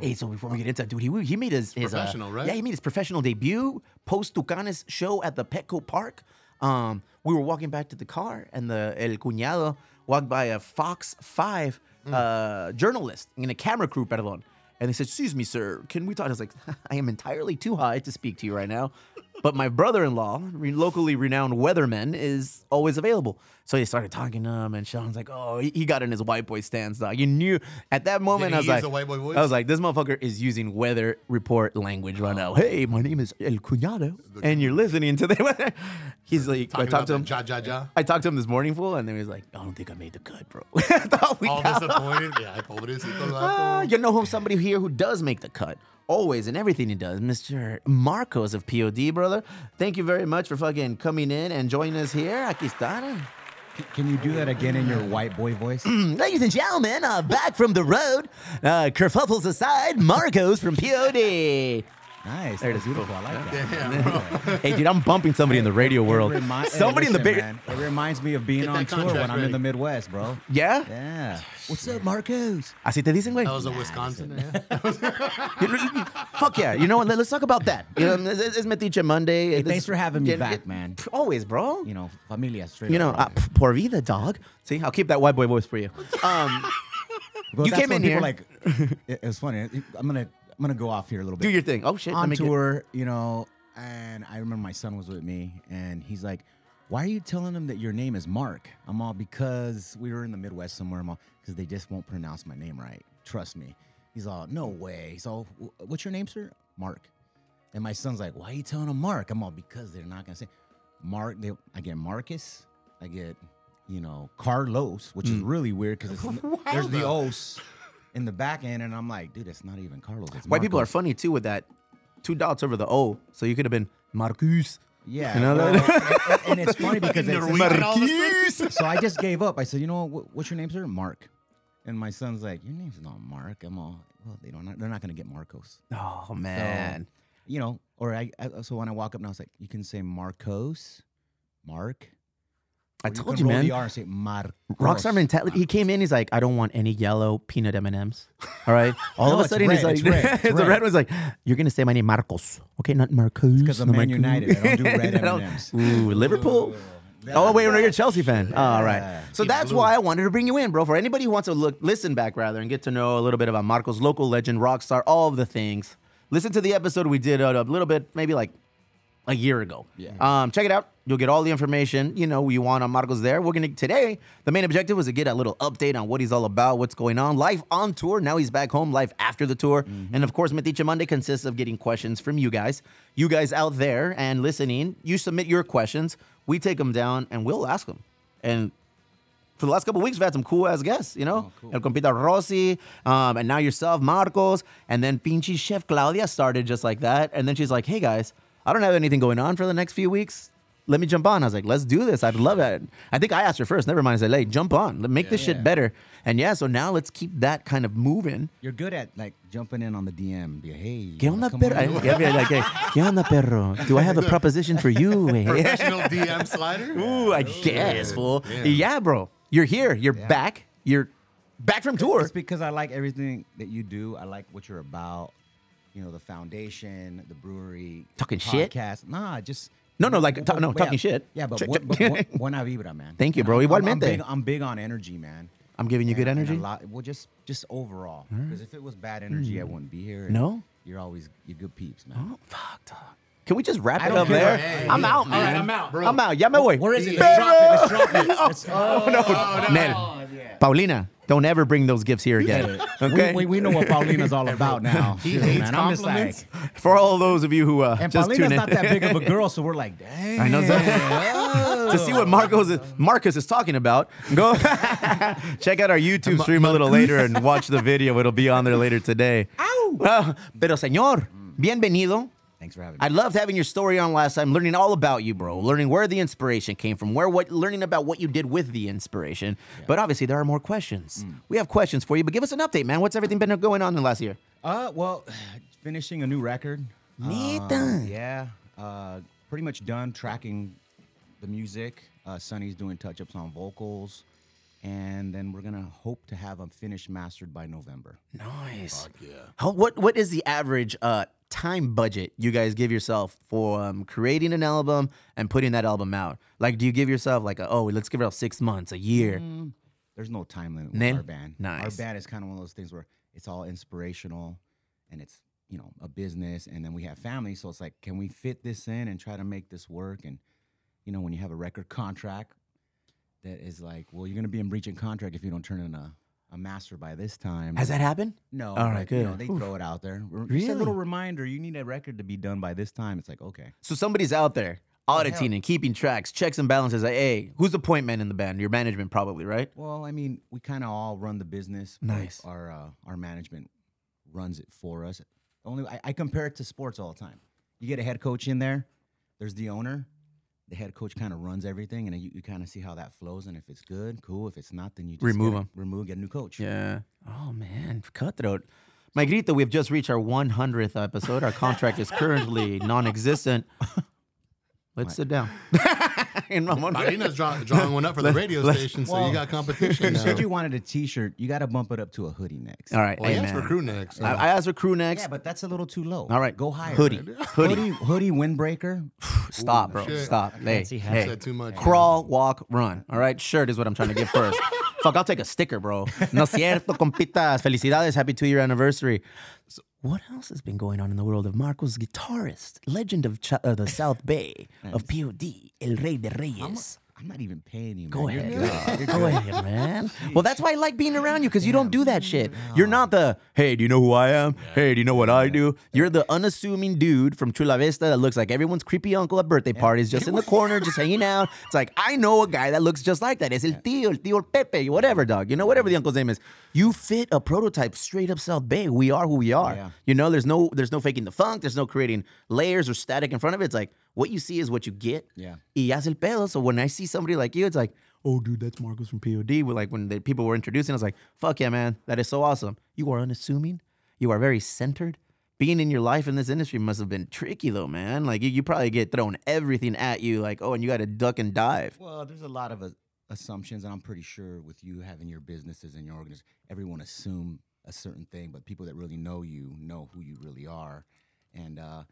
Speaker 3: Hey, so before we get into it, dude, he, he made his, his uh,
Speaker 5: professional, right?
Speaker 3: Yeah, he made his professional debut post Tucanes show at the Petco Park. Um, we were walking back to the car, and the El Cuñado walked by a Fox Five
Speaker 5: Mm.
Speaker 3: uh, journalist in a camera crew, perdón. And they said, "Excuse me, sir, can we talk?" I was like, "I am entirely too high to speak to you right now, but my brother-in-law, re- locally renowned weatherman, is always available." So he started talking to him, and Sean's like, "Oh, he he got in his white boy stance, dog. You knew at that moment."
Speaker 5: he
Speaker 3: I was
Speaker 5: use
Speaker 3: like,
Speaker 5: the white boy voice?
Speaker 3: "I was like, this motherfucker is using weather report language right now. Hey, my name is El Cuñado, and you're listening to the weather." He's like, I
Speaker 5: Talking
Speaker 3: talked to him.
Speaker 5: about that Ja, ja, ja.
Speaker 3: I talked to him this morning, fool, and then he was like, "I don't think I made the cut, bro." I thought we
Speaker 5: All
Speaker 3: got-
Speaker 5: disappointed. yeah, pobrecito
Speaker 3: Ah,
Speaker 5: vato.
Speaker 3: you know who's somebody here who does make the cut. Always and everything he does, Mr. Marcos of POD, brother. Thank you very much for fucking coming in and joining us here. Aquí está.
Speaker 4: Can you do that again in your white boy voice?
Speaker 3: Mm, Ladies and gentlemen, uh, back from the road, uh, kerfuffles aside, Marcos from POD.
Speaker 4: Nice. There it is. Beautiful. I like that. Yeah.
Speaker 3: Hey, dude, I'm bumping somebody in the radio world.
Speaker 4: It remi- hey,
Speaker 3: somebody in the
Speaker 4: listen,
Speaker 3: big.
Speaker 4: man, It reminds me of being
Speaker 5: Get
Speaker 4: on
Speaker 5: that
Speaker 4: tour when
Speaker 5: contract
Speaker 4: I'm
Speaker 5: ready.
Speaker 4: in the Midwest, bro.
Speaker 3: Yeah?
Speaker 4: Yeah. What's up, Marcos?
Speaker 3: Así te dicen, güey.
Speaker 5: That was a Wisconsin. Yeah.
Speaker 3: Fuck yeah. You know what? Let's talk about that. You know, it's, it's Metiche Monday.
Speaker 4: Hey,
Speaker 3: This-
Speaker 4: thanks for having me
Speaker 3: Yeah,
Speaker 4: back,
Speaker 3: yeah,
Speaker 4: man.
Speaker 3: Always, bro.
Speaker 4: You know, familia straight.
Speaker 3: You know,
Speaker 4: up,
Speaker 3: uh,
Speaker 4: bro.
Speaker 3: p- por vida, dog. See, I'll keep that white boy voice for you. Um,
Speaker 4: Bro,
Speaker 3: you
Speaker 4: that's
Speaker 3: came
Speaker 4: when
Speaker 3: in
Speaker 4: people Like, it, it was funny. It- I'm gonna I'm gonna go off here a little bit.
Speaker 3: do your thing. Oh shit, let
Speaker 4: on
Speaker 3: me get-
Speaker 4: tour, you know, and I remember my son was with me, and he's like, "Why are you telling them that your name is Mark?" I'm all because we were in the Midwest somewhere. I'm all because they just won't pronounce my name right. Trust me. He's all, "No way." He's all, "Wh- "What's your name, sir?" Mark. And my son's like, "Why are you telling them Mark?" I'm all because they're not gonna say Mark. They, I get Marcus. I get you know Carlos, which
Speaker 3: Mm.
Speaker 4: is really weird because there's the os in the back end, and I'm like, dude, it's not even Carlos. It's
Speaker 3: White people are
Speaker 4: Marcos."
Speaker 3: funny too with that two dots over the O, so you could have been Marcus.
Speaker 4: Yeah,
Speaker 3: You know that?
Speaker 4: well, and, and it's funny because it's
Speaker 5: Norwegian all of a
Speaker 4: So I just gave up. I said, you know what? What's your name, sir? Mark. And my son's like, your name's not Mark. I'm all, well, they don't. They're not gonna get Marcos.
Speaker 3: Oh
Speaker 4: So,
Speaker 3: man.
Speaker 4: you know, or I, I. So when I walk up now, it's like you can say Marcos, Mark.
Speaker 3: I
Speaker 4: or
Speaker 3: told
Speaker 4: can
Speaker 3: you,
Speaker 4: roll
Speaker 3: man.
Speaker 4: The R and say Marcos.
Speaker 3: Rockstar mentality. He came in. He's like, I don't want any yellow peanut M and M's. All right. All
Speaker 4: No,
Speaker 3: of a
Speaker 4: it's
Speaker 3: sudden, he's
Speaker 4: red,
Speaker 3: like,
Speaker 4: it's red, it's
Speaker 3: the
Speaker 4: red.
Speaker 3: red one's like, you're gonna say my name Marcos, okay? Not Marcos.
Speaker 4: 'cause I'm
Speaker 3: no
Speaker 4: Man
Speaker 3: Marcos."
Speaker 4: United, I don't do red
Speaker 3: I don't-
Speaker 4: M&Ms.
Speaker 3: Ooh, Liverpool. Oh wait, no, you're a Chelsea fan. All right. So that's why I wanted to bring you in, bro. For anybody who wants to look, listen back rather, and get to know a little bit about Marcos, local legend, rock star, all of the things. Listen to the episode we did uh, a little bit, maybe like a year ago. Yeah. Um, check it out. You'll get all the information you know you want on Marcos there. We're gonna today. The main objective was to get a little update on what he's all about, what's going on, life on tour. Now he's back home, life after the tour, and of course, Metiche Monday consists of getting questions from you guys, you guys out there and listening. You submit your questions, we take them down, and we'll ask them. And for the last couple of weeks, we've had some Oh, cool ass guests, you know? El Compita Rossi, um, and now yourself, Marcos, and then Pinchy Chef Claudia started just like that. And then she's like, hey guys, I don't have anything going on for the next few weeks. Let me jump on. I was like, let's do this. I'd love it. I think I asked her first. Never mind. I said, hey, jump on. Let- Make this shit better. And yeah, so now let's keep that kind of moving.
Speaker 4: You're good at like jumping in on the DM. Be like, hey, you
Speaker 3: ¿Qué
Speaker 4: wanna
Speaker 3: onda,
Speaker 4: come
Speaker 3: perro?
Speaker 4: on over?
Speaker 3: Yeah, yeah, like, hey, ¿Qué onda, perro? Do I have a proposition for you? eh?
Speaker 5: Professional DM slider.
Speaker 3: Ooh, I guess, fool. Oh, Yeah. bro. You're here. You're back. You're back from tour.
Speaker 4: It's because I like everything that you do. I like what you're about. You know, the foundation, the brewery,
Speaker 3: Talking
Speaker 4: podcast.
Speaker 3: shit?
Speaker 4: Nah, just
Speaker 3: No, no, like, ta- no,
Speaker 4: yeah.
Speaker 3: talking shit.
Speaker 4: Yeah, but,
Speaker 3: Check-
Speaker 4: bu- but
Speaker 3: check.
Speaker 4: bu- buena vibra, man.
Speaker 3: Thank you,
Speaker 4: And
Speaker 3: bro.
Speaker 4: I'm- I'm-
Speaker 3: Igualmente.
Speaker 4: I'm big, I'm big on energy, man.
Speaker 3: I'm giving you
Speaker 4: And-
Speaker 3: good
Speaker 4: and
Speaker 3: energy?
Speaker 4: A lot, well, just just overall. Because if it was bad energy, I wouldn't be here. and
Speaker 3: Hmm. No?
Speaker 4: you're always you're good peeps, man.
Speaker 3: Fuck, dog. Can we just wrap
Speaker 4: I
Speaker 3: it
Speaker 4: don't
Speaker 3: up
Speaker 4: care.
Speaker 3: there?
Speaker 4: Hey,
Speaker 3: I'm
Speaker 4: hey,
Speaker 3: out, man.
Speaker 5: I'm out, bro.
Speaker 3: I'm out. Yeah, my way.
Speaker 4: Where is it?
Speaker 3: Better.
Speaker 4: Let's drop it. Let's drop it. Let's-
Speaker 3: Oh, no. Nel.
Speaker 4: Oh,
Speaker 3: Paulina, don't ever bring those gifts here again. Okay?
Speaker 4: we, we, we know what Paulina's all about now.
Speaker 5: He
Speaker 4: Shit,
Speaker 5: hates
Speaker 4: man. I'm just like,
Speaker 5: compliments.
Speaker 3: For all those of you who uh,
Speaker 4: and
Speaker 3: just
Speaker 4: Paulina's
Speaker 3: tuned in.
Speaker 4: not that big of a girl, so we're like, dang.
Speaker 3: I know to see what Marcos is, Marcus is talking about, go check out our YouTube stream a little later and watch the video. It'll be on there later today. Ow! pero señor, bienvenido.
Speaker 4: Mm. Thanks for having me.
Speaker 3: I loved having your story on last time, learning all about you, bro. Learning where the inspiration came from, where what learning about what you did with the inspiration. But obviously there are more questions.
Speaker 4: Mm.
Speaker 3: We have questions for you, but give us an update, man. What's everything been going on in the last year?
Speaker 4: Uh, well, finishing a new record.
Speaker 3: Neta.
Speaker 4: Um, yeah. Uh, pretty much done tracking the music. Uh, Sonny's doing touch-ups on vocals, and then we're gonna hope to have them finished mastered by November.
Speaker 3: Nice. How, what what is the average uh, time budget you guys give yourself for um, creating an album and putting that album out? Like, do you give yourself like, a, oh, let's give ourselves six months, a year?
Speaker 4: There's no time limit with
Speaker 3: Nen-
Speaker 4: our band. Our
Speaker 3: nice.
Speaker 4: band is kind of one of those things where it's all inspirational, and it's you know a business, and then we have family, so it's like, can we fit this in and try to make this work? And you know, when you have a record contract, that is like, well, you're gonna be in breach of contract if you don't turn in a, a master by this time.
Speaker 3: Has that happened?
Speaker 4: No.
Speaker 3: All right,
Speaker 4: but, You know,
Speaker 3: good.
Speaker 4: they
Speaker 3: Oof.
Speaker 4: throw it out there. Re- Just a
Speaker 3: Really?
Speaker 4: little reminder. You need a record to be done by this time. It's like okay.
Speaker 3: So somebody's out there auditing and keeping tracks, checks and balances. Like, hey, who's the point man in the band? Your management, probably, right?
Speaker 4: Well, I mean, we kind of all run the business. but
Speaker 3: Nice.
Speaker 4: Our uh, our management runs it for us. Only I, I compare it to sports all the time. You get a head coach in there. There's the owner. The head coach kind of runs everything, and you, you kind of see how that flows. And if it's good, cool. If it's not, then you just
Speaker 3: Remove
Speaker 4: get a-
Speaker 3: 'em.
Speaker 4: Remove, get a new coach.
Speaker 3: Yeah. Oh man, cutthroat. Magrito, we've just reached our 100th episode. Our contract is currently non-existent. Let's sit down. In my one-
Speaker 5: Marina's draw, drawing one up for the radio station, so you got competition.
Speaker 4: You
Speaker 5: now.
Speaker 4: said you wanted a T-shirt. You got to bump it up to a hoodie next.
Speaker 3: All right,
Speaker 5: Well, he asked
Speaker 3: amen.
Speaker 5: for crew next. so-
Speaker 3: I, I asked for crew next.
Speaker 4: Yeah, but that's a little too low.
Speaker 3: All right,
Speaker 4: Go higher.
Speaker 3: Hoodie, hoodie.
Speaker 4: hoodie, hoodie windbreaker.
Speaker 3: Stop, bro.
Speaker 5: shit.
Speaker 3: Stop. Hey,
Speaker 6: see how-
Speaker 3: hey.
Speaker 5: Said too much.
Speaker 3: Crawl, walk, run. All right, shirt is what I'm trying to get first. Fuck, I'll take a sticker, bro. No cierto, compitas. Felicidades, happy two year anniversary. So what else has been going on in the world of Marcos, guitarist, legend of Ch- uh, the South Bay, of POD, El Rey de Reyes?
Speaker 4: I'm not even paying you. Man.
Speaker 3: Go
Speaker 4: You're
Speaker 3: ahead.
Speaker 4: good.
Speaker 3: dog. Go ahead, man. Well, that's why I like being around you because you don't do that shit. You're not the, hey, do you know who I am? Hey, do you know what I do? You're the unassuming dude from Chula Vista that looks like everyone's creepy uncle at birthday parties, just in the corner, just hanging out. It's like, I know a guy that looks just like that. It's el tío, el tío Pepe, whatever, dog. You know, whatever the uncle's name is. You fit a prototype straight up South Bay. We are who we are.
Speaker 4: Yeah.
Speaker 3: You know, there's no there's no faking the funk. There's no creating layers or static in front of it. It's like what you see is what you get.
Speaker 4: Yeah.
Speaker 3: Y haz el pedo. So when I see somebody like you, it's like, oh, dude, that's Marcos from POD. Well, like when the people were introducing, I was like, fuck yeah, man, that is so awesome. You are unassuming. You are very centered. Being in your life in this industry must have been tricky though, man. Like you, you probably get thrown everything at you, like oh, and you got to duck and dive.
Speaker 4: Well, there's a lot of uh, assumptions, and I'm pretty sure with you having your businesses and your organization, everyone assume a certain thing, but people that really know you know who you really are, and uh,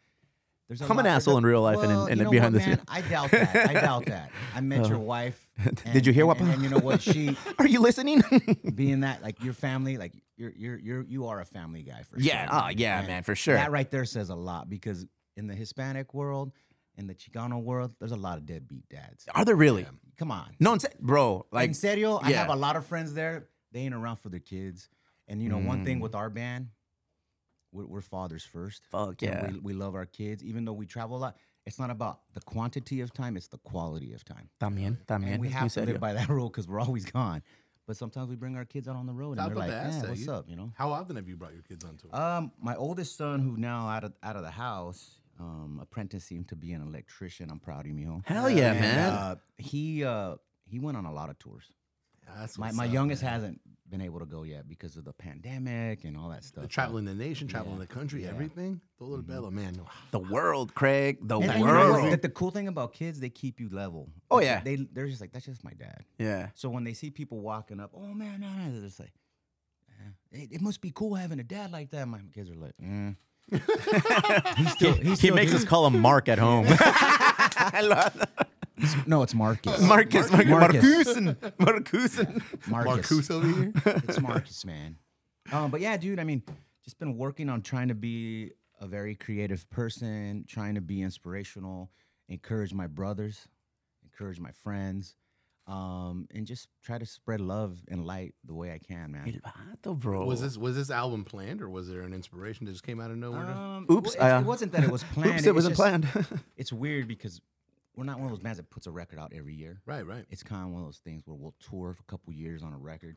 Speaker 4: There's a
Speaker 3: I'm an
Speaker 4: lot-
Speaker 3: asshole in real life and in-
Speaker 4: Well,
Speaker 3: and
Speaker 4: you know
Speaker 3: behind
Speaker 4: what,
Speaker 3: the scenes.
Speaker 4: man? I doubt that. I doubt that. I met your wife. and-
Speaker 3: you hear
Speaker 4: and-
Speaker 3: what-
Speaker 4: And, and you know what? She
Speaker 3: Are you listening?
Speaker 4: being that like your family, like you're you're you're you are a family guy for
Speaker 3: Yeah,
Speaker 4: sure.
Speaker 3: oh, yeah,
Speaker 4: And
Speaker 3: man, for sure.
Speaker 4: That right there says a lot because in the Hispanic world, in the Chicano world, there's a lot of deadbeat dads.
Speaker 3: Are there really?
Speaker 4: Come on.
Speaker 3: No, in se- bro. Like,
Speaker 4: in serio, I
Speaker 3: yeah.
Speaker 4: have a lot of friends there. They ain't around for their kids. And you know, one
Speaker 3: Mm.
Speaker 4: thing with our band, we're, we're fathers first. And
Speaker 3: Fuck yeah.
Speaker 4: We, we love our kids, even though we travel a lot. It's not about the quantity of time; it's the quality of time.
Speaker 3: también, también.
Speaker 4: and we
Speaker 3: es
Speaker 4: have
Speaker 3: muy
Speaker 4: to
Speaker 3: serio.
Speaker 4: live by that rule because we're always gone. But sometimes we bring our kids out on the road,
Speaker 5: I
Speaker 4: and
Speaker 5: was
Speaker 4: they're
Speaker 5: about
Speaker 4: like,
Speaker 5: to ask
Speaker 4: "Yeah,
Speaker 5: that.
Speaker 4: what's up?" You know.
Speaker 5: How often have you brought your kids onto it?
Speaker 4: Um, my oldest son, who now out of out of the house, um, apprenticed him to be an electrician. I'm proud of him, mijo.
Speaker 3: Hell yeah,
Speaker 4: And,
Speaker 3: man.
Speaker 4: Uh, he uh, he went on a lot of tours.
Speaker 5: That's
Speaker 4: My,
Speaker 5: what's
Speaker 4: my
Speaker 5: up,
Speaker 4: youngest
Speaker 5: man.
Speaker 4: hasn't been able to go yet because of the pandemic and all that stuff.
Speaker 5: The Uh, traveling the nation, traveling the country, everything.
Speaker 3: Mm-hmm.
Speaker 5: Todo el bello, man.
Speaker 3: the world, Craig. The
Speaker 4: And, and you know
Speaker 3: world.
Speaker 4: what? the, the cool thing about kids, they keep you level.
Speaker 3: Oh,
Speaker 4: Like,
Speaker 3: yeah.
Speaker 4: they they're just like that's just my dad.
Speaker 3: yeah.
Speaker 4: So when they see people walking up, oh man, no, no, they're just like, eh, it, it must be cool having a dad like that. My kids are like, mm. he still, he
Speaker 3: He
Speaker 4: still
Speaker 3: makes us call him Mark at home. I love that.
Speaker 4: no, it's Marcus.
Speaker 3: Marcus, Marcus,
Speaker 4: Marcus.
Speaker 3: Marcusen, Marcusen.
Speaker 4: Marcus.
Speaker 5: Marcus over here.
Speaker 4: it's Marcus, man. Um, but yeah, dude, I mean, just been working on trying to be a very creative person, trying to be inspirational, encourage my brothers, encourage my friends, um, and just try to spread love and light the way I can, man.
Speaker 3: bro.
Speaker 5: Was this was this album planned or was there an inspiration that just came out of nowhere?
Speaker 4: Um,
Speaker 3: Oops,
Speaker 4: well, it's-
Speaker 3: uh,
Speaker 4: it wasn't that it was planned.
Speaker 3: Oops,
Speaker 4: it's
Speaker 3: it wasn't
Speaker 4: just-
Speaker 3: planned.
Speaker 4: It's weird because we're not one of those bands that puts a record out every year.
Speaker 5: right, right.
Speaker 4: It's kind of one of those things where we'll tour for a couple years on a record,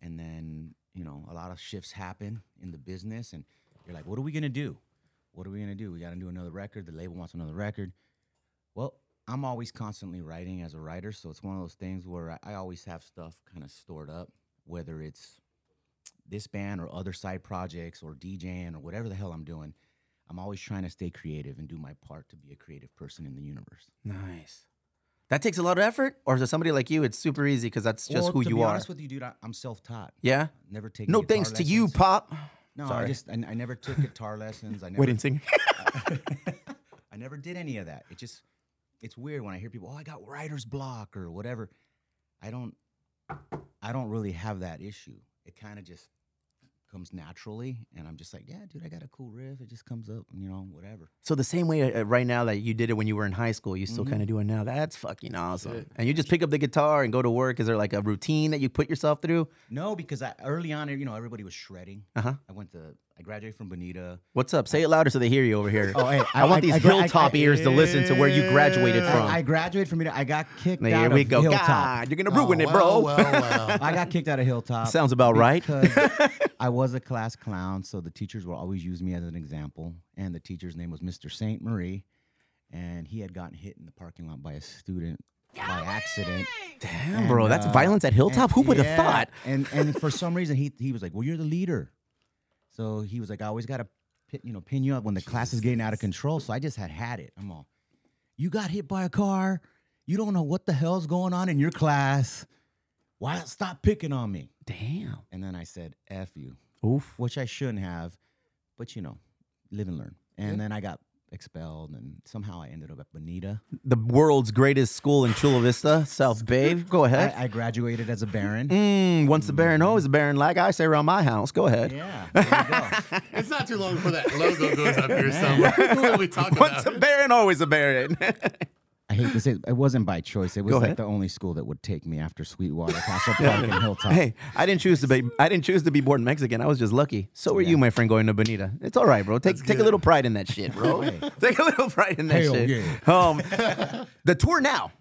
Speaker 4: and then you know a lot of shifts happen in the business, and you're like, what are we gonna do? What are we gonna do? We gotta do another record. The label wants another record. Well, I'm always constantly writing as a writer, so it's one of those things where I, I always have stuff kind of stored up, whether it's this band or other side projects or DJing or whatever the hell I'm doing. I'm always trying to stay creative and do my part to be a creative person in the universe.
Speaker 3: nice. That takes a lot of effort, or is it somebody like you? It's super easy because that's just
Speaker 4: Well,
Speaker 3: who
Speaker 4: to
Speaker 3: you
Speaker 4: be
Speaker 3: are.
Speaker 4: honest with you, dude, I, I'm self-taught.
Speaker 3: yeah.
Speaker 4: Never taken.
Speaker 3: No
Speaker 4: guitar
Speaker 3: thanks to you,
Speaker 4: lessons.
Speaker 3: Pop.
Speaker 4: No,
Speaker 3: Sorry.
Speaker 4: I just I, I never took guitar lessons. I never
Speaker 3: Wedding singer.
Speaker 4: I never did any of that. It just it's weird when I hear people, "Oh, I got writer's block" or whatever. I don't I don't really have that issue. It kind of just comes naturally and I'm just like, "Yeah, dude, I got a cool riff. It just comes up, you know, whatever."
Speaker 3: So the same way uh, right now that you did it when you were in high school, you still kind of do it now. That's fucking awesome. And you just pick up the guitar and go to work. Is there like a routine that you put yourself through?
Speaker 4: No, because I early on, you know, everybody was shredding.
Speaker 3: Uh-huh.
Speaker 4: I went to I graduated from Bonita.
Speaker 3: What's up? Say it louder so they hear you over here.
Speaker 4: Oh, hey,
Speaker 3: I,
Speaker 4: I-
Speaker 3: want
Speaker 4: I-
Speaker 3: these
Speaker 4: I- I-
Speaker 3: hilltop
Speaker 4: I-
Speaker 3: ears to listen to where you graduated
Speaker 4: I-
Speaker 3: from.
Speaker 4: I, graduated from Bonita. I got kicked
Speaker 3: Now,
Speaker 4: out
Speaker 3: here we
Speaker 4: of
Speaker 3: go.
Speaker 4: Hilltop.
Speaker 3: God, you're gonna ruin
Speaker 5: Oh,
Speaker 3: it, bro.
Speaker 5: Well, well, well.
Speaker 4: I got kicked out of Hilltop.
Speaker 3: Sounds about right.
Speaker 4: because I was a class clown, so the teachers would always use me as an example. And the teacher's name was Mr. Saint Marie, and he had gotten hit in the parking lot by a student by accident.
Speaker 3: Damn, bro, that's
Speaker 4: uh,
Speaker 3: violence at Hilltop.
Speaker 4: and-
Speaker 3: Who would have
Speaker 4: yeah,
Speaker 3: thought?
Speaker 4: And and for some reason he he was like, "Well, you're the leader," so he was like, "I always gotta, pin, you know, pin you up when the class is getting out of control." So I just had had it. I'm all, "You got hit by a car. You don't know what the hell's going on in your class. Why stop picking on me?"
Speaker 3: Damn.
Speaker 4: And then I said, F you,
Speaker 3: Oof.
Speaker 4: which I shouldn't have, but you know, live and learn. And then I got expelled, and somehow I ended up at Bonita.
Speaker 3: The world's greatest school in Chula Vista, South Bay. Go ahead.
Speaker 4: I, I graduated as a Baron.
Speaker 3: Mm, once the Baron knows, the Baron like I say around my house. Go ahead.
Speaker 4: Yeah, there you go.
Speaker 5: it's not too long before that logo goes up here somewhere. what are we talking
Speaker 3: Once a
Speaker 5: about?
Speaker 3: Baron, always a Baron.
Speaker 4: I hate to say it, it wasn't by choice. It was
Speaker 3: ahead.
Speaker 4: like the only school that would take me after Sweetwater, Castle Park, and Hilltop.
Speaker 3: hey, I didn't choose to be. I didn't choose to be born Mexican. I was just lucky. So were you, my friend, going to Bonita. It's all right, bro. Take take a little pride in that shit, bro. take a little pride in that
Speaker 4: Hell
Speaker 3: shit. Um, the tour now.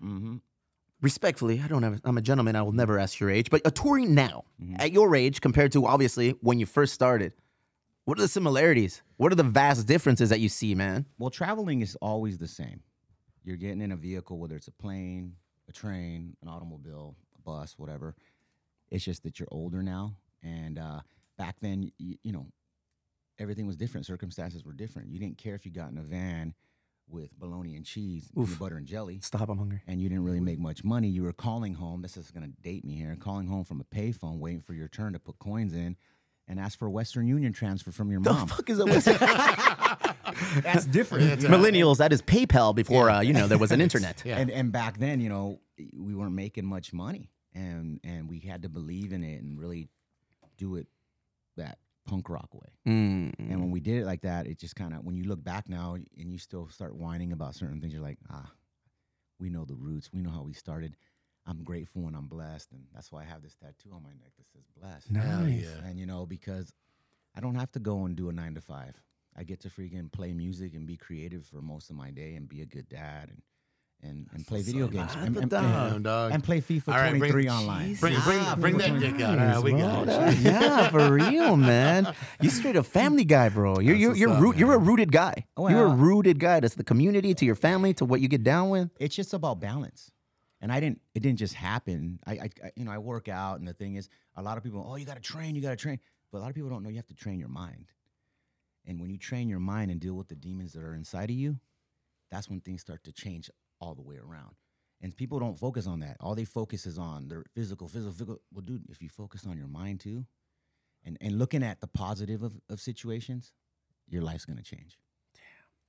Speaker 3: Respectfully, I don't have. I'm a gentleman. I will never ask your age, but a touring now at your age compared to obviously when you first started. What are the similarities? What are the vast differences that you see, man?
Speaker 4: Well, traveling is always the same. You're getting in a vehicle, whether it's a plane, a train, an automobile, a bus, whatever. It's just that you're older now, and uh, back then, you, you know, everything was different. Circumstances were different. You didn't care if you got in a van with bologna and cheese, peanut butter and jelly,
Speaker 3: Stop. I'm hungry.
Speaker 4: and you didn't really make much money. You were calling home. This is gonna date me here. Calling home from a payphone, waiting for your turn to put coins in, and ask for a Western Union transfer from your
Speaker 3: The
Speaker 4: mom.
Speaker 3: fuck is a Western?
Speaker 11: That's different.
Speaker 3: Millennials, that is PayPal before uh, you know there was an internet.
Speaker 5: uh, Yeah.
Speaker 4: And and back then, you know, we weren't making much money, and and we had to believe in it and really do it that punk rock way. And when we did it like that, it just kind of when you look back now and you still start whining about certain things, you're like, ah, we know the roots, we know how we started. I'm grateful and I'm blessed, and that's why I have this tattoo on my neck that says blessed.
Speaker 5: Nice. yeah.
Speaker 4: And you know because I don't have to go and do a nine to five. I get to freaking play music and be creative for most of my day and be a good dad and and, and play video games and, and-
Speaker 5: dog.
Speaker 4: and-
Speaker 5: Dog.
Speaker 4: and play FIFA
Speaker 5: All right, bring-
Speaker 4: 23 online.
Speaker 5: Bring, bring, bring
Speaker 3: Ah,
Speaker 5: that dick out. All right, we got it.
Speaker 3: Oh, yeah, for real, man. You straight a family guy, bro. You're you're
Speaker 5: what's
Speaker 3: you're,
Speaker 5: up,
Speaker 3: root, you're a
Speaker 5: man.
Speaker 3: rooted guy. you're a
Speaker 4: Well-
Speaker 3: rooted guy. That's the community to your family to what you get down with.
Speaker 4: it's just about balance and i didn't it didn't just happen I, I I- you know i work out and the thing is a lot of people oh you got to train you got to train but a lot of people don't know you have to train your mind and when you train your mind and deal with the demons that are inside of you that's when things start to change all the way around and people don't focus on that all they focus is on their physical physical physical well dude if you focus on your mind too and and looking at the positive of, of situations your life's going to change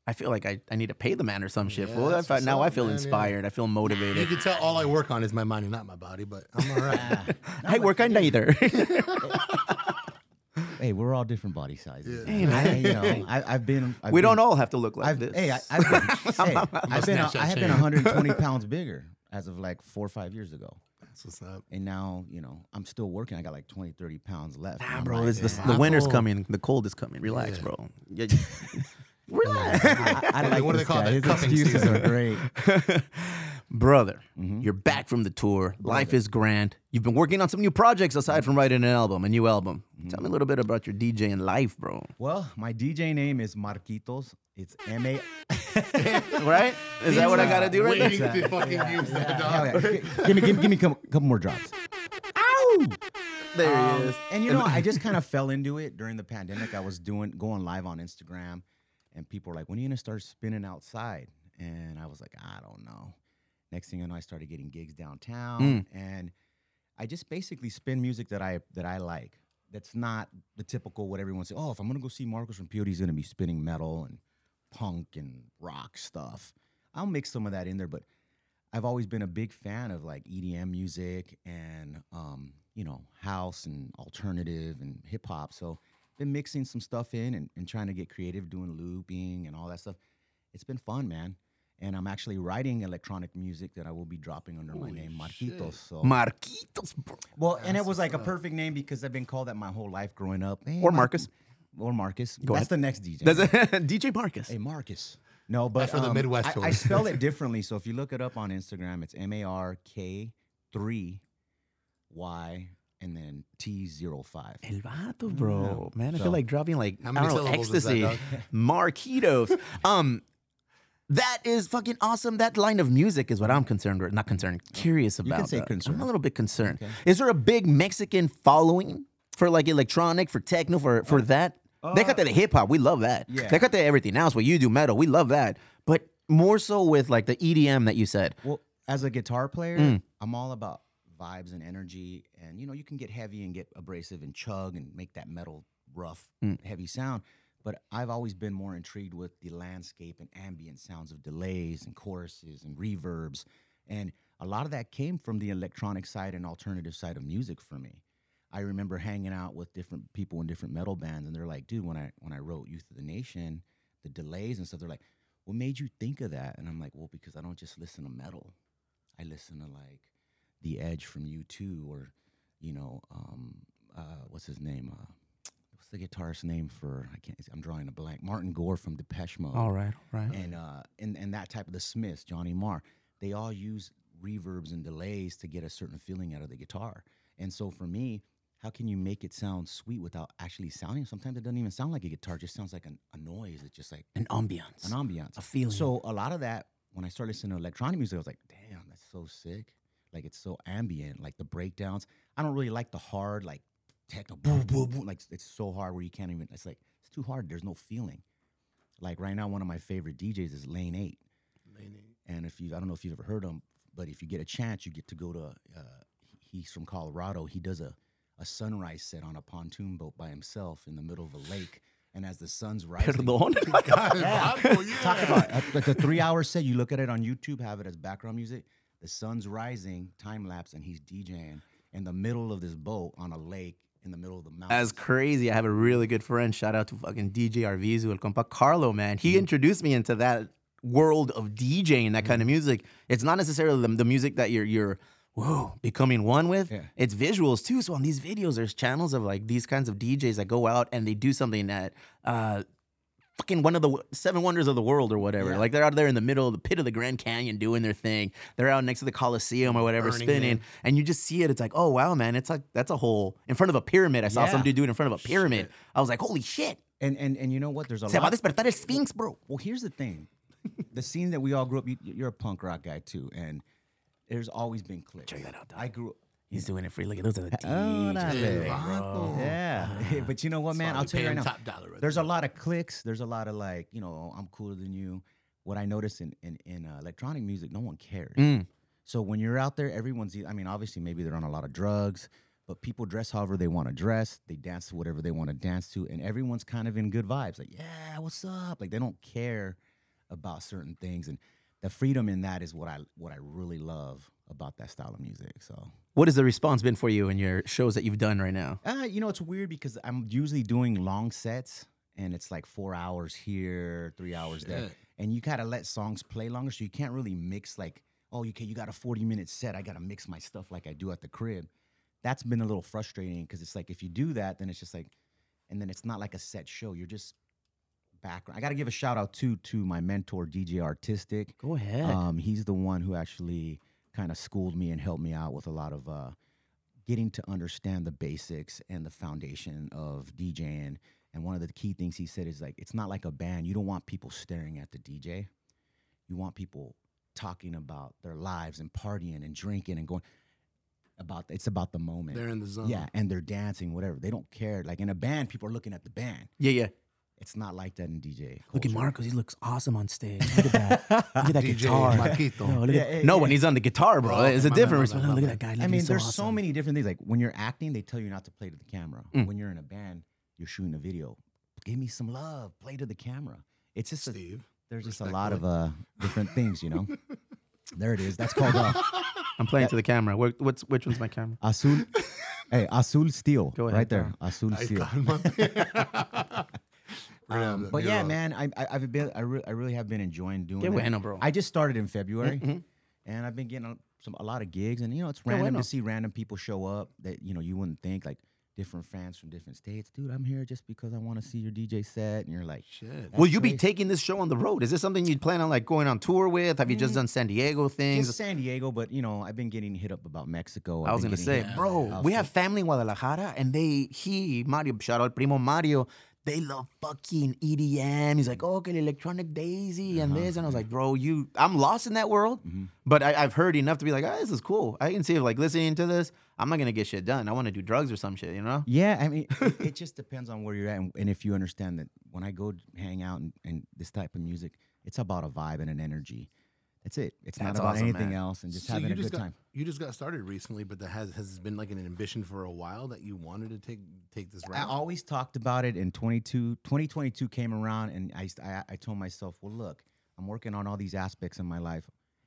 Speaker 3: I feel like I, I need to pay the man or some shit.
Speaker 5: Yeah,
Speaker 3: fool.
Speaker 5: that's
Speaker 3: If I-
Speaker 5: what's
Speaker 3: now I
Speaker 5: up,
Speaker 3: feel
Speaker 5: man, yeah.
Speaker 3: inspired. I feel
Speaker 5: You
Speaker 3: motivated.
Speaker 5: can tell all I work on is my mind and not my body, but I'm all right.
Speaker 3: I work on neither.
Speaker 4: hey, we're all different body sizes.
Speaker 5: Yeah.
Speaker 4: Hey, man. you know, I, I've been. I've
Speaker 3: we
Speaker 4: been-
Speaker 3: don't all have to look like
Speaker 4: I've,
Speaker 3: this.
Speaker 4: Hey, I, I've been, hey, I've been,
Speaker 5: snatch that
Speaker 4: I have been
Speaker 5: chain.
Speaker 4: 120 pounds bigger as of like four or five years ago.
Speaker 5: That's what's up.
Speaker 4: And now, you know, I'm still working. I got like 20, 30 pounds left. and
Speaker 3: Nah,
Speaker 4: I'm
Speaker 3: Ah, bro,
Speaker 4: like,
Speaker 3: it's the,
Speaker 5: yeah.
Speaker 3: the winter's
Speaker 5: Apple.
Speaker 3: coming. The cold is coming. Relax,
Speaker 5: Yeah.
Speaker 3: bro. Yeah, Relax.
Speaker 4: I, I like
Speaker 5: What do they- what do they
Speaker 4: this
Speaker 5: call
Speaker 4: guy.
Speaker 5: that?
Speaker 4: His
Speaker 5: Cuffing
Speaker 4: excuses
Speaker 5: season.
Speaker 4: are great.
Speaker 3: Brother,
Speaker 4: Mm-hmm.
Speaker 3: you're back from the tour. Life is grand. You've been working on some new projects aside from writing an album, a new album.
Speaker 4: Mm-hmm.
Speaker 3: Tell me a little bit about your DJing life, bro.
Speaker 4: Well, my DJ name is Marquitos. It's M A.
Speaker 3: Right? Is that what I gotta do right
Speaker 5: Waiting
Speaker 3: there?
Speaker 5: to fucking use that dog.
Speaker 4: Hell yeah. Give me, give me, give me a couple, couple more drops.
Speaker 3: There he
Speaker 4: Um,
Speaker 3: is.
Speaker 4: And you know, I just kind of fell into it during the pandemic. I was doing going live on Instagram, and people were like, "When are you gonna start spinning outside?" And I was like, "I don't know." Next thing I know, I started getting gigs downtown, and I just basically spin music that I that I like. That's not the typical what everyone says. Oh, if I'm gonna go see Marcus from Peyote, he's gonna be spinning metal and punk and rock stuff. I'll mix some of that in there, but I've always been a big fan of like EDM music and um, you know house and alternative and hip hop. So been mixing some stuff in and, and trying to get creative, doing looping and all that stuff. It's been fun, man. And I'm actually writing electronic music that I will be dropping under my name, Marquitos. So
Speaker 3: Marquitos, bro.
Speaker 4: well, and it was like a perfect name because I've been called that my whole life growing up. Hey,
Speaker 3: Or
Speaker 4: Mar-
Speaker 3: Marcus.
Speaker 4: Or Marcus. That's the next DJ.
Speaker 3: That's DJ Marcus.
Speaker 4: Hey, Marcus. No, but
Speaker 5: for the
Speaker 4: um,
Speaker 5: Midwest
Speaker 4: I, I
Speaker 5: tour.
Speaker 4: spell it differently. So if you look it up on Instagram, it's M A R K three Y and then T 05
Speaker 3: El vato, bro. Man, I feel like dropping like
Speaker 5: Mm, How
Speaker 3: I
Speaker 5: many
Speaker 3: don't know,
Speaker 5: syllables is that,
Speaker 3: ecstasy.
Speaker 5: dog?
Speaker 3: Marquitos. um, that is fucking awesome. That line of music is what I'm concerned with. Not concerned,
Speaker 5: Oh,
Speaker 3: curious about.
Speaker 4: can say
Speaker 3: that. I'm
Speaker 4: concerned.
Speaker 3: a little bit concerned. Is there a big Mexican following for like electronic, for techno, for
Speaker 5: Uh,
Speaker 3: for that? they got that hip hop. We love that.
Speaker 4: yeah.
Speaker 3: They got that everything else. What you do, metal. We love that. But more so with like the EDM that you said.
Speaker 4: Well, as a guitar player, I'm all about vibes and energy. And you know, you can get heavy and get abrasive and chug and make that metal rough, heavy sound. But I've always been more intrigued with the landscape and ambient sounds of delays and choruses and reverbs. And a lot of that came from the electronic side and alternative side of music for me. I remember hanging out with different people in different metal bands, and they're like, "Dude, when I when I wrote Youth of the Nation, the delays and stuff, they're like, what made you think of that?" And I'm like, "Well, because I don't just listen to metal. I listen to like The Edge from U2, or you know, um, uh, what's his name? Uh, what's the guitarist's name for? I can't. I'm drawing a blank. Martin Gore from Depeche Mode
Speaker 3: right, all right.
Speaker 4: and uh, and and that type of the Smiths, Johnny Marr, they all use reverbs and delays to get a certain feeling out of the guitar. And so for me, how can you make it sound sweet without actually sounding? Sometimes it doesn't even sound like a guitar; it just sounds like an, a noise. It's just like
Speaker 3: An ambiance.
Speaker 4: an ambiance,
Speaker 3: a feeling.
Speaker 4: So a lot of that, when I started listening to electronic music, I was like, damn, that's so sick. Like it's so ambient, like the breakdowns. I don't really like the hard, like techno, boom, boom, boom. Like it's so hard where you can't even. It's like it's too hard. There's no feeling. Like right now, one of my favorite DJs is Lane Eight. Lane Eight. And if you, I don't know if you've ever heard him, but if you get a chance, you get to go to. Uh, he- he's from Colorado. He does a a sunrise set on a pontoon boat by himself in the middle of a lake And as the sun's rising,
Speaker 3: Perdón.
Speaker 4: talk about it. like a three-hour set. You look at it on YouTube, have it as background music. The sun's rising, time lapse, and he's DJing in the middle of this boat on a lake in the middle of the mountain.
Speaker 3: That's crazy. I have a really good friend. Shout out to fucking DJ Arvizu, el compa Carlo, man. He introduced me into that world of DJing, that kind of music. It's not necessarily the, the music that you're you're whoa becoming one with.
Speaker 4: Yeah.
Speaker 3: It's visuals too. So on these videos, there's channels of like these kinds of DJs that go out and they do something that uh fucking one of the w- seven wonders of the world or whatever. Like they're out there in the middle of the pit of the Grand Canyon doing their thing. They're out next to the Coliseum or whatever spinning, and you just see it. It's like, oh wow, man, it's like that's a whole in front of a pyramid. I saw some
Speaker 4: Yeah.
Speaker 3: dude do it in front of a pyramid. I was like, holy shit,
Speaker 4: and and and you know what? There's a
Speaker 3: se va a
Speaker 4: lot.
Speaker 3: despertar el Sphinx, bro.
Speaker 4: well, here's the thing: the scene that we all grew up. You, you're a punk rock guy too, and there's always been clips.
Speaker 3: that out, dog.
Speaker 4: I grew.
Speaker 3: He's doing it free. Look at those other
Speaker 6: Oh,
Speaker 3: DJs.
Speaker 6: Yeah.
Speaker 4: but you know what, man?
Speaker 5: why
Speaker 4: I'll
Speaker 5: we
Speaker 4: tell
Speaker 5: pay
Speaker 4: you right
Speaker 5: him
Speaker 4: now.
Speaker 5: top dollar at
Speaker 4: there's a lot of clicks. There's a lot of like, you know, I'm cooler than you. What I notice in in, in uh, electronic music, no one cares. So when you're out there, everyone's. e- I mean, obviously, maybe they're on a lot of drugs, but people dress however they want to dress. They dance to whatever they want to dance to, and everyone's kind of in good vibes. Like, yeah, what's up? Like they don't care about certain things, and the freedom in that is what I what I really love about that style of music. So
Speaker 3: What has the response been for you in your shows that you've done right now?
Speaker 4: uh, you know, it's weird because I'm usually doing long sets and it's like four hours here, three hours there. And you gotta let songs play longer. So you can't really mix like, oh, okay, you got a 40 minute set. I gotta mix my stuff like I do at the crib. That's been a little frustrating because it's like if you do that, then it's just like, and then it's not like a set show. You're just background. I gotta give a shout out to to my mentor, DJ Artistic.
Speaker 3: Go ahead.
Speaker 4: Um, he's the one who actually kind of schooled me and helped me out with a lot of uh, getting to understand the basics and the foundation of DJing. And one of the key things he said is like, it's not like a band. You don't want people staring at the DJ. You want people talking about their lives and partying and drinking and going about. It's about the moment.
Speaker 5: They're in the zone.
Speaker 4: yeah, and they're dancing, whatever. They don't care. Like in a band, people are looking at the band.
Speaker 3: yeah, yeah.
Speaker 4: It's not like that in DJ.
Speaker 3: Look at
Speaker 4: culture.
Speaker 3: Marcos. He looks awesome on stage. Look at that. Look at that
Speaker 5: DJ
Speaker 3: guitar.
Speaker 5: Marquito.
Speaker 3: No, look at-
Speaker 4: Yeah, yeah,
Speaker 3: no
Speaker 4: yeah.
Speaker 3: when he's on the guitar, bro,
Speaker 5: Oh,
Speaker 3: it's a
Speaker 5: my bad,
Speaker 3: different
Speaker 5: my
Speaker 3: response.
Speaker 5: bad,
Speaker 3: No,
Speaker 5: my
Speaker 3: look at that
Speaker 5: bad.
Speaker 3: guy. Look
Speaker 4: I
Speaker 3: at-
Speaker 4: mean,
Speaker 3: he's
Speaker 4: there's so
Speaker 3: awesome. Mm.
Speaker 4: many different things. Like when you're acting, they tell you not to play to the camera. When you're in a band, you're shooting a video. Give me some love. Play to the camera. It's just a,
Speaker 5: Steve.
Speaker 4: there's just a lot of uh, different things, you know. there it is. That's called uh,
Speaker 3: I'm playing to the camera. Where, what's which one's my camera?
Speaker 4: Azul. hey, Azul Steel.
Speaker 3: Go ahead,
Speaker 4: right there. Azul
Speaker 5: Ay,
Speaker 4: Steel.
Speaker 5: cálmate.
Speaker 4: Um, but yeah, man, I, I, I've been, I, re- I really have been enjoying doing
Speaker 3: Qué
Speaker 4: it.
Speaker 3: bueno, bro. Mm-hmm.
Speaker 4: I just started in February, and I've been getting a, some a lot of gigs, and you know, it's random
Speaker 3: bueno.
Speaker 4: to see random people show up that you know you wouldn't think like different fans from different states. Dude, I'm here just because I want to see your DJ set, and you're like, shit.
Speaker 3: Will you be taking this show on the road? Is this something you plan on like going on tour with? Have you just done San Diego things?
Speaker 4: Mm. Just San Diego, but you know, I've been getting hit up about Mexico.
Speaker 3: I
Speaker 4: I've
Speaker 3: was
Speaker 4: been
Speaker 3: gonna say,
Speaker 4: getting hit-
Speaker 3: bro,
Speaker 4: Uh,
Speaker 3: we have family in Guadalajara, and they, he, Mario, shout out primo Mario. They love fucking EDM. He's like, oh, okay, electronic daisy
Speaker 4: Uh-huh,
Speaker 3: and this, and I was like, bro, you, I'm lost in that world,
Speaker 4: Mm-hmm.
Speaker 3: but I, I've heard enough to be like, ah, this is cool. I can see if like listening to this, I'm not gonna get shit done. I want to do drugs or some shit, you know?
Speaker 4: Yeah, I mean, it, it just depends on where you're at, and, and if you understand that when I go d- hang out and, and this type of music, it's about a vibe and an energy. That's it. It's not
Speaker 3: That's
Speaker 4: about
Speaker 3: awesome,
Speaker 4: anything
Speaker 3: man.
Speaker 4: else, and just
Speaker 5: So
Speaker 4: having
Speaker 5: you
Speaker 4: a
Speaker 5: just
Speaker 4: good
Speaker 5: got,
Speaker 4: time.
Speaker 5: You just got started recently, but that has has been like an ambition for a while that you wanted to take take this
Speaker 4: I
Speaker 5: route.
Speaker 4: always talked about it in 22, 2022 came around, and I, used- I, I told myself, well, look, I'm working on all these aspects in my life.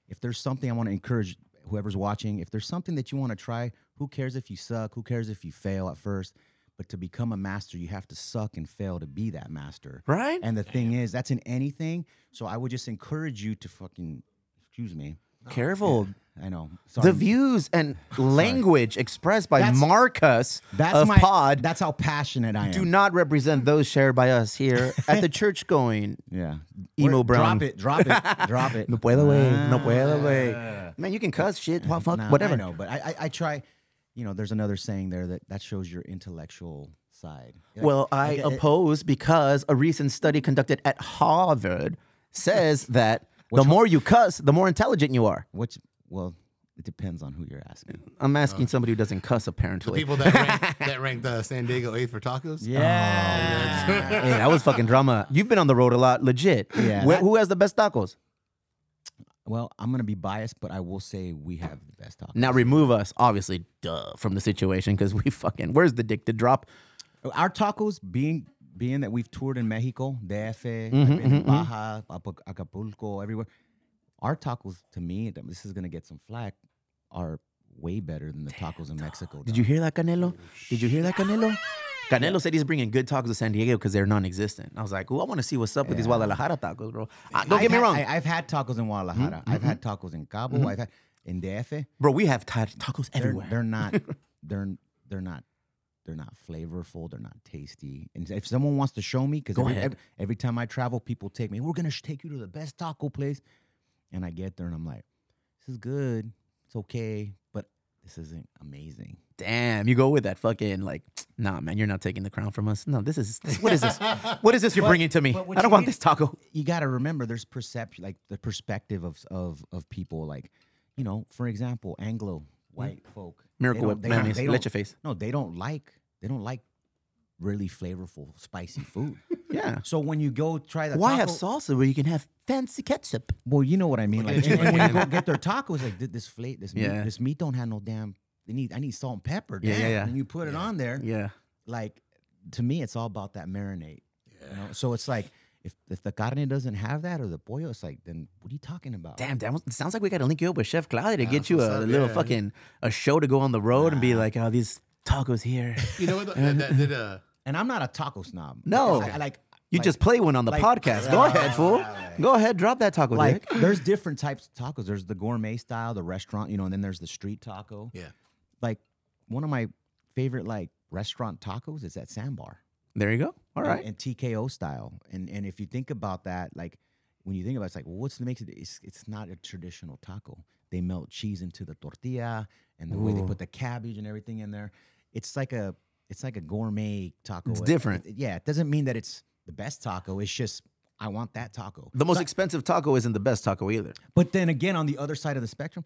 Speaker 4: If there's something I want to encourage whoever's watching, if there's something that you want to try, who cares if you suck? Who cares if you fail at first? But to become a master, you have to suck and fail to be that master.
Speaker 3: Right?
Speaker 4: And the thing is, that's in anything. So I would just encourage you to fucking, excuse me.
Speaker 3: Careful.
Speaker 4: I know.
Speaker 3: The
Speaker 4: Sorry.
Speaker 3: views and language expressed by
Speaker 4: That's-
Speaker 3: Marcus
Speaker 4: That's
Speaker 3: of
Speaker 4: my
Speaker 3: Pod
Speaker 4: That's how passionate I am.
Speaker 3: do not represent those shared by us here at the church going
Speaker 4: Yeah.
Speaker 3: Emo
Speaker 4: Where-
Speaker 3: Brown.
Speaker 4: Drop it. Drop it. drop it.
Speaker 3: No puedo, güey. No puedo, güey. "Ah, Man, you can cuss shit. What, fuck,
Speaker 4: Nah,
Speaker 3: whatever.
Speaker 4: I know, but I, I, I try. You know, there's another saying there that that shows your intellectual side. Like, eh,
Speaker 3: Well, I
Speaker 4: get it.
Speaker 3: oppose because a recent study conducted at Harvard says that the more you cuss, the more intelligent you are.
Speaker 4: Which, well, it depends on who you're asking.
Speaker 3: I'm asking somebody who doesn't cuss, apparently.
Speaker 5: People that ranked, that ranked uh, San Diego eighth for tacos.
Speaker 4: Oh, Yeah.
Speaker 3: hey, that was fucking drama. You've been on the road a lot, legit.
Speaker 4: Yeah,
Speaker 3: Wh-
Speaker 4: that-
Speaker 3: who has the best tacos?
Speaker 4: well, I'm gonna be biased, but I will say we have the best tacos.
Speaker 3: Now remove us, obviously, duh, from the situation because we fucking. Where's the dick to drop?
Speaker 4: Our tacos being being that we've toured in Mexico, DF,
Speaker 3: Mm-hmm,
Speaker 4: I've been in Baja, Apu- Acapulco, everywhere, our tacos to me, th- this is gonna get some flack, are way better than the tacos in Mexico.
Speaker 3: Did you hear that, Canelo? Did you hear that, Canelo? Canelo said he's bringing good tacos to San Diego because they're non-existent. I was like, "Ooh, I want to see what's up with these Guadalajara tacos, bro." Uh, don't
Speaker 4: I've
Speaker 3: get me
Speaker 4: had-
Speaker 3: wrong, Mm-hmm,
Speaker 4: I, have had tacos in Guadalajara. I've had tacos in Cabo. I've had in DF.
Speaker 3: bro. We have ta- tacos
Speaker 4: They're,
Speaker 3: everywhere.
Speaker 4: they're not. They're they're not. They're not flavorful. They're not tasty. And if someone wants to show me, because
Speaker 3: Go
Speaker 4: every,
Speaker 3: ahead.
Speaker 4: every, every time I travel, people take me. We're gonna sh- take you to the best taco place, and I get there and I'm like, this is good. It's okay, but this isn't amazing.
Speaker 3: Damn, you go with that fucking like, nah, man, you're not taking the crown from us. No, this is this, what is this? What is this you're bringing to me?
Speaker 4: but what
Speaker 3: I don't
Speaker 4: you
Speaker 3: want
Speaker 4: need-
Speaker 3: this taco.
Speaker 4: you got to remember there's perception like the perspective of of of people like you know for example anglo white folk they
Speaker 3: Hmm. Miracle
Speaker 4: don't-
Speaker 3: Whip,
Speaker 4: they don't-
Speaker 3: mayonnaise,
Speaker 4: they
Speaker 3: let
Speaker 4: don't-
Speaker 3: your face.
Speaker 4: no they don't like they don't like really flavorful spicy food
Speaker 3: Yeah.
Speaker 4: so when you go try the
Speaker 3: Why
Speaker 4: taco,
Speaker 3: have salsa where you can have fancy ketchup?
Speaker 4: well you know what i mean like and, and when you go get their tacos like "Th- this flate this
Speaker 3: Yeah.
Speaker 4: meat this meat don't have no damn they need i need salt and pepper
Speaker 3: Yeah,
Speaker 4: damn.
Speaker 3: yeah, yeah.
Speaker 4: and you put it on there
Speaker 3: Yeah.
Speaker 4: like to me it's all about that marinade you know? so it's like if, if the carne doesn't have that or the pollo it's like then what are you talking about
Speaker 3: Damn, that was- it sounds like we got to link you up with Chef Claudia to get you
Speaker 5: what's
Speaker 3: a
Speaker 5: up,
Speaker 3: little
Speaker 5: yeah.
Speaker 3: fucking a show to go on the road and be like, oh, these tacos here.
Speaker 5: You know what? though? That, that, that, uh,
Speaker 4: and i'm not a taco snob
Speaker 3: No.
Speaker 4: I, I like
Speaker 3: You
Speaker 4: like-
Speaker 3: just play one on the
Speaker 4: like-
Speaker 3: podcast. Go ahead, fool. Go ahead, drop that taco,
Speaker 4: like
Speaker 3: Dick.
Speaker 4: there's different types of tacos there's the gourmet style the restaurant you know and then there's the street taco
Speaker 5: yeah.
Speaker 4: like one of my favorite like restaurant tacos is at sandbar
Speaker 3: There you go. All
Speaker 4: and-
Speaker 3: right.
Speaker 4: and TKO style. And and if you think about that, like when you think about it, it's like, well, what's the makes it? It's, it's not a traditional taco. They melt cheese into the tortilla, and the way they put the cabbage and everything in there, it's like a it's like a gourmet taco.
Speaker 3: It's
Speaker 4: It-
Speaker 3: different.
Speaker 4: it- yeah, it doesn't mean that it's the best taco. It's just I want that taco.
Speaker 3: The most expensive taco isn't the best taco either.
Speaker 4: But then again, on the other side of the spectrum,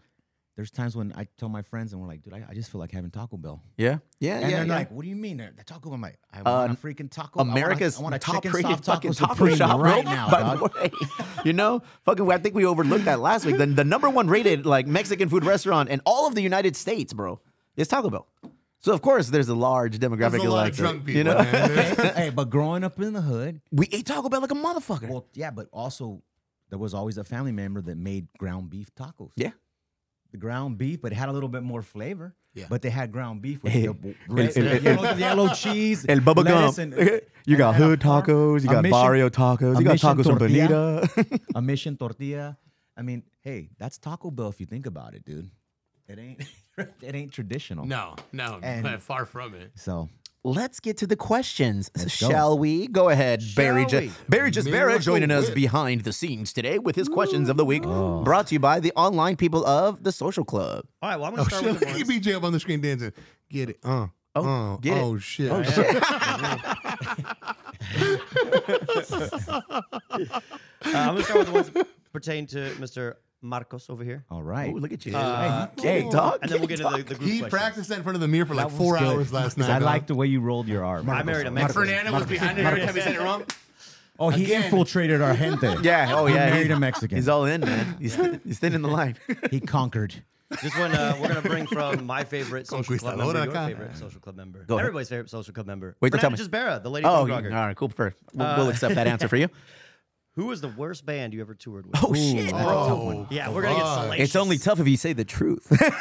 Speaker 4: there's times when I tell my friends and we're like, dude, I, I just feel like having Taco Bell.
Speaker 3: Yeah. Yeah.
Speaker 4: And
Speaker 3: yeah,
Speaker 4: they're
Speaker 3: yeah.
Speaker 4: like, "What do you mean that Taco?" Bell?" I'm like, "I want
Speaker 3: Uh,
Speaker 4: a freaking taco. I want a-
Speaker 3: America's
Speaker 4: I want a
Speaker 3: top
Speaker 4: chicken
Speaker 3: rated
Speaker 4: soft
Speaker 3: fucking
Speaker 4: taco
Speaker 3: taco
Speaker 4: supreme
Speaker 3: shop
Speaker 4: right
Speaker 3: bro,
Speaker 4: now,
Speaker 3: by
Speaker 4: dog."
Speaker 3: the way. you know, fucking. I think we overlooked that last week. The, the number one rated like Mexican food restaurant in all of the United States, bro, is Taco Bell. So of course, there's a large demographic
Speaker 5: There's a
Speaker 3: who
Speaker 5: lot
Speaker 3: likes
Speaker 5: of
Speaker 3: it,
Speaker 5: drunk people.
Speaker 3: You know,
Speaker 5: man.
Speaker 4: hey, but growing up in the hood,
Speaker 3: we ate Taco Bell like a motherfucker.
Speaker 4: well, yeah, but also there was always a family member that made ground beef tacos.
Speaker 3: yeah,
Speaker 4: The ground beef, but it had a little bit more flavor.
Speaker 5: Yeah.
Speaker 4: But they had ground beef with the b- red,
Speaker 3: el- el-
Speaker 4: yellow, yellow cheese,
Speaker 3: El Bubba
Speaker 4: lettuce,
Speaker 3: Gump.
Speaker 4: and-
Speaker 3: You got
Speaker 4: and a
Speaker 3: hood
Speaker 4: par-
Speaker 3: tacos, you
Speaker 4: a
Speaker 3: got
Speaker 4: mission-
Speaker 3: barrio tacos,
Speaker 4: a
Speaker 3: you got
Speaker 4: mission
Speaker 3: tacos from
Speaker 4: tortilla,
Speaker 3: Bonita.
Speaker 4: a mission tortilla. I mean, hey, that's Taco Bell if you think about it, dude. It ain't it ain't traditional.
Speaker 5: no, no,
Speaker 4: And-
Speaker 5: but far from it.
Speaker 4: So
Speaker 3: Let's get to the questions,
Speaker 4: go.
Speaker 3: shall we? Go ahead, Barry.
Speaker 5: Shall
Speaker 3: Ju-
Speaker 5: we?
Speaker 3: Barry just Barrett
Speaker 5: Miracle
Speaker 3: joining us
Speaker 5: Whip.
Speaker 3: behind the scenes today with his questions of the week, brought to you by the online people of the Social Club.
Speaker 6: All right, well, I'm
Speaker 5: Oh
Speaker 6: going to
Speaker 5: shit!
Speaker 6: start with
Speaker 5: Look
Speaker 6: the
Speaker 5: at
Speaker 6: ones.
Speaker 5: BJ up on the screen dancing. Get it? Uh.
Speaker 3: Oh,
Speaker 5: uh,
Speaker 3: get it.
Speaker 5: oh shit!
Speaker 3: Oh,
Speaker 5: I-
Speaker 3: shit.
Speaker 6: Uh, I'm going to start with the ones pertain to Mr. Marcos over here.
Speaker 4: all right.
Speaker 3: Ooh, look at you.
Speaker 6: Uh,
Speaker 3: hey,
Speaker 5: oh.
Speaker 3: dog.
Speaker 6: And then we'll get into the, the group
Speaker 5: He
Speaker 6: questions.
Speaker 5: practiced that in front of the mirror for like
Speaker 4: That was
Speaker 5: four
Speaker 4: good.
Speaker 5: hours last night.
Speaker 4: I
Speaker 5: dog.
Speaker 4: like the way you rolled your arm.
Speaker 6: I married a
Speaker 5: And
Speaker 6: Mexican.
Speaker 5: Fernando was behind it every time he said it wrong.
Speaker 4: Oh, he
Speaker 5: Again.
Speaker 4: infiltrated our gente.
Speaker 3: Yeah. Oh,
Speaker 4: He
Speaker 3: yeah.
Speaker 4: married
Speaker 3: he's-
Speaker 4: a Mexican.
Speaker 3: He's all in, man. He's, he's thin in the line.
Speaker 4: he conquered.
Speaker 6: This one uh, we're gonna bring from my favorite social club
Speaker 5: Conquistador
Speaker 6: member, your
Speaker 5: acá.
Speaker 6: favorite social club member,
Speaker 3: ahead.
Speaker 6: everybody's favorite social club member.
Speaker 3: Wait, don't tell me.
Speaker 6: Fernanda Gisbera, the lady
Speaker 3: oh,
Speaker 6: from
Speaker 3: you- all
Speaker 6: Gawker.
Speaker 3: right. Cool. Fair. We'll, we'll accept that answer for you.
Speaker 6: Who was the worst band you ever toured with?
Speaker 3: Oh, shit.
Speaker 5: Oh,
Speaker 6: yeah, we're gonna get salacious.
Speaker 3: It's only tough if you say the truth.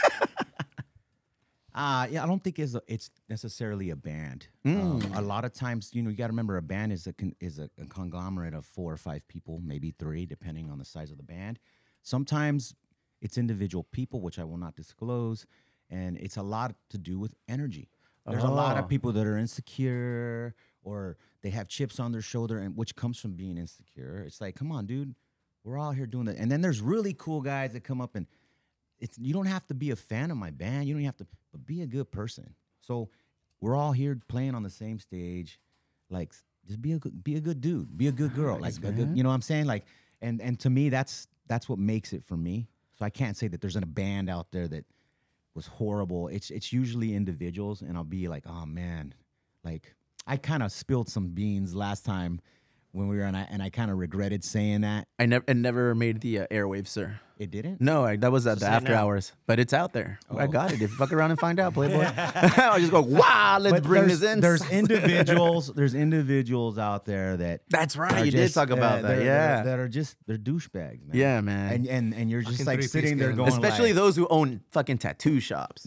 Speaker 4: Uh, yeah, I don't think it's a, it's necessarily a band. Um,
Speaker 3: Mm.
Speaker 4: a lot of times, you know, you got to remember a band is a con- is a, a conglomerate of four or five people, maybe three, depending on the size of the band. Sometimes it's individual people, which I will not disclose, and it's a lot to do with energy. There's a lot of people that are insecure or they have chips on their shoulder, and which comes from being insecure. It's like, come on, dude, we're all here doing that. And then there's really cool guys that come up and it's you don't have to be a fan of my band. You don't have to, but be a good person. So we're all here playing on the same stage. Like just be a good, be a good dude, be a
Speaker 3: Ah,
Speaker 4: good girl. Like a good, you know what I'm saying? Like and and to me that's that's what makes it for me. So I can't say that there's a band out there that was horrible. It's it's usually individuals, and I'll be like, oh man, like I kind of spilled some beans last time when we were on, I- and I kind of regretted saying that.
Speaker 3: I never, it never made the uh, airwaves, sir.
Speaker 4: It didn't.
Speaker 3: No, I, that was at the
Speaker 6: say it
Speaker 3: after
Speaker 6: now.
Speaker 3: hours, but it's out there. I
Speaker 4: Oh.
Speaker 3: got it. If you fuck around and find out, Playboy. I just go, wow, let's bring
Speaker 4: there's,
Speaker 3: this in.
Speaker 4: There's individuals. there's individuals out there that
Speaker 3: That's
Speaker 4: are
Speaker 3: right. You did
Speaker 4: just-
Speaker 3: talk about
Speaker 4: uh,
Speaker 3: that.
Speaker 4: they're-
Speaker 3: Yeah.
Speaker 4: they're- that are just they're douchebags, man.
Speaker 3: yeah, man.
Speaker 4: and and and you're just
Speaker 5: Fucking
Speaker 4: like
Speaker 5: three-piece
Speaker 4: sitting there
Speaker 5: gang.
Speaker 4: going,
Speaker 3: Especially
Speaker 4: like,
Speaker 3: those who own fucking tattoo shops.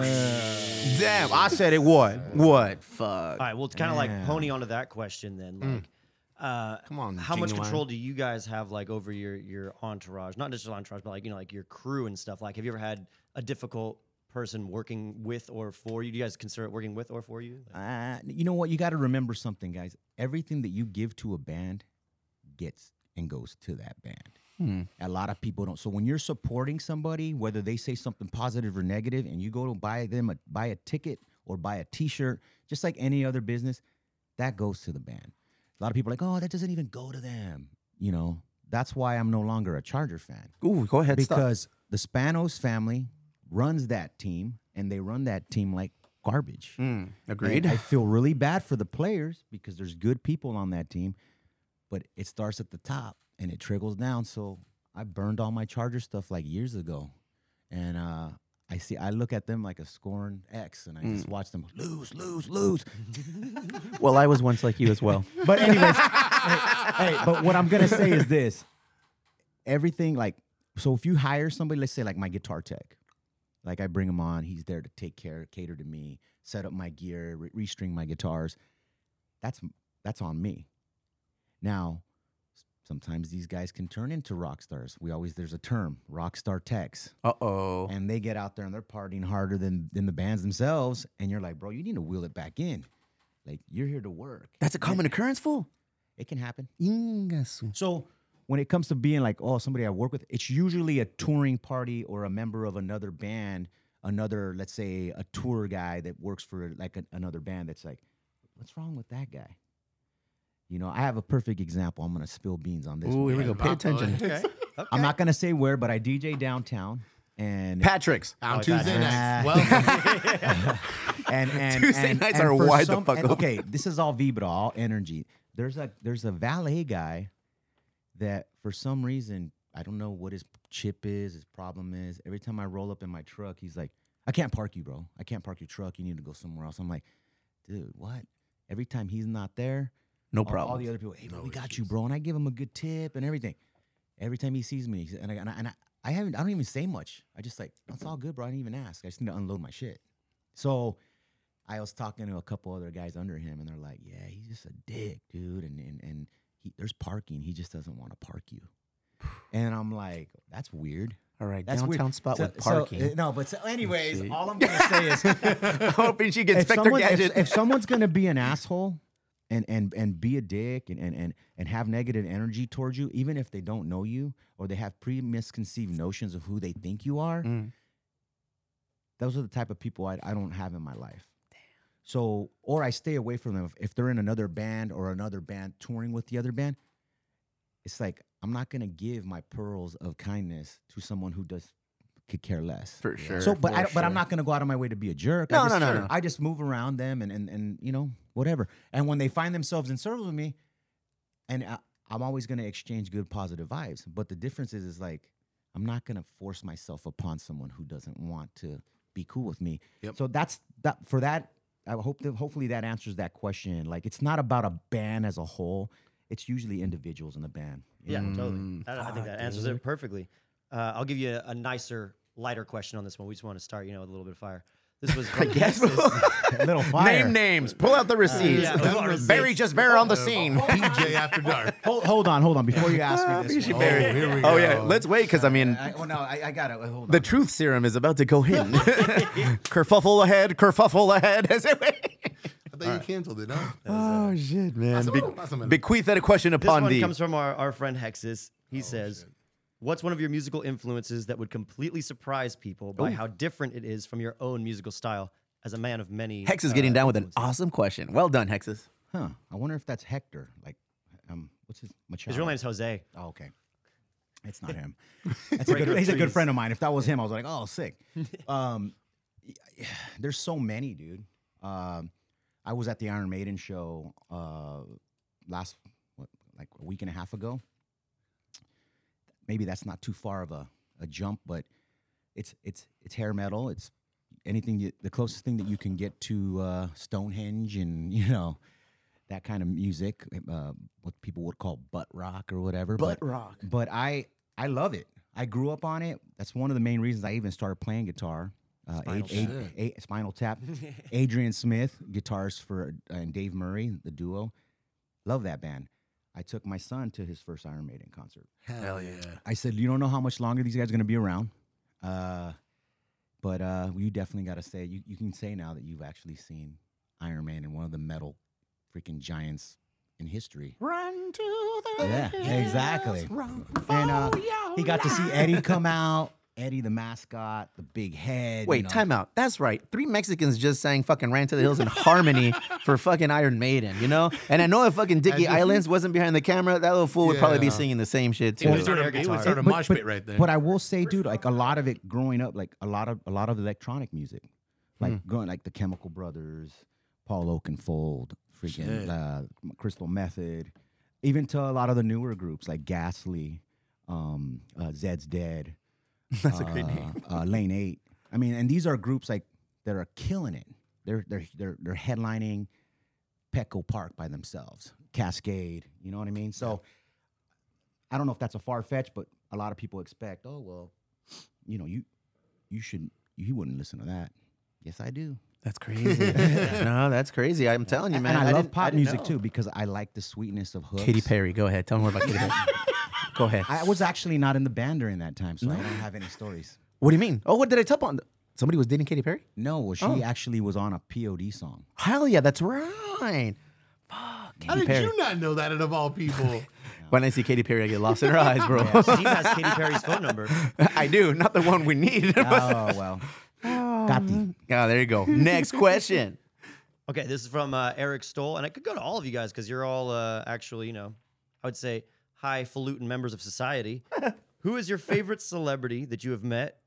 Speaker 4: "Uh,
Speaker 3: Damn, I said it. Oh, What? What? Fuck.
Speaker 6: All right, well, kind of like pony onto that question then. Like, uh,
Speaker 5: Come on,
Speaker 6: how much
Speaker 5: genuine.
Speaker 6: control do you guys have like over your your entourage? Not just your entourage, but like you know, like your crew and stuff. Like, have you ever had a difficult person working with or for you? Do you guys consider it working with or for you? Like,
Speaker 4: Uh, you know what? You got to remember something, guys. Everything that you give to a band gets and goes to that band. A lot of people don't. So when you're supporting somebody, whether they say something positive or negative, and you go to buy them a buy a ticket or buy a T-shirt, just like any other business, that goes to the band. A lot of people are like, oh, that doesn't even go to them. You know, that's why I'm no longer a Charger fan
Speaker 3: Ooh, go ahead. stop.
Speaker 4: because the Spanos family runs that team, and they run that team like garbage.
Speaker 3: Mm,
Speaker 4: And
Speaker 3: agreed.
Speaker 4: I feel really bad for the players because there's good people on that team, but it starts at the top and it trickles down. So I burned all my Charger stuff like years ago, and uh, I see I look at them like a scorned ex, and I
Speaker 3: Mm.
Speaker 4: just watch them lose, lose, lose.
Speaker 3: well, I was once like you as well.
Speaker 4: But anyways, hey, hey, but what I'm gonna say is this: everything like so. If you hire somebody, let's say like my guitar tech, like I bring him on, he's there to take care, cater to me, set up my gear, re- restring my guitars. That's that's on me. Now, s- sometimes these guys can turn into rock stars. We always there's a term, rock star techs
Speaker 3: Uh oh.
Speaker 4: and they get out there and they're partying harder than than the bands themselves and you're like bro you need to wheel it back in like you're here to work
Speaker 3: That's a common occurrence, fool.
Speaker 4: it can happen
Speaker 3: Ingasu.
Speaker 4: so when it comes to being like oh somebody i work with it's usually a touring party or a member of another band another let's say a tour guy that works for like an another band that's like what's wrong with that guy you know i have a perfect example i'm gonna spill beans on this
Speaker 3: Ooh,
Speaker 4: one.
Speaker 3: here we go. Pay attention.
Speaker 4: i'm not gonna say where but i dj downtown and
Speaker 3: Patrick's.
Speaker 5: On Tuesday night.
Speaker 4: nice.
Speaker 5: Well,
Speaker 4: and and
Speaker 3: Tuesday
Speaker 4: and,
Speaker 3: nights
Speaker 4: and
Speaker 3: are
Speaker 4: for
Speaker 3: wide the
Speaker 4: some-
Speaker 3: fuck
Speaker 4: and,
Speaker 3: open.
Speaker 4: Okay, this is all vibra, all energy. There's a there's a valet guy that for some reason I don't know what his chip is, his problem is. Every time I roll up in my truck, he's like, "I can't park you, bro. I can't park your truck. You need to go somewhere else." I'm like, "Dude, what?" Every time he's not there,
Speaker 3: No
Speaker 4: all- All,
Speaker 3: problem.
Speaker 4: the other people, hey, bro, we got you, bro. And I give him a good tip and everything. Every time he sees me, he's- and I, and I, and I, I haven't, I don't even say much. I just like, that's all good, bro. I didn't even ask. I just need to unload my shit. So I was talking to a couple other guys under him, and they're like, yeah, he's just a dick, dude. And, and, and he, there's parking. He just doesn't want to park you. And I'm like, that's weird.
Speaker 3: All right,
Speaker 4: That's weird.
Speaker 3: downtown spot
Speaker 4: So-
Speaker 3: with
Speaker 4: so,
Speaker 3: parking.
Speaker 4: uh, no, but so anyways, all I'm gonna say is
Speaker 3: Hoping she
Speaker 4: if,
Speaker 3: gets Inspector
Speaker 4: someone- if-
Speaker 3: Gadget.
Speaker 4: if someone's gonna be an asshole and and and be a dick and and and, and have negative energy towards you, even if they don't know you or they have pre misconceived notions of who they think you are,
Speaker 3: Mm.
Speaker 4: those are the type of people I, I don't have in my life. So, or I stay away from them. If, if they're in another band or another band touring with the other band, it's like I'm not gonna give my pearls of kindness to someone who does could care less.
Speaker 3: For sure.
Speaker 4: So, but
Speaker 3: for
Speaker 4: I, don't but I'm
Speaker 3: sure.
Speaker 4: not gonna go out of my way to be a jerk.
Speaker 3: No,
Speaker 4: I just,
Speaker 3: no, no, no.
Speaker 4: I just move around them and and and you know whatever. And when they find themselves in service with me, and I, I'm always gonna exchange good positive vibes. But the difference is, is like I'm not gonna force myself upon someone who doesn't want to be cool with me.
Speaker 5: Yep.
Speaker 4: So that's that for that. I hope that hopefully that answers that question. Like it's not about a band as a whole. It's usually individuals in the band.
Speaker 6: Yeah,
Speaker 4: Mm,
Speaker 6: totally. That, I think that answers it perfectly. Uh, I'll give you a, a nicer, lighter question on this one. We just want to start, you know, with a little bit of fire. This was I guess.
Speaker 4: A little fire.
Speaker 3: Name names. Pull out the
Speaker 5: Uh,
Speaker 3: receipts.
Speaker 6: yeah, pull out receipts.
Speaker 3: Barry just Barry on the scene.
Speaker 5: PJ after dark.
Speaker 4: Hold, hold on, hold on. Before you ask me this, one.
Speaker 5: Oh, here we go.
Speaker 3: Oh yeah, let's wait because I mean
Speaker 4: I, oh no, I, I got it. Hold
Speaker 3: the truth serum is about to go in. kerfuffle ahead, kerfuffle ahead. As it
Speaker 5: I thought you canceled it, huh?
Speaker 3: oh shit, man!
Speaker 5: Pásame, pásamelo.
Speaker 3: bequeath that question
Speaker 6: This
Speaker 3: upon
Speaker 6: one
Speaker 3: thee.
Speaker 6: comes from our, our friend Hexus. He
Speaker 4: Oh,
Speaker 6: says, What's one of your musical influences that would completely surprise people by how different it is from your own musical style as a man of many?
Speaker 3: Hex is
Speaker 6: uh,
Speaker 3: getting down with an
Speaker 6: influences?"
Speaker 3: awesome question. Well done, Hexes.
Speaker 4: on. Huh? I wonder if that's Hector. Like, um, what's his Machado?
Speaker 6: His real name is Jose.
Speaker 4: Oh, okay. It's not him. That's a good, he's a good friend of mine. If that was him, I was like, oh, sick. um, y- there's so many, dude. Um, I was at the Iron Maiden show uh, last what, like a week and a half ago. Maybe that's not too far of a, a jump, but it's it's it's hair metal. It's anything you, the closest thing that you can get to uh, Stonehenge and you know that kind of music, uh, what people would call butt rock or whatever. Butt rock. But I I love it. I grew up on it. That's one of the main reasons I even started playing guitar. Uh, Spinal, Spinal Tap, Adrian Smith, guitarist for uh, and Dave Murray, the duo. Love that band. I took my son to his first Iron Maiden concert.
Speaker 5: Hell yeah.
Speaker 4: I said, you don't know how much longer these guys are going to be around. Uh, but uh, you definitely got to say, you, you can say now that you've actually seen Iron Man and one of the metal freaking giants in history.
Speaker 11: Run to the
Speaker 4: Oh, Yeah, exactly. And uh, he got to see Eddie come out, Eddie the mascot, the big head.
Speaker 3: Wait, time out. That's right. Three Mexicans just sang fucking Ran to the Hills in harmony for fucking Iron Maiden, you know? And I know if fucking Dickie Islands wasn't behind the camera, that little fool would probably be
Speaker 5: Yeah.
Speaker 3: singing the same shit
Speaker 5: He
Speaker 3: too.
Speaker 5: would start a, he would start a mosh pit right there.
Speaker 4: But I will say, dude, like a lot of it growing up, like a lot of a lot of electronic music, like growing like the Chemical Brothers, Paul Oakenfold, freaking
Speaker 5: Shit.
Speaker 4: uh, Crystal Method, even to a lot of the newer groups like Ghastly, um, uh, Zed's Dead. That's a great name. uh, Lane Eight. I mean, and these are groups like that are killing it. They're they're they're they're headlining Petco Park by themselves. Cascade. You know what I mean? So. I don't know if that's a far fetch, but a lot of people expect, oh well, you know, you you shouldn't you wouldn't listen to that. Yes, I do.
Speaker 3: That's crazy. no, that's crazy. I'm telling you,
Speaker 4: And-
Speaker 3: man.
Speaker 4: and I, love
Speaker 3: didn't-
Speaker 4: pop
Speaker 3: didn't
Speaker 4: music
Speaker 3: know.
Speaker 4: too because I like the sweetness of hooks.
Speaker 3: Katy Perry, go ahead. Tell me more about Katy Perry. go ahead.
Speaker 4: I was actually not in the band during that time, so I don't have any stories.
Speaker 3: what do you mean? Oh, what did I tell on? Somebody was dating Katy Perry?
Speaker 4: No, well, she
Speaker 3: Oh.
Speaker 4: actually was on a POD song.
Speaker 3: Hell yeah, that's right. Fuck.
Speaker 5: How
Speaker 3: Katy
Speaker 5: did
Speaker 3: Perry.
Speaker 5: you not know that? And of all people,
Speaker 3: When I see Katy Perry, I get lost in her eyes, bro.
Speaker 6: Steve has Katy Perry's phone number.
Speaker 3: I do, not the one we need.
Speaker 4: Oh well, got the
Speaker 3: Ah, there you go. Next question.
Speaker 6: Okay, this is from uh, Eric Stoll, and I could go to all of you guys because you're all uh, actually, you know, I would say highfalutin members of society. who is your favorite celebrity that you have met?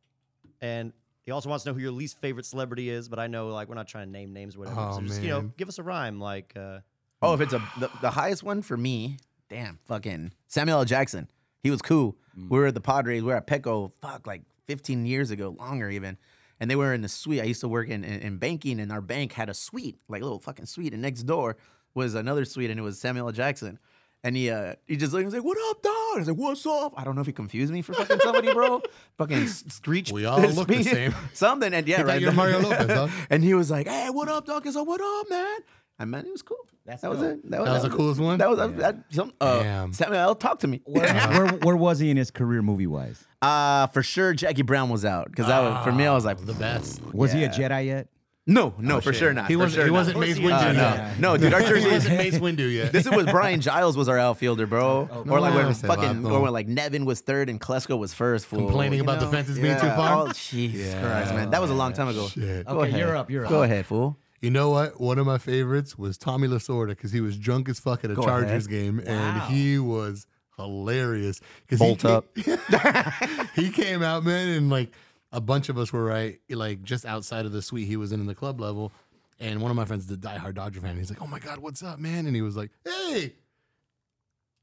Speaker 6: And he also wants to know who your least favorite celebrity is, but I know like we're not trying to name names or whatever.
Speaker 5: Oh,
Speaker 6: so just you know,
Speaker 5: man.
Speaker 6: give us a rhyme like uh,
Speaker 3: Oh, if it's a the, the highest one for me, damn, fucking Samuel L. Jackson. He was cool.
Speaker 5: Mm.
Speaker 3: We were at the Padres. We were at Petco. Fuck, like 15 years ago, longer even. And they were in the suite. I used to work in, in, in banking, and our bank had a suite, like a little fucking suite. And next door was another suite, and it was Samuel L. Jackson. And he uh, he just like was like, "What up, dog?" I was like, "What's up?" I don't know if he confused me for fucking somebody, bro. fucking s- screech.
Speaker 5: We all look the
Speaker 3: speech-
Speaker 5: same.
Speaker 3: Something. And yeah,
Speaker 5: He thought
Speaker 3: right.
Speaker 5: you were Mario Lopez, huh?
Speaker 3: And he was like, "Hey, what up, dog?" I said, "What up, man?" And man, it was cool.
Speaker 4: That's
Speaker 3: that was
Speaker 4: dope.
Speaker 3: it. That
Speaker 5: That was the coolest one?
Speaker 3: That was that- that- some. Uh,
Speaker 5: Damn.
Speaker 3: Samuel L. talked to me.
Speaker 4: where, where, where was he in his career movie wise?
Speaker 3: Uh for sure, Jackie Brown was out because that was for me. I was like,
Speaker 5: the best.
Speaker 4: Was he a Jedi yet?
Speaker 3: no, no, for
Speaker 5: Ah, oh, shit.
Speaker 3: sure not.
Speaker 5: He
Speaker 3: for
Speaker 5: wasn't.
Speaker 3: sure
Speaker 5: he
Speaker 3: not.
Speaker 5: wasn't Mace Windu
Speaker 3: Uh,
Speaker 5: yet.
Speaker 3: no, no, dude, our
Speaker 5: He
Speaker 3: jerseys.
Speaker 5: wasn't Mace Windu yet.
Speaker 3: This is when Brian Giles was our outfielder, bro.
Speaker 4: Oh,
Speaker 3: or like
Speaker 5: no.
Speaker 3: when fucking,
Speaker 5: Vato.
Speaker 3: or when like Nevin was third and Klesko was first. Fool,
Speaker 5: Complaining
Speaker 3: you
Speaker 5: about the
Speaker 3: know?
Speaker 5: fences being too
Speaker 3: Yeah.
Speaker 5: far?
Speaker 3: Oh, Jesus Christ, man, that was a long time ago.
Speaker 5: Shit.
Speaker 3: Go ahead.
Speaker 4: you're up, you're
Speaker 3: Go
Speaker 4: up.
Speaker 3: ahead, fool.
Speaker 5: You know what? One of my favorites was Tommy Lasorda because he was drunk as fuck at a
Speaker 3: Go ahead.
Speaker 5: Chargers game, and he was hilarious. Because
Speaker 3: Bolt
Speaker 5: he came, up. he came out, man, and like a bunch of us were right, like just outside of the suite he was in in the club level. And one of my friends is a diehard Dodger fan. He's like, "Oh my god, what's up, man?" And he was like, "Hey,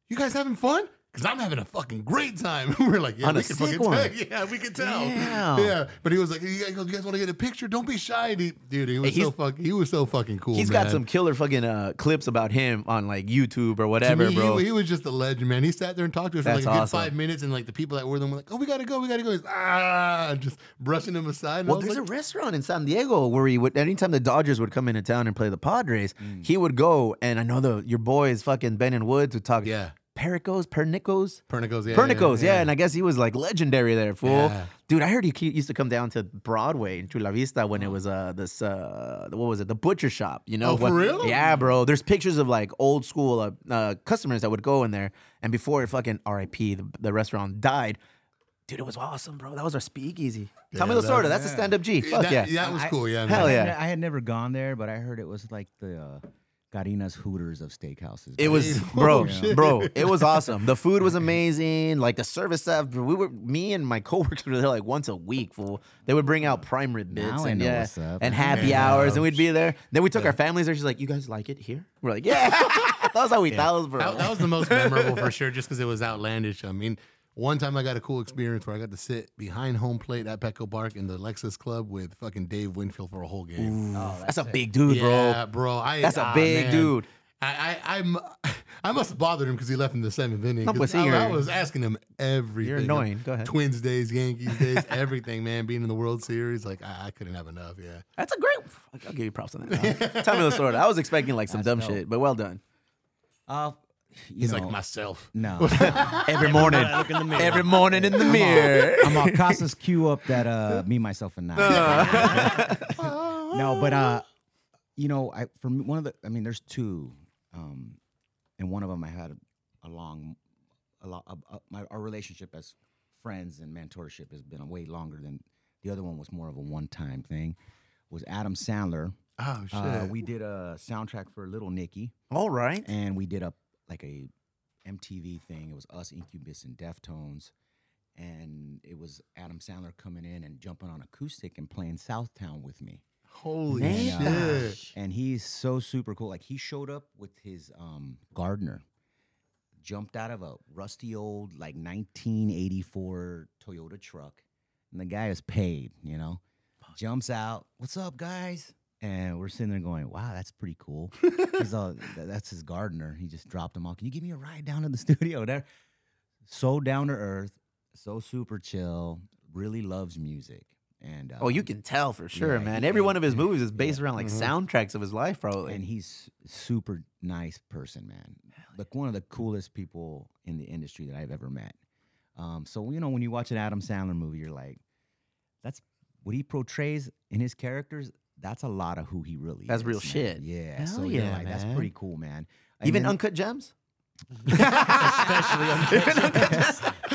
Speaker 5: you guys having fun?" Because I'm having a fucking great time. we we're like, yeah,
Speaker 3: On a
Speaker 5: we can
Speaker 3: sick
Speaker 5: fucking
Speaker 3: one.
Speaker 5: tell. Yeah, we can tell.
Speaker 3: Damn.
Speaker 5: Yeah. But he was like, you guys, you guys want to get a picture? Don't be shy. And he- dude, he was
Speaker 3: Hey,
Speaker 5: so
Speaker 3: he's-
Speaker 5: fucking, he was so fucking cool.
Speaker 3: He's
Speaker 5: man.
Speaker 3: got some killer fucking uh, clips about him on like YouTube or
Speaker 5: To
Speaker 3: whatever,
Speaker 5: me,
Speaker 3: bro.
Speaker 5: He, he was just a legend, man. He sat there and talked to us
Speaker 3: That's
Speaker 5: for like a good
Speaker 3: awesome.
Speaker 5: five minutes, and like the people that were there were like, "Oh, we gotta go, we gotta go." He's ah, just brushing him aside. And
Speaker 3: Well,
Speaker 5: I was
Speaker 3: there's
Speaker 5: like,
Speaker 3: a restaurant in San Diego where he would, anytime the Dodgers would come into town and play the Padres, he would go. And I know the your boy is fucking Ben and Woods who talk.
Speaker 5: Yeah.
Speaker 3: Pernicos, Pernicos,
Speaker 5: Pernicos, yeah,
Speaker 3: Pernicos, yeah, And I guess he was like legendary there, fool.
Speaker 5: Yeah.
Speaker 3: Dude, I heard he ke- used to come down to Broadway in Chula Vista when it was uh this uh what was it the butcher shop, you know?
Speaker 5: Oh, for
Speaker 3: what-
Speaker 5: real?
Speaker 3: Yeah, bro. There's pictures of like old school uh, uh, customers that would go in there, and before it fucking R.I.P. The, the restaurant died. Dude, it was awesome, bro. That was our speakeasy. Tommy
Speaker 5: that-
Speaker 3: Lasorda, that's a stand-up G. Fuck
Speaker 5: that,
Speaker 3: yeah.
Speaker 5: that was
Speaker 4: I-
Speaker 5: cool, Oh, yeah.
Speaker 3: Hell
Speaker 5: man.
Speaker 4: I
Speaker 3: yeah.
Speaker 4: had- I had never gone there, but I heard it was like the uh, Garina's Hooters of steakhouses.
Speaker 3: It was
Speaker 5: oh,
Speaker 3: bro, bro. It was awesome. The food was amazing. Like the service staff, we were me and my coworkers were there like once a week. Fool. They would bring out prime rib bits
Speaker 4: Now I
Speaker 3: and
Speaker 4: know
Speaker 3: yeah,
Speaker 4: what's up.
Speaker 3: and happy hours, and we'd be there. Then we took our families there. She's like, "You guys like it here?" We're like, "Yeah." Todos aguitados, bro.
Speaker 5: That, that was the most memorable for sure, just because it was outlandish. I mean, one time I got a cool experience where I got to sit behind home plate at Petco Park in the Lexus Club with fucking Dave Winfield for a whole game.
Speaker 3: Oh, That's a big dude,
Speaker 5: yeah,
Speaker 3: bro.
Speaker 5: bro. I,
Speaker 3: That's a
Speaker 5: ah,
Speaker 3: big
Speaker 5: man.
Speaker 3: dude.
Speaker 5: I, I, I'm. I must have bothered him because he left in the seventh inning.
Speaker 3: No,
Speaker 5: 'cause
Speaker 3: but see,
Speaker 5: I, I
Speaker 3: you're-
Speaker 5: was asking him everything.
Speaker 3: annoying. Go ahead.
Speaker 5: Twins days, Yankees days, everything, man. Being in the World Series, like I, I couldn't have enough. Yeah.
Speaker 3: That's a great. Fuck, I'll give you props on that. Huh? Tell me the story. I was expecting like some dumb shit, but well done.
Speaker 4: Uh, you
Speaker 5: He's
Speaker 4: know,
Speaker 5: like myself.
Speaker 4: No.
Speaker 3: Every morning,
Speaker 6: I look in the mirror.
Speaker 3: every morning in the mirror.
Speaker 4: I'm all Casas queue up that uh me myself and I. no, but uh, you know, I for me, one of the I mean, there's two, um, and one of them I had a long, a lot. A, a, my our relationship as friends and mentorship has been way longer than the other one was more of a one time thing. Was Adam Sandler?
Speaker 5: Oh shit.
Speaker 4: Uh, we did a soundtrack for Little Nicky
Speaker 3: All right.
Speaker 4: and we did a like a MTV thing. It was us, Incubus, and Deftones, and it was Adam Sandler coming in and jumping on acoustic and playing Southtown with me.
Speaker 5: Holy
Speaker 4: And, uh,
Speaker 5: shit.
Speaker 4: and he's so super cool. Like he showed up with his um, gardener, jumped out of a rusty old like 1984 Toyota truck, and the guy is paid. You know, jumps out. What's up, guys? And we're sitting there going, "Wow, that's pretty cool." He's all, "Th- that's his gardener. He just dropped him off. Can you give me a ride down to the studio? Whatever. So down to earth, so super chill. Really loves music. And uh,
Speaker 3: Oh, you can tell for sure,
Speaker 4: Yeah,
Speaker 3: man.
Speaker 4: he-
Speaker 3: Every one of his
Speaker 4: yeah,
Speaker 3: movies is based
Speaker 4: yeah.
Speaker 3: around like soundtracks of his life, probably.
Speaker 4: and he's super nice person, man. Like one of the coolest people in the industry that I've ever met. Um, so you know, when you watch an Adam Sandler movie, you're like, that's what he portrays in his characters. That's a lot of who he really
Speaker 3: That's
Speaker 4: is.
Speaker 3: real
Speaker 4: man.
Speaker 3: shit.
Speaker 4: Yeah.
Speaker 3: Hell
Speaker 4: so you're
Speaker 3: yeah,
Speaker 4: like, that's
Speaker 3: man.
Speaker 4: pretty cool, man. And
Speaker 3: Even
Speaker 4: then-
Speaker 3: Uncut Gems?
Speaker 5: Especially on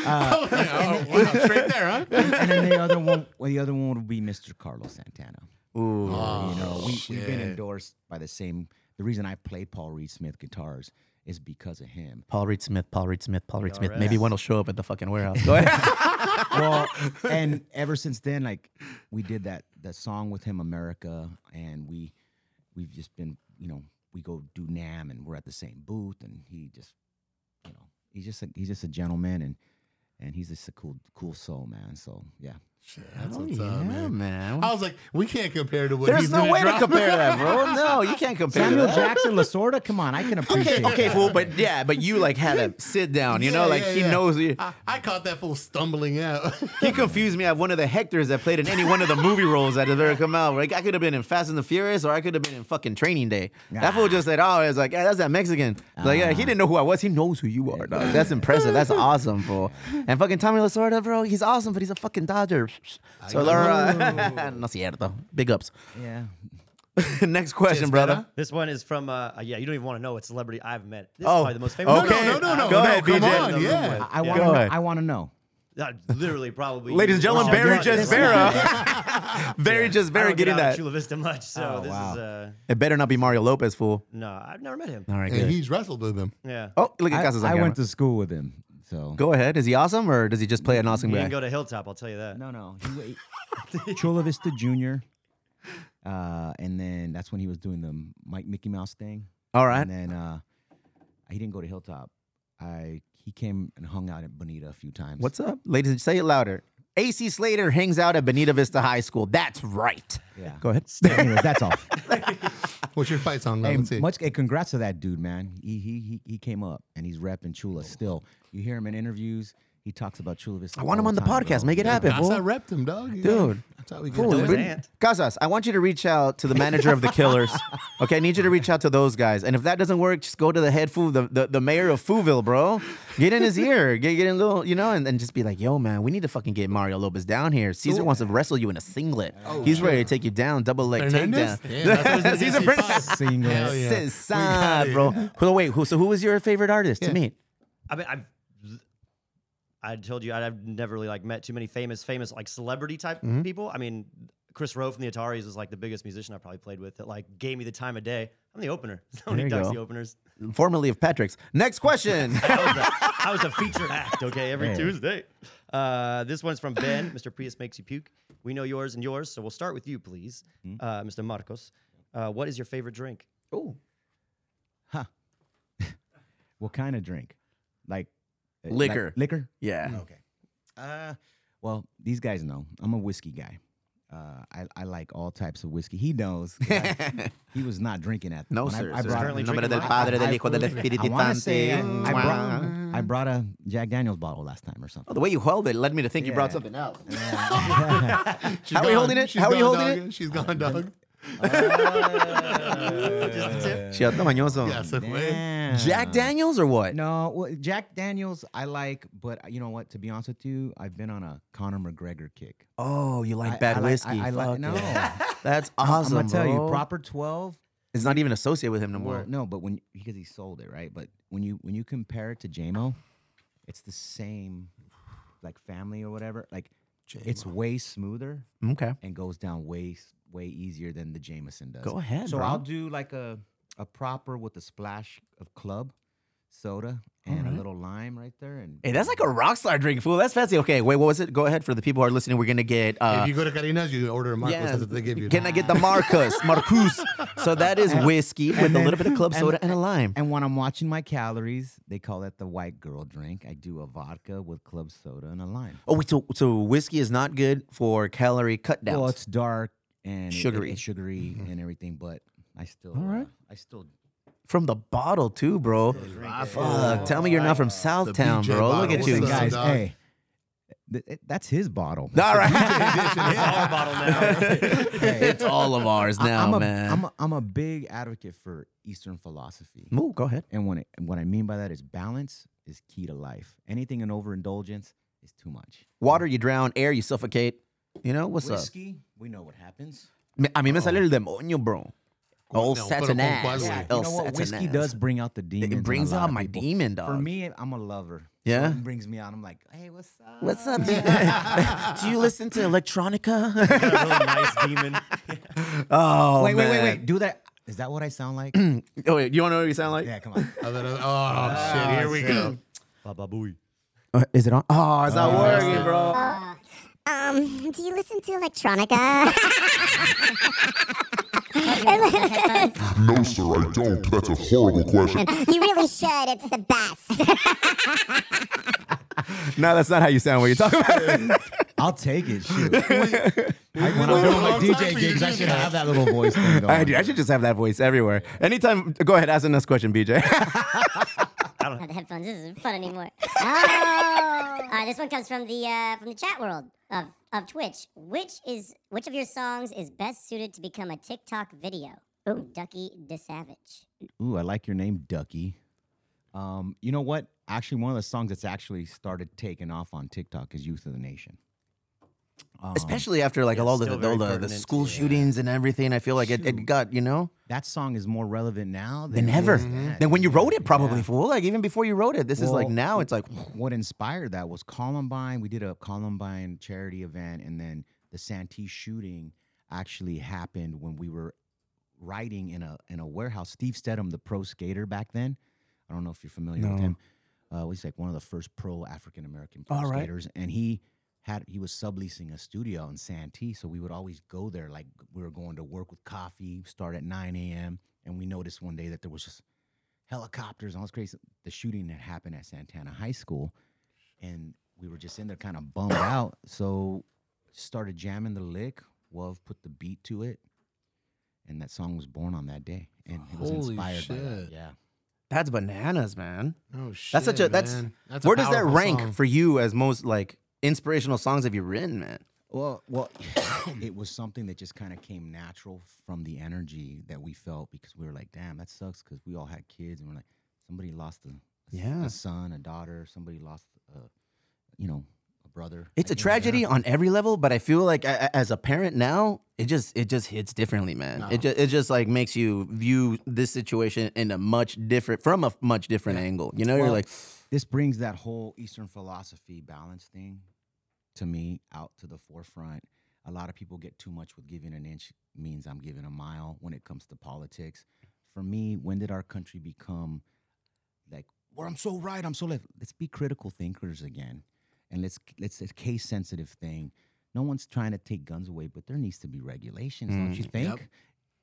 Speaker 5: oh,
Speaker 3: uh,
Speaker 5: wow, straight there, huh?
Speaker 4: and then the other one, well, the other one would be Mr. Carlos Santana.
Speaker 3: Ooh.
Speaker 5: Oh,
Speaker 4: you know, we, we've been
Speaker 5: shit.
Speaker 4: endorsed by the same. The reason I play Paul Reed Smith guitars is because of him.
Speaker 3: Paul Reed Smith, Paul Reed Smith, Paul Reed Smith. Maybe one will show up at the fucking warehouse. Go ahead.
Speaker 4: well, and ever since then, like we did that that song with him, America, and we we've just been, you know, we go do Nam, and we're at the same booth, and he just, you know, he's just a, he's just a gentleman, and and he's just a cool cool soul, man. So yeah,
Speaker 5: Shit, that's
Speaker 3: Oh,
Speaker 5: what's up,
Speaker 3: yeah,
Speaker 5: man.
Speaker 3: man.
Speaker 5: I was like, we can't compare to what
Speaker 3: There's
Speaker 5: he's
Speaker 3: no
Speaker 5: gonna
Speaker 3: way to
Speaker 5: drop.
Speaker 3: compare that, bro. No, you can't compare
Speaker 4: Samuel
Speaker 3: that.
Speaker 4: Jackson, Lasorda, come on, I can appreciate.
Speaker 3: Okay, okay,
Speaker 4: that.
Speaker 3: fool, but yeah, but you like had a sit down, you
Speaker 5: Yeah,
Speaker 3: know, like
Speaker 5: yeah,
Speaker 3: he
Speaker 5: yeah.
Speaker 3: knows. He,
Speaker 5: I, I caught that fool stumbling out.
Speaker 3: he confused me. I have one of the Hectors that played in any one of the movie roles that have ever come out. Like I could have been in Fast and the Furious, or I could have been in fucking Training Day. That fool just said, "Oh, it's like yeah, that's that Mexican." Like yeah, he didn't know who I was. He knows who you are, dog. That's impressive. That's awesome, fool. And fucking Tommy Lasorda, bro, he's awesome, but he's a fucking Dodger. So Laura, no cierto. Big ups.
Speaker 4: yeah,
Speaker 3: Next question, brother.
Speaker 6: This one is from uh, uh, yeah. You don't even want to know what celebrity I've met. This
Speaker 3: Oh,
Speaker 6: is probably the most famous.
Speaker 3: okay.
Speaker 5: no, no, no,
Speaker 3: Go
Speaker 5: no,
Speaker 3: ahead,
Speaker 5: come
Speaker 3: BJ.
Speaker 5: on,
Speaker 6: No, no,
Speaker 5: yeah.
Speaker 6: no.
Speaker 4: I
Speaker 3: Yeah.
Speaker 4: want
Speaker 3: Go
Speaker 4: to
Speaker 3: ahead.
Speaker 4: I want to know.
Speaker 6: Uh, literally, probably.
Speaker 3: Ladies and gentlemen,
Speaker 6: Well,
Speaker 3: Barry
Speaker 6: Chula Vista.
Speaker 3: Jesbera.
Speaker 6: Yeah.
Speaker 3: Barry
Speaker 6: I
Speaker 3: Jesbera
Speaker 6: don't get
Speaker 3: getting
Speaker 6: out of
Speaker 3: that.
Speaker 6: Chula Vista much. So
Speaker 4: Oh,
Speaker 6: this
Speaker 4: wow.
Speaker 6: is uh,
Speaker 3: It better not be Mario Lopez, fool.
Speaker 6: no. I've never met him.
Speaker 3: All right,
Speaker 5: and
Speaker 3: good.
Speaker 5: he's wrestled with him.
Speaker 6: Yeah.
Speaker 3: Oh, look at
Speaker 4: I,
Speaker 3: Casas. on
Speaker 4: I
Speaker 3: camera.
Speaker 4: went to school with him, so
Speaker 3: Go ahead. Is he awesome or does he just play an awesome
Speaker 6: He
Speaker 3: guy?
Speaker 6: didn't go to Hilltop. I'll tell you that.
Speaker 4: No, no. He, wa- Chula Vista Jr. Uh, and then that's when he was doing the Mike Mickey Mouse thing.
Speaker 3: All right.
Speaker 4: And then uh, he didn't go to Hilltop. I he came and hung out at Bonita a few times.
Speaker 3: What's up? Ladies, say it louder. AC Slater hangs out at Bonita Vista High School. That's right.
Speaker 4: Yeah.
Speaker 3: Go ahead.
Speaker 4: Anyways, that's all.
Speaker 5: What's your fight song?
Speaker 4: hey,
Speaker 5: Let's see.
Speaker 4: much hey, congrats to that dude, man. He he he, he came up and he's repping Chula still. You hear him in interviews. He talks about Chula Vista.
Speaker 3: Oh. I want
Speaker 4: all
Speaker 3: him on the
Speaker 4: time, bro.
Speaker 3: podcast. Make it happen,
Speaker 5: That's I
Speaker 3: fool.
Speaker 5: repped him, dog. Yeah.
Speaker 3: Dude.
Speaker 5: That's how we get
Speaker 3: Cool.
Speaker 5: done.
Speaker 3: Bring-
Speaker 6: aunt.
Speaker 3: Casas, I want you to reach out to the manager of the Killers. Okay, I need you to reach out to those guys. And if that doesn't work, just go to the head fool, the, the, the mayor of Fooville, bro. Get in his ear. Get, get in a little, you know, and, and just be like, yo, man, we need to fucking get Mario Lopez down here. Caesar wants to wrestle you in a singlet. He's ready to take you down, double leg
Speaker 5: Hernandez?
Speaker 3: takedown.
Speaker 5: Damn, that's what his
Speaker 3: He's
Speaker 5: name
Speaker 3: a
Speaker 5: is.
Speaker 3: Fernandez.
Speaker 4: Single.
Speaker 5: Hell yeah.
Speaker 3: Since
Speaker 5: We got
Speaker 3: side,
Speaker 5: it.
Speaker 3: bro. Who- wait, who, so who was your favorite artist to meet?
Speaker 6: I mean, I've I told you I'd- I've never really like met too many famous, famous like celebrity type
Speaker 3: Mm-hmm.
Speaker 6: people. I mean, Chris Rowe from the Ataris was like the biggest musician I probably played with that like gave me the time of day. I'm the opener.
Speaker 3: There
Speaker 6: Nobody
Speaker 3: you
Speaker 6: ducks
Speaker 3: go.
Speaker 6: the openers.
Speaker 3: Formerly of Patrick's. Next question.
Speaker 6: I was a- I was a featured act, okay, every Tuesday. Uh, this one's from Ben. Mr. Prius makes you puke. We know yours and yours, so we'll start with you, please,
Speaker 4: Mm-hmm.
Speaker 6: uh, Mr. Marcos. Uh, what is your favorite drink?
Speaker 4: Oh. Huh.
Speaker 3: What kind of drink? Like uh, like
Speaker 12: Liquor.
Speaker 3: liquor.
Speaker 12: Yeah.
Speaker 3: Okay. Uh, well, these guys know. I'm a whiskey guy. Uh, I, I like all types of whiskey. He knows. 'cause I- he was not drinking at
Speaker 1: No,
Speaker 3: when I-
Speaker 1: sir.
Speaker 3: I
Speaker 1: sir.
Speaker 3: brought-
Speaker 4: Currently
Speaker 1: En nombre del
Speaker 4: drinking
Speaker 1: Padre,
Speaker 3: I-
Speaker 1: del
Speaker 3: I-
Speaker 1: Hijo, del
Speaker 3: I
Speaker 1: Espíritu mm,
Speaker 3: wanna say I,
Speaker 1: Santo.
Speaker 3: I
Speaker 1: Wow.
Speaker 3: brought, I brought a Jack Daniels bottle last time or something.
Speaker 1: Oh, the way you held it led me to think you brought
Speaker 3: Yeah.
Speaker 1: something else.
Speaker 5: She's
Speaker 1: How are you
Speaker 5: gone.
Speaker 1: holding it?
Speaker 5: She's
Speaker 1: How are you
Speaker 5: gone,
Speaker 1: holding
Speaker 5: dog. She's gone, dog.
Speaker 1: She anda mañoso.
Speaker 5: Yeah, se fue.
Speaker 3: Damn.
Speaker 1: Jack Daniels or what?
Speaker 3: No, Uh, well, Jack Daniels I like, but uh, you know what? To be honest with you, I've been on a Conor McGregor kick.
Speaker 1: Oh, you like
Speaker 3: I-
Speaker 1: bad
Speaker 3: I like-
Speaker 1: whiskey.
Speaker 3: I- I like-
Speaker 1: Fuck
Speaker 3: no.
Speaker 1: yeah. That's
Speaker 3: I'm
Speaker 1: awesome.
Speaker 3: gonna tell
Speaker 1: bro.
Speaker 3: you, proper twelve.
Speaker 1: It's not even associated with him no more.
Speaker 3: Well, no, but when because he sold it, right? But when you when you compare it to JMO, it's the same, like family or whatever. Like it's way smoother
Speaker 1: Okay.
Speaker 3: and goes down way s- way easier than the Jameson does.
Speaker 1: Go ahead,
Speaker 3: So
Speaker 1: bro.
Speaker 3: I'll do like a a proper with a splash of club soda and a little lime right there, and
Speaker 1: Hey, that's like a rock star drink, fool. That's fancy. Okay, wait, what was it? Go ahead for the people who are listening. We're gonna get. Uh,
Speaker 5: if you go to Carina's, you order a Marcos. That's what they give you.
Speaker 1: Can I get the Marcus? Marcus. So that is whiskey with a
Speaker 3: then-
Speaker 1: little bit of club
Speaker 3: and-
Speaker 1: soda and a lime.
Speaker 3: And when I'm watching my calories, they call that the white girl drink. I do a vodka with club soda and a lime.
Speaker 1: Oh wait, so so whiskey is not good for calorie cut downs.
Speaker 3: Well, it's dark and it- it-
Speaker 1: Sugary.
Speaker 3: it's sugary and everything, but I still, All right. I still.
Speaker 1: from the bottle too, bro.
Speaker 5: Ah, Oh,
Speaker 1: Fuck, tell me you're not from Southtown,
Speaker 5: BJ
Speaker 1: bro. Look
Speaker 5: bottle.
Speaker 1: at you.
Speaker 5: Listen,
Speaker 3: Listen,
Speaker 5: Awesome,
Speaker 3: guys,
Speaker 5: dog.
Speaker 3: hey, th- it- that's his bottle.
Speaker 1: All right,
Speaker 4: It's our bottle now.
Speaker 1: it's all of ours
Speaker 3: I-
Speaker 1: now,
Speaker 3: I'm a,
Speaker 1: man.
Speaker 3: I'm a, I'm a big advocate for Eastern philosophy,
Speaker 1: Ooh, go ahead.
Speaker 3: and when it, and what I mean by that is balance is key to life. Anything in overindulgence is too much.
Speaker 1: Water, you drown. Air, you suffocate. You know what's
Speaker 3: Whiskey, we know what happens.
Speaker 1: up? Me- A mí me sale el demonio, bro. Old
Speaker 5: no, pero con
Speaker 1: Satanás.
Speaker 5: cuál, güey?
Speaker 3: Yeah,
Speaker 1: El
Speaker 3: you know what? Whiskey
Speaker 1: Satanás.
Speaker 3: does bring out the demon.
Speaker 1: It brings out my demon, dog.
Speaker 3: For me, I'm a lover. So
Speaker 1: Yeah?
Speaker 3: it brings me out. I'm like, hey, what's up?
Speaker 1: What's up? man? Do you listen to electronica?
Speaker 4: Got a really nice demon.
Speaker 1: oh,
Speaker 3: wait, wait, wait,
Speaker 1: man.
Speaker 3: wait. Do that. Is that what I sound like?
Speaker 1: Oh, wait. You want to know what you sound like?
Speaker 3: yeah, come on.
Speaker 5: Oh, shit. Here we go.
Speaker 4: Baba booey.
Speaker 1: Uh, Is it on? Oh, it's not working, bro.
Speaker 10: Um, do you listen to electronica?
Speaker 13: No, sir, I don't. That's a horrible question.
Speaker 10: you really should. It's the best.
Speaker 1: No, that's not how you sound. What you talking about?
Speaker 3: I'll take it. Shoot. I, when I'm doing my DJ gigs, I should have that little voice thing going.
Speaker 1: I, do. I should just have that voice everywhere. Anytime. Go ahead. Ask the next question, BJ.
Speaker 10: the headphones. This isn't fun anymore.
Speaker 3: Ah!
Speaker 10: Oh. Uh, this one comes from the uh, from the chat world of of Twitch. Which is which of your songs is best suited to become a TikTok video? Oh, Ducky DeSavage.
Speaker 3: Ooh, I like your name, Ducky. Um, you know what? Actually, one of the songs that's actually started taking off on TikTok is "Youth of the Nation." Um,
Speaker 1: Especially after like
Speaker 4: Yeah,
Speaker 1: all the the,
Speaker 4: still very
Speaker 1: the, the
Speaker 4: pertinent.
Speaker 1: school shootings and everything. I feel like it, it
Speaker 3: Shoot.
Speaker 1: got, you know,
Speaker 3: that song is more relevant now than,
Speaker 1: than
Speaker 3: it
Speaker 1: ever.
Speaker 3: was then.
Speaker 1: Than when you wrote it, probably,
Speaker 3: Yeah.
Speaker 1: fool. Like even before you wrote it. This is like
Speaker 3: Well,
Speaker 1: now it's like,
Speaker 3: what inspired that was Columbine. We did a Columbine charity event, and then the Santee shooting actually happened when we were writing in a in a warehouse. Steve Stedham, the pro skater back then, I don't know if you're familiar with
Speaker 1: No.
Speaker 3: him. Uh, he's like one of the first pro African American pro
Speaker 1: All right.
Speaker 3: skaters, and he had he was subleasing a studio in Santee, so we would always go there. Like we were going to work with coffee, start at 9 a.m., and we noticed one day that there was just helicopters and all this crazy. The shooting that happened at Santana High School, and we were just in there kind of bummed out. So started jamming the lick. Wov put the beat to it, and that song was born on that day, and it was
Speaker 5: Holy
Speaker 3: inspired by that.
Speaker 5: shit.
Speaker 3: Yeah.
Speaker 1: that's bananas, man.
Speaker 5: Oh, shit.
Speaker 1: That's such a, that's,
Speaker 5: man. That's a
Speaker 1: where does that
Speaker 5: powerful
Speaker 1: rank
Speaker 5: song.
Speaker 1: for you as most like inspirational songs have you written, man?
Speaker 3: Well, well, it was something that just kind of came natural from the energy that we felt because we were like, "Damn, that sucks," because we all had kids, and we're like, somebody lost a, a s-
Speaker 1: Yeah.
Speaker 3: a son, a daughter, somebody lost a, you know, a brother.
Speaker 1: It's a
Speaker 3: Like, you know,
Speaker 1: tragedy on every level, but I feel like a- a- as a parent now, it just it just hits differently, man. It just it just like makes you view this situation in a much different from a much different angle. You know, you're
Speaker 3: Well,
Speaker 1: like,
Speaker 3: this brings that whole Eastern philosophy balance thing to me out to the forefront. A lot of people get too much with giving an inch means I'm giving a mile when it comes to politics. For me, when did our country become like where I'm so right, I'm so left? Let's be critical thinkers again, and let's let's a case sensitive thing. No one's trying to take guns away, but there needs to be regulations, don't
Speaker 10: Mm,
Speaker 3: you think?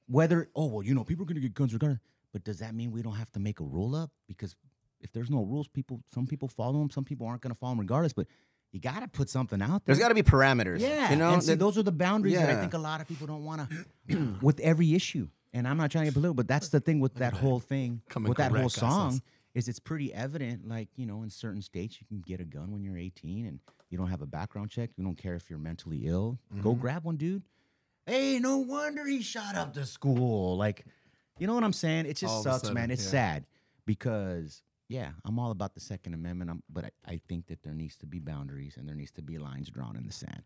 Speaker 3: Whether oh well, you know, people are gonna get guns regardless. But does that mean we don't have to make a rule up because if there's no rules, people some people follow them, some people aren't going to follow them regardless. But you got to put something out there.
Speaker 10: There's got to be parameters.
Speaker 3: yeah,
Speaker 10: You know,
Speaker 3: and see,
Speaker 10: that-
Speaker 3: those are the boundaries that I
Speaker 10: Yeah.
Speaker 3: think a lot of people don't want to
Speaker 5: Hmm.
Speaker 3: with every issue. And I'm not trying to get political, but that's the thing with that whole thing,
Speaker 5: Come and
Speaker 3: with that whole
Speaker 5: correct us, us.
Speaker 3: song, is it's pretty evident. Like you know, in certain states, you can get a gun when you're 18 and you don't have a background check. You don't care if you're mentally ill.
Speaker 5: Mm-hmm.
Speaker 3: Go grab one, dude. Hey, no wonder he shot up the school. Like, you know what I'm saying? It just
Speaker 5: All of a
Speaker 3: sucks,
Speaker 5: sudden,
Speaker 3: man. It's
Speaker 5: yeah.
Speaker 3: sad because yeah, I'm all about the Second Amendment. I'm, but I, I think that there needs to be boundaries and there needs to be lines drawn in the sand.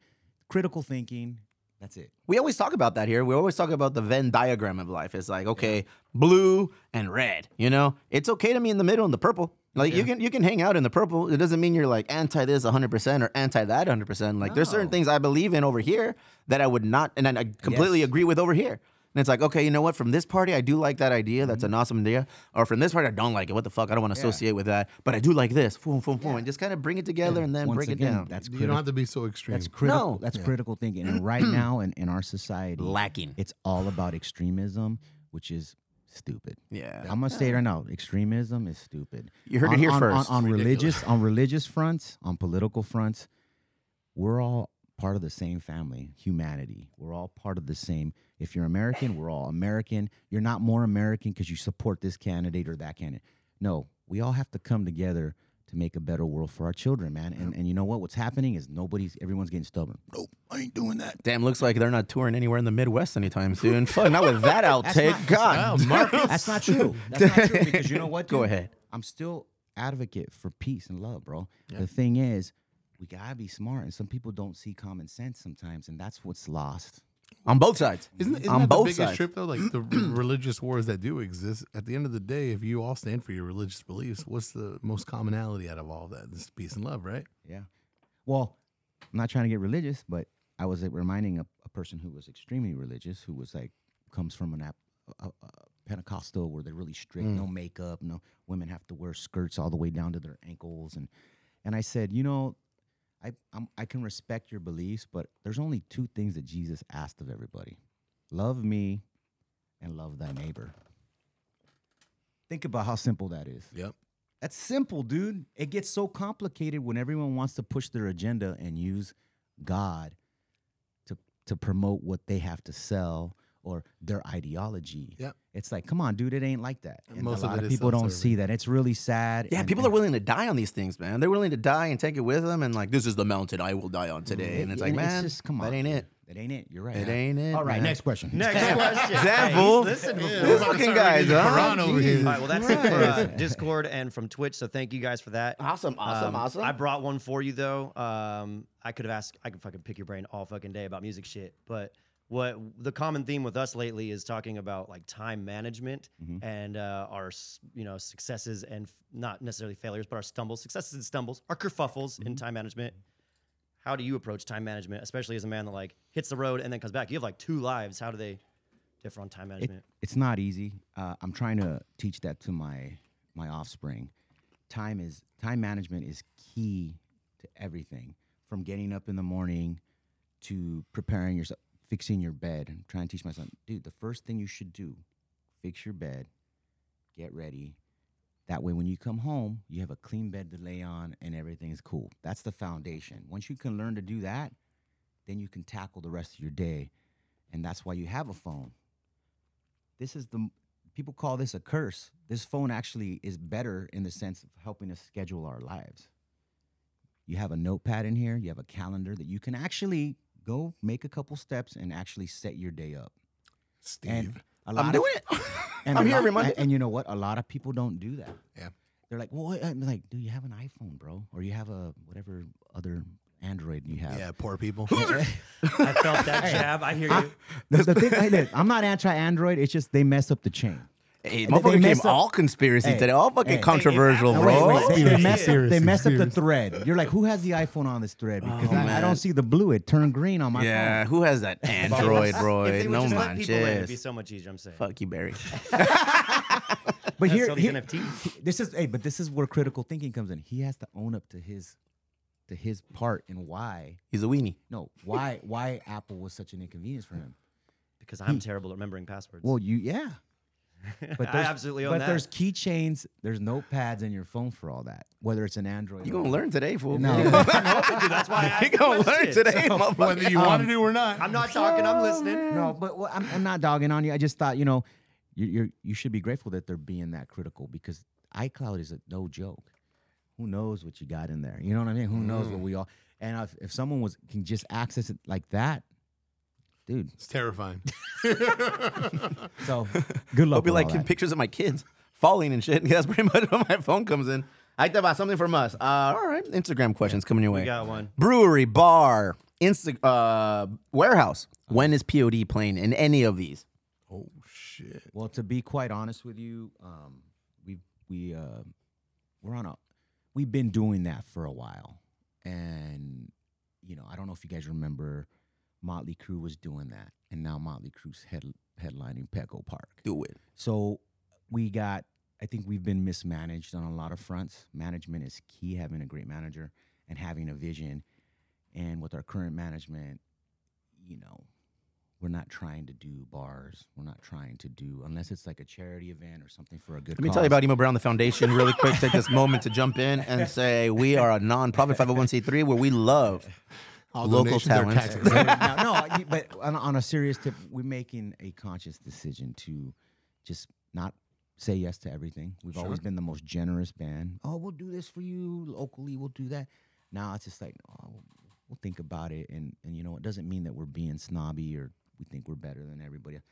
Speaker 3: Critical thinking. That's it.
Speaker 10: we always talk about that here. We always talk about the Venn diagram of life. It's like okay, blue and red. You know, it's okay to be in the middle and the purple. Like you can you can hang out in the purple. It doesn't mean you're like anti this 100 percent or anti that 100 percent. Like there's certain
Speaker 3: No.
Speaker 10: things I believe in over here that I would not and I I completely agree with over here. And it's like okay, you know what? From this party, I do like that idea. That's
Speaker 3: Mm-hmm.
Speaker 10: an awesome idea. Or from this party, I don't like it. What the fuck? I don't want to associate with that. But I do like this. Boom, boom, boom. And just kind of bring it together and then
Speaker 3: Once
Speaker 10: break
Speaker 3: again,
Speaker 10: it down.
Speaker 3: That's
Speaker 5: You don't
Speaker 3: critical.
Speaker 5: have to be so extreme.
Speaker 3: That's critical.
Speaker 10: No.
Speaker 3: That's critical thinking. And right now, in, in our society,
Speaker 10: Lacking.
Speaker 3: It's all about extremism, which is stupid.
Speaker 10: Yeah.
Speaker 3: I'm gonna say it right now. Extremism is stupid.
Speaker 10: You heard it
Speaker 3: On-
Speaker 10: here
Speaker 3: on-
Speaker 10: first.
Speaker 3: On, on religious, on religious fronts, on political fronts, we're all part of the same family, humanity. We're all part of the same. If you're American, we're all American. You're not more American because you support this candidate or that candidate. No, we all have to come together to make a better world for our children, man. And, and you know what? What's happening is nobody's, everyone's getting stubborn. Nope, I ain't doing that.
Speaker 10: Damn, looks like they're not touring anywhere in the Midwest anytime soon. Fuck, not with that outtake.
Speaker 5: Oh,
Speaker 10: God,
Speaker 3: That's not true. That's not true because you know what?
Speaker 10: Go
Speaker 3: dude?
Speaker 10: ahead.
Speaker 3: I'm still advocate for peace and love, bro. The thing is, we gotta be smart, and some people don't see common sense sometimes, and that's what's lost.
Speaker 10: on both sides.
Speaker 5: Isn't, isn't
Speaker 10: on
Speaker 5: that the
Speaker 10: both
Speaker 5: biggest
Speaker 10: sides.
Speaker 5: trip though? Like the religious wars that do exist. At the end of the day, if you all stand for your religious beliefs, what's the most commonality out of all that? It's peace and love, right?
Speaker 3: Yeah. Well, I'm not trying to get religious, but I was like, reminding a, a person who was extremely religious, who was like comes from an ap- a, a, a Pentecostal where they're really strict, no makeup, no women have to wear skirts all the way down to their ankles, and and I said, you know, I I'm, I can respect your beliefs, but there's only two things that Jesus asked of everybody: love me, and love thy neighbor. Think about how simple that is.
Speaker 5: Yep.
Speaker 3: That's simple, dude. It gets so complicated when everyone wants to push their agenda and use God to to promote what they have to sell or their ideology.
Speaker 5: Yep.
Speaker 3: It's like, come on, dude, it ain't like that. And
Speaker 5: most
Speaker 3: a
Speaker 5: of
Speaker 3: lot
Speaker 5: it
Speaker 3: of,
Speaker 5: is
Speaker 3: people don't
Speaker 5: self-serving.
Speaker 3: see that. It's really sad.
Speaker 10: Yeah,
Speaker 3: and-
Speaker 10: people
Speaker 3: and-
Speaker 10: are willing to die on these things, man. They're willing to die and take it with them, and like this is the mountain I will die on today. And it's like, man,
Speaker 3: Mm-hmm. just, come on,
Speaker 10: that ain't
Speaker 3: dude.
Speaker 10: it.
Speaker 3: That ain't it. You're right.
Speaker 10: It ain't it.
Speaker 3: All right,
Speaker 10: man.
Speaker 3: next question.
Speaker 4: Next question.
Speaker 10: Example.
Speaker 4: Hey, he's listened before.
Speaker 10: These fucking guys, huh?
Speaker 5: Quran over here.
Speaker 4: All right, well, that's it for uh, Discord and from Twitch. So thank you guys for that.
Speaker 10: Awesome, awesome,
Speaker 4: Um,
Speaker 10: awesome.
Speaker 4: I brought one for you though. Um, I could have asked. I could fucking pick your brain all fucking day about music shit. But what the common theme with us lately is talking about like time management and uh, our s- you know successes and f- not necessarily failures, but our stumbles, successes and stumbles, our kerfuffles in time management. How do you approach time management, especially as a man that like hits the road and then comes back? You have like two lives. How do they differ on time
Speaker 3: It-
Speaker 4: management?
Speaker 3: it's not easy. Uh, I'm trying to teach that to my my offspring. Time is time management is key to everything. From getting up in the morning to preparing yourself, fixing your bed. I'm trying to teach my son, dude. The first thing you should do, fix your bed, get ready. That way, when you come home, you have a clean bed to lay on, and everything's cool. That's the foundation. Once you can learn to do that, then you can tackle the rest of your day, and that's why you have a phone this is the people call this a curse. This phone actually is better in the sense of helping us schedule our lives. You have a notepad in here, you have a calendar that you can actually go make a couple steps and actually set your day up.
Speaker 5: Steve.
Speaker 3: And a lot
Speaker 10: I'm
Speaker 3: of-
Speaker 10: doing it.
Speaker 3: and
Speaker 10: I'm
Speaker 3: a
Speaker 10: here
Speaker 3: lot-
Speaker 10: every Monday.
Speaker 3: And, and you know what? A lot of people don't do that.
Speaker 5: Yeah.
Speaker 3: They're like, well, I'm like, do you have an iPhone, bro? Or you have a um, whatever other Android you have.
Speaker 5: yeah, poor people.
Speaker 4: I felt that jab. I hear you.
Speaker 3: The, the thing, hey, look, I'm not anti Android. It's just they mess up the chain.
Speaker 10: Hey,
Speaker 3: they
Speaker 10: motherfucker came
Speaker 3: mess up-
Speaker 10: all conspiracy
Speaker 3: Hey,
Speaker 10: today, all fucking
Speaker 3: hey.
Speaker 10: controversial,
Speaker 3: No,
Speaker 10: bro.
Speaker 3: wait, wait, They, they
Speaker 5: Conspiracy
Speaker 3: mess up,
Speaker 5: theories,
Speaker 3: they mess up the
Speaker 5: conspiracy.
Speaker 3: thread. You're like, who has the iPhone on this thread? Because I, I
Speaker 10: man.
Speaker 3: don't see the blue. It turned green on my
Speaker 10: Yeah,
Speaker 3: phone.
Speaker 10: who has that Android,
Speaker 4: If
Speaker 10: bro?
Speaker 4: they would
Speaker 10: No
Speaker 4: just let people in, it'd be
Speaker 10: manches.
Speaker 4: so much easier. I'm saying.
Speaker 10: Fuck you, Barry.
Speaker 3: But
Speaker 4: That's
Speaker 3: here,
Speaker 4: all these
Speaker 3: here-
Speaker 4: NFTs.
Speaker 3: this is hey, but this is where critical thinking comes in. He has to own up to his to his part and why
Speaker 10: He's a weenie.
Speaker 3: no why why Apple was such an inconvenience for him.
Speaker 4: because I'm terrible at remembering passwords.
Speaker 3: Well, you yeah.
Speaker 4: I
Speaker 9: there's-
Speaker 4: absolutely own
Speaker 9: But
Speaker 4: that.
Speaker 9: there's keychains, there's notepads in your phone for all that, whether it's an Android.
Speaker 3: You
Speaker 9: or-
Speaker 3: gonna learn today, fool?
Speaker 9: No.
Speaker 3: You gonna-
Speaker 4: Dude, that's why I
Speaker 3: you
Speaker 4: asked the
Speaker 3: gonna learn
Speaker 4: question.
Speaker 3: today, motherfucker?
Speaker 5: Whether you want to do or not.
Speaker 4: I'm not talking. I'm listening.
Speaker 9: No, but well, I'm, I'm not dogging on you. I just thought, you know, you you you should be grateful that they're being that critical because iCloud is a no joke. Who knows what you got in there? You know what I mean? Who knows
Speaker 3: Mm.
Speaker 9: what we all and if, if someone was can just access it like that, dude.
Speaker 5: It's terrifying.
Speaker 9: So good luck.
Speaker 3: I'll be
Speaker 9: with
Speaker 3: like
Speaker 9: all that.
Speaker 3: pictures of my kids falling and shit. That's pretty much when my phone comes in. I thought about something from us. Uh, all right, Instagram questions coming your way.
Speaker 4: We got one.
Speaker 3: Brewery, bar, Insta, uh, warehouse. When is POD playing in any of these?
Speaker 5: oh shit.
Speaker 9: Well, to be quite honest with you, um, we we uh, we're on a we've been doing that for a while, and you know I don't know if you guys remember, Motley Crue was doing that, and now Motley Crue's head, headlining Petco Park.
Speaker 3: Do it.
Speaker 9: So we got I think we've been mismanaged on a lot of fronts. Management is key. Having a great manager and having a vision, and with our current management, you know, we're not trying to do bars. We're not trying to do unless it's like a charity event or something for a good.
Speaker 3: Let me tell you about Emo Brown the Foundation really quick. Take this moment to jump in and say we are a nonprofit 501c3 where we love
Speaker 5: All
Speaker 3: local
Speaker 5: donations are
Speaker 3: talent.
Speaker 5: tax exempt.
Speaker 9: no, no, you- but on, on a serious tip, we're making a conscious decision to just not say yes to everything. We've always been the most generous band. Oh, we'll do this for you locally. We'll do that. Now it's just like, oh, we'll, we'll think about it, and and you know, it doesn't mean that we're being snobby or we think we're better than everybody. else.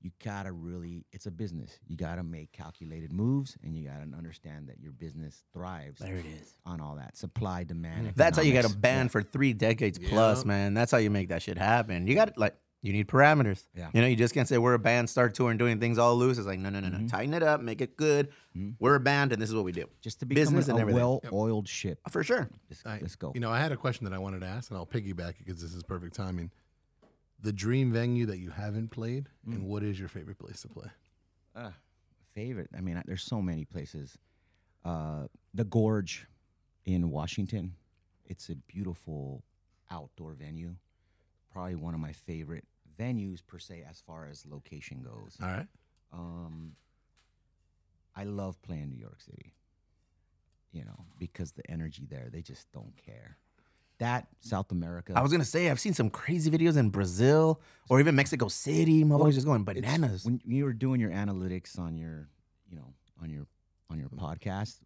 Speaker 9: You gotta really, it's a business. You gotta make calculated moves, and you gotta understand that your business thrives. There it is Mm-hmm. on all that supply demand.
Speaker 3: That's how you got a
Speaker 9: economics.
Speaker 3: ban for three decades plus, man. That's how you make that shit happen. You got to like you need parameters.
Speaker 9: Yeah.
Speaker 3: You know, you just can't say we're a band, start touring, doing things all loose. It's like no, no, no, no.
Speaker 9: Mm-hmm.
Speaker 3: Tighten it up, make it good. We're a band, and this is what we do.
Speaker 9: just to become
Speaker 3: business
Speaker 9: a
Speaker 3: and everything. Oh,
Speaker 9: well-oiled ship.
Speaker 3: for sure.
Speaker 9: Let's,
Speaker 5: I-
Speaker 9: let's go.
Speaker 5: You know, I had a question that I wanted to ask, and I'll piggyback it because this is perfect timing. The dream venue that you haven't played,
Speaker 9: Mm.
Speaker 5: and what is your favorite place to play?
Speaker 9: Uh, favorite. I mean, I- there's so many places. Uh, the Gorge in Washington. It's a beautiful outdoor venue. Probably one of my favorite venues per se, as far as location goes.
Speaker 5: All right.
Speaker 9: Um, I love playing New York City. You know, because the energy there, they just don't care. That South America.
Speaker 3: I was gonna say I've seen some crazy videos in Brazil or even Mexico City. My boy's just going
Speaker 9: it's-
Speaker 3: bananas.
Speaker 9: When you were doing your analytics on your, you know, on your on your podcast,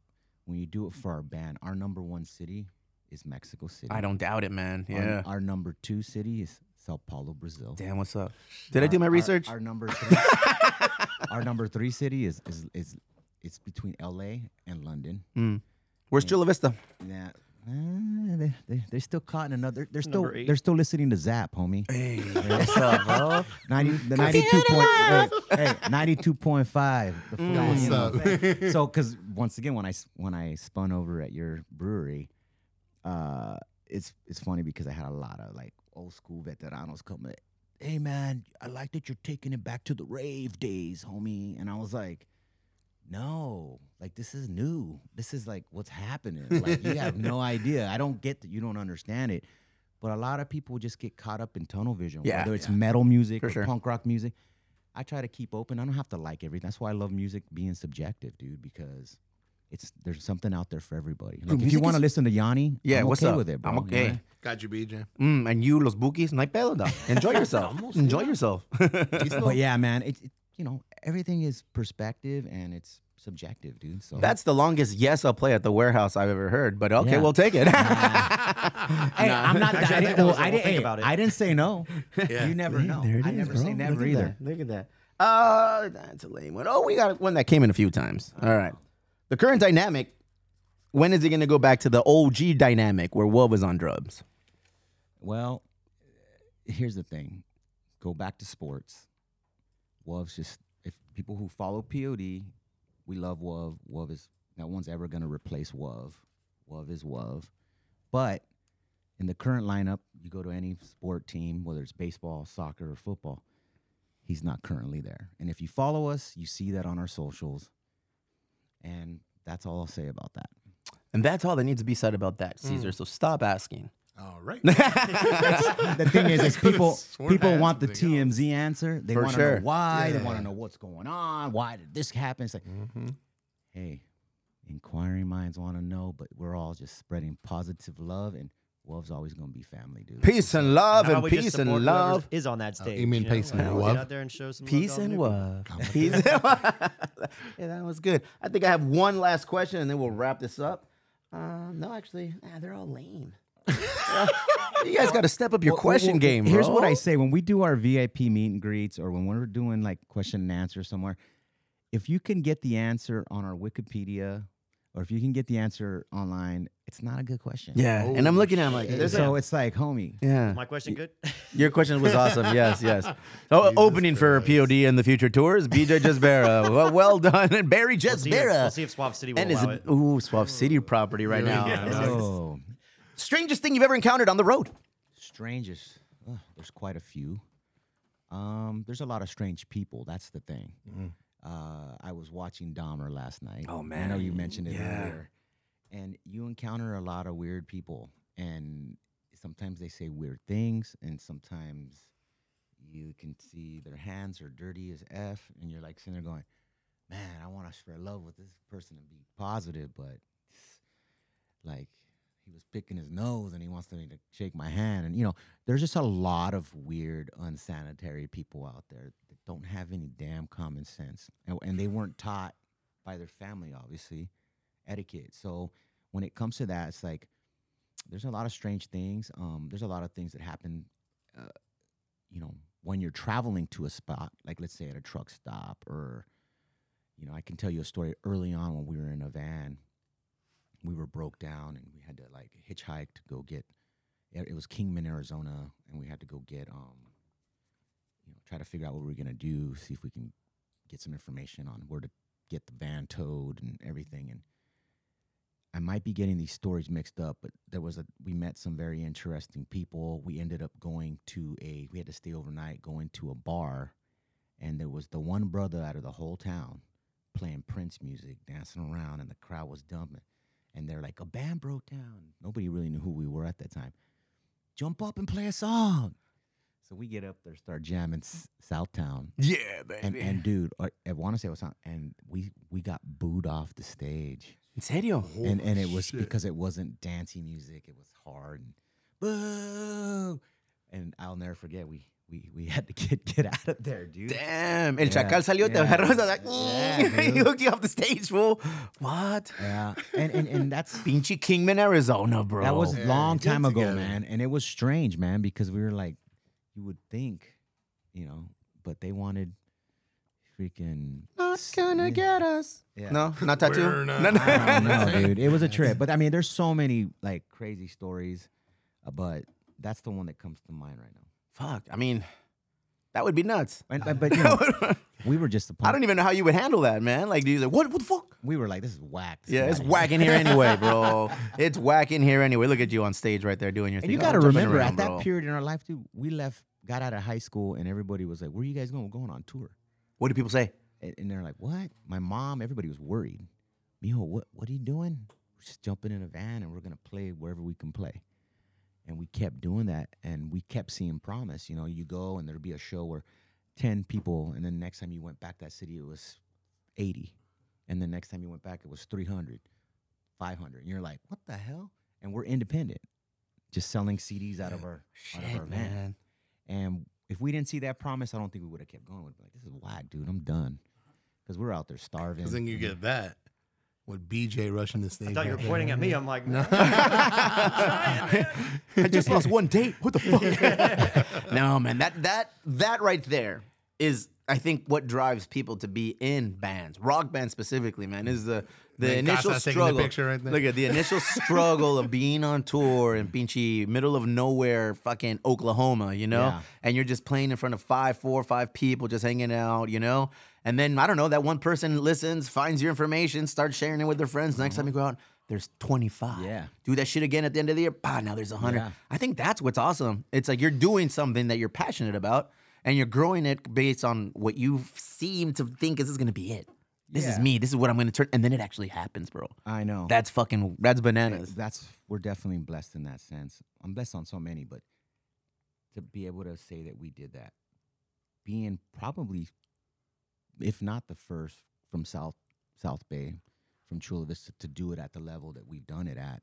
Speaker 9: when you do it for our band, our number one city is Mexico City.
Speaker 3: I don't doubt it, man.
Speaker 9: Our-
Speaker 3: Yeah.
Speaker 9: Our, number two city is Sao Paulo, Brazil.
Speaker 3: Damn, what's up? Did I do my
Speaker 9: Our-
Speaker 3: research?
Speaker 9: Our, number three, our number three city is is is it's between L.A. and London.
Speaker 3: Hmm. Where's Chula Vista?
Speaker 9: And that- ah, they, they, they're still caught in another. They're still
Speaker 4: Number eight.
Speaker 9: they're still listening to Zap, homie.
Speaker 3: Hey, what's up, bro?
Speaker 9: 90, the 92 point, hey, hey, 92.5. The
Speaker 10: Mm,
Speaker 9: full, you know, thing. so, because once again, when I s- when I spun over at your brewery, uh, it's it's funny because I had a lot of like old school veteranos coming. Hey man, I like that you're taking it back to the rave days, homie. And I was like, no, like this is new. This is like what's happening. Like you have no idea. I don't get that you don't understand it. But a lot of people just get caught up in tunnel vision,
Speaker 3: Yeah,
Speaker 9: whether it's metal music
Speaker 3: For
Speaker 9: or
Speaker 3: sure.
Speaker 9: punk rock music. I try to keep open. I don't have to like everything. That's why I love music being subjective, dude, because it's there's something out there for everybody. Like if you
Speaker 3: music
Speaker 9: want to
Speaker 3: is-
Speaker 9: listen to Yanni,
Speaker 3: Yeah,
Speaker 9: I'm
Speaker 3: what's
Speaker 9: okay
Speaker 3: up?
Speaker 9: with it, bro.
Speaker 3: I'm
Speaker 9: you know?
Speaker 3: okay.
Speaker 5: Got you, BJ.
Speaker 3: Mm, and you, los bookies, no hay pedo, dog. Enjoy yourself. Enjoy yourself.
Speaker 9: But yeah, man, it, it you know everything is perspective and it's subjective, dude. So
Speaker 3: That's the longest yes I'll play at the warehouse I've ever heard. But okay,
Speaker 9: Yeah.
Speaker 3: we'll take it.
Speaker 9: Hey, I'm not.
Speaker 4: Actually, I
Speaker 9: I,
Speaker 4: think that
Speaker 9: didn't, well,
Speaker 4: was the
Speaker 9: I,
Speaker 4: whole
Speaker 9: didn't,
Speaker 4: thing
Speaker 9: hey,
Speaker 4: about it.
Speaker 9: I didn't say no.
Speaker 5: Yeah.
Speaker 9: You never know. I never say never
Speaker 3: Look at
Speaker 9: either.
Speaker 3: that. Look at that. Uh, that's a lame one. Oh, we got one that came in a few times.
Speaker 9: Oh,
Speaker 3: All right. The current dynamic. When is it going to go back to the OG dynamic where Wolf was on drugs?
Speaker 9: Well, here's the thing. Go back to sports. Wov's just if people who follow POD, we love Wov. Wov is no one's ever gonna replace Wov. Wov is Wov. But in the current lineup, you go to any sport team, whether it's baseball, soccer, or football, he's not currently there. And if you follow us, you see that on our socials. And that's all I'll say about that. Mm.
Speaker 3: And that's all that needs to be said about that, Caesar. So stop asking.
Speaker 5: All right.
Speaker 9: the thing is, is
Speaker 5: Could've
Speaker 9: people
Speaker 5: sworn I
Speaker 9: people
Speaker 5: had
Speaker 9: want the
Speaker 5: something else.
Speaker 9: TMZ answer. They
Speaker 3: For
Speaker 9: want to
Speaker 3: sure.
Speaker 9: know why. They want
Speaker 5: Yeah.
Speaker 9: to know what's going on. Why did this happen? It's like,
Speaker 3: Mm-hmm.
Speaker 9: hey, inquiring minds want to know, but we're all just spreading positive love, and love's always going to be family, dude.
Speaker 3: Peace and love
Speaker 4: How
Speaker 3: and
Speaker 4: about we just
Speaker 3: peace and
Speaker 4: support
Speaker 3: love. Oh,
Speaker 4: whoever's is on that stage.
Speaker 5: you mean peace and
Speaker 4: Like,
Speaker 5: love?
Speaker 4: Get out there and show some love to
Speaker 3: Peace
Speaker 4: all the
Speaker 3: and
Speaker 4: new people.
Speaker 3: love. Peace and love. yeah, that was good.
Speaker 14: I think I have one last question, and then we'll wrap this up. Uh, no, actually, nah, they're all lame.
Speaker 3: You guys got to step up your
Speaker 9: Well,
Speaker 3: question
Speaker 9: well,
Speaker 3: game,
Speaker 9: Here's
Speaker 3: bro.
Speaker 9: what I say when we do our VIP meet and greets, or when we're doing like question and answer somewhere. If you can get the answer on our Wikipedia, or if you can get the answer online, it's not a good question.
Speaker 3: Yeah, and I'm looking at him like,
Speaker 9: And
Speaker 3: there's a-
Speaker 9: so it's like, homie,
Speaker 3: yeah.
Speaker 4: My question good?
Speaker 3: Your question was awesome. Yes, yes. Oh, opening for POD in the future tours, BJ Jesbera. well, well done, and Barry
Speaker 4: We'll see, if, we'll
Speaker 3: Jesbera.
Speaker 4: see if Swap City will
Speaker 3: and is
Speaker 4: allow it.
Speaker 3: ooh Suave City property right now.
Speaker 9: oh,
Speaker 3: Strangest thing you've ever encountered on the road?
Speaker 9: strangest. Ugh, there's quite a few. Um, there's a lot of strange people. That's the thing.
Speaker 3: Mm.
Speaker 9: Uh, I was watching Dahmer last night. Oh man, I know you mentioned it earlier. And you encounter a lot of weird people, and sometimes they say weird things, and sometimes you can see their hands are dirty as f, and you're like sitting there going, "Man, I want to spread love with this person and be positive, but like he was picking his nose and he wants me to shake my hand and you know there's just a lot of weird unsanitary people out there that don't have any damn common sense and, and they weren't taught by their family obviously etiquette so when it comes to that it's like there's a lot of strange things um, there's a lot of things that happen uh, you know when you're traveling to a spot like let's say at a truck stop or you know i can tell you a story early on when we were in a van we were broke down and we had to like hitchhike to go get it it was Kingman, Arizona, and we had to go get um you know, try to figure out what we were gonna do, see if we can get some information on where to get the van towed and everything and I might be getting these stories mixed up, but there was a we met some very interesting people. We ended up going to a we had to stay overnight, going to a bar, and there was the one brother out of the whole town playing Prince music, dancing around, and the crowd was dumping and they're like, a band broke down. Nobody really knew who we were at that time. Jump up and play a song. So we get up there, start jamming S- Southtown,
Speaker 3: Yeah, baby.
Speaker 9: and and dude, I, I want to say it was on, and we we got booed off the stage,
Speaker 3: In serio?
Speaker 9: and and it was because it wasn't dancey music, it was hard, and boo, and I'll never forget we we we had to get get out of there, dude.
Speaker 3: Damn, el
Speaker 9: Yeah,
Speaker 3: chacal salió, te
Speaker 9: yeah.
Speaker 3: agarró, I was like,
Speaker 9: Yeah,
Speaker 3: he
Speaker 9: dude.
Speaker 3: hooked you off the stage, fool. What?
Speaker 9: Yeah, and and and that's
Speaker 3: Pinchy Kingman, Arizona, bro.
Speaker 9: That was
Speaker 5: Yeah,
Speaker 9: long
Speaker 5: get
Speaker 9: time ago,
Speaker 5: together.
Speaker 9: man, and it was strange, man, because we were like, you would think, you know, but they wanted freaking.
Speaker 3: not gonna get us.
Speaker 9: Yeah.
Speaker 3: No, not tattoo.
Speaker 5: We're not-
Speaker 3: no,
Speaker 9: I
Speaker 3: no.
Speaker 9: don't know, dude. It was a trip, but I mean, there's so many like crazy stories, uh, but that's the one that comes to mind right now.
Speaker 3: Fuck. I mean, that would be nuts.
Speaker 9: And, but- but you know, we were just the.
Speaker 3: I don't even know how you would handle that, man. Like, do you like what? What the fuck?
Speaker 9: We were like, this is whack. This is
Speaker 3: Yeah, it's
Speaker 9: whack.
Speaker 3: whack in here anyway, bro. it's whack in here anyway. Look at you on stage right there doing your
Speaker 9: And
Speaker 3: thing.
Speaker 9: you
Speaker 3: Oh,
Speaker 9: got to
Speaker 3: jumping
Speaker 9: remember,
Speaker 3: around,
Speaker 9: at that
Speaker 3: bro.
Speaker 9: period in our life, dude, we left, got out of high school, and everybody was like, "Where are you guys going? We're going on tour."
Speaker 3: What do people say?
Speaker 9: and, and they're like, "What?" My mom, everybody was worried. Mijo, what what are you doing? We're just jumping in a van and we're gonna play wherever we can play. And we kept doing that, and we kept seeing promise. You know, you go and there'd be a show where ten people, and then next time you went back that city, it was eighty, and the next time you went back, it was 300, 500. And you're like, "What the hell?" And we're independent, just selling CDs out of our out of our van. And if we didn't see that promise, I don't think we would have kept going. We'd be like, this is whack, dude. I'm done. Because we're out there starving.
Speaker 5: Because then you get that with BJ rushing the stage.
Speaker 4: I thought you were pointing at me. I'm like, no.
Speaker 3: I just lost one date. What the fuck? no, man. That that that right there is I think what drives people to be in bands, rock bands specifically, man, is the the
Speaker 5: Man,
Speaker 3: initial
Speaker 5: Casa's taking the
Speaker 3: struggle.
Speaker 5: picture right there.
Speaker 3: Look at the initial struggle of being on tour in pinchy middle of nowhere, fucking Oklahoma, you know,
Speaker 9: Yeah.
Speaker 3: and you're just playing in front of five, four, five people, just hanging out, you know, and then I don't know that one person listens, finds your information, starts sharing it with their friends. Next time you go out, there's 25.
Speaker 9: Uh-huh. Yeah.
Speaker 3: do that shit again at the end of the year. Bah, now there's 100.
Speaker 9: Yeah.
Speaker 3: I think that's what's awesome. It's like you're doing something that you're passionate about and you're growing it based on what you seem to think is, this is going to be it. This is
Speaker 9: Yeah.
Speaker 3: me. This is what I'm gonna turn. And then it actually happens, bro.
Speaker 9: I know.
Speaker 3: That's fucking. That's
Speaker 9: Hey,
Speaker 3: bananas.
Speaker 9: That's we're definitely blessed in that sense. I'm blessed on so many, but to be able to say that we did that, being probably, if not the first from South South Bay, from Chula Vista to do it at the level that we've done it at,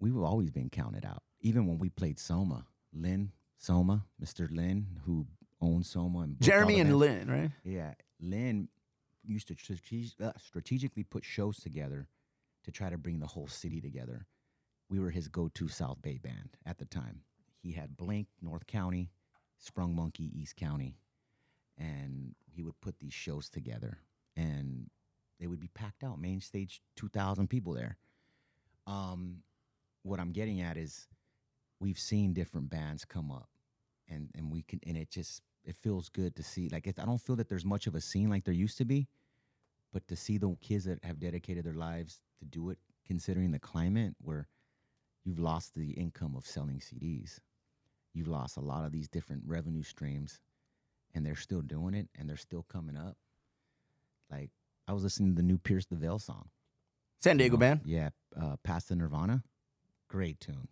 Speaker 9: we've always been counted out. Even when we played Soma, Lynn Soma, Mr. Lynn, who owns Soma and booked all
Speaker 3: Jeremy and
Speaker 9: events-
Speaker 3: Lynn, right?
Speaker 9: yeah, Lynn used to strate- uh, strategically put shows together to try to bring the whole city together. We were his go-to South Bay band at the time. He had Blink, North County, Sprung Monkey, East County, and he would put these shows together, and they would be packed out. Main stage, two thousand people there. Um, what I'm getting at is, we've seen different bands come up and and we can and it just it feels good to see like it, i don't feel that there's much of a scene like there used to be but to see the kids that have dedicated their lives to do it considering the climate where you've lost the income of selling cds you've lost a lot of these different revenue streams and they're still doing it and they're still coming up like i was listening to the new pierce the veil song
Speaker 3: San
Speaker 9: you
Speaker 3: Diego
Speaker 9: know?
Speaker 3: band.
Speaker 9: Yeah, uh, Past the Nirvana, great tune,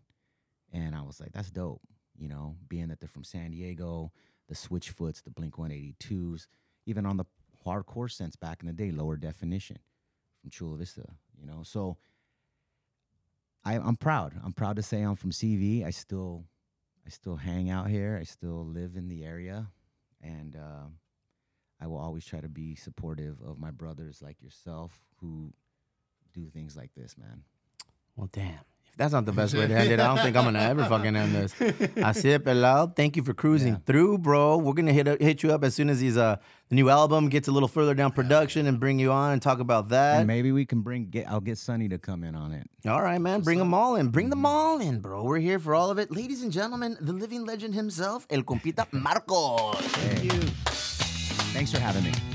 Speaker 9: and I was like, that's dope. You know, being that they're from San Diego, the Switchfoots, the Blink 182s, even on the hardcore sense back in the day, lower definition from Chula Vista. You know, so I, I'm proud. I'm proud to say I'm from CV. I still, I still hang out here. I still live in the area, and. Uh, I will always try to be supportive of my brothers like yourself who do things like this, man.
Speaker 3: Well, damn. If that's not the best way to end it, I don't think I'm gonna ever fucking end this. I see it, Belal. Thank you for cruising through, bro. We're gonna hit hit you up as soon as these uh the new album gets a little further down production and bring you on and talk about that.
Speaker 9: And maybe we can bring. Get, I'll get Sonny to come in on it.
Speaker 3: All right, man. Bring them all in. Bring them all in, bro. We're here for all of it. Ladies and gentlemen, the living legend himself, El Compita Marcos.
Speaker 9: Thanks for having me.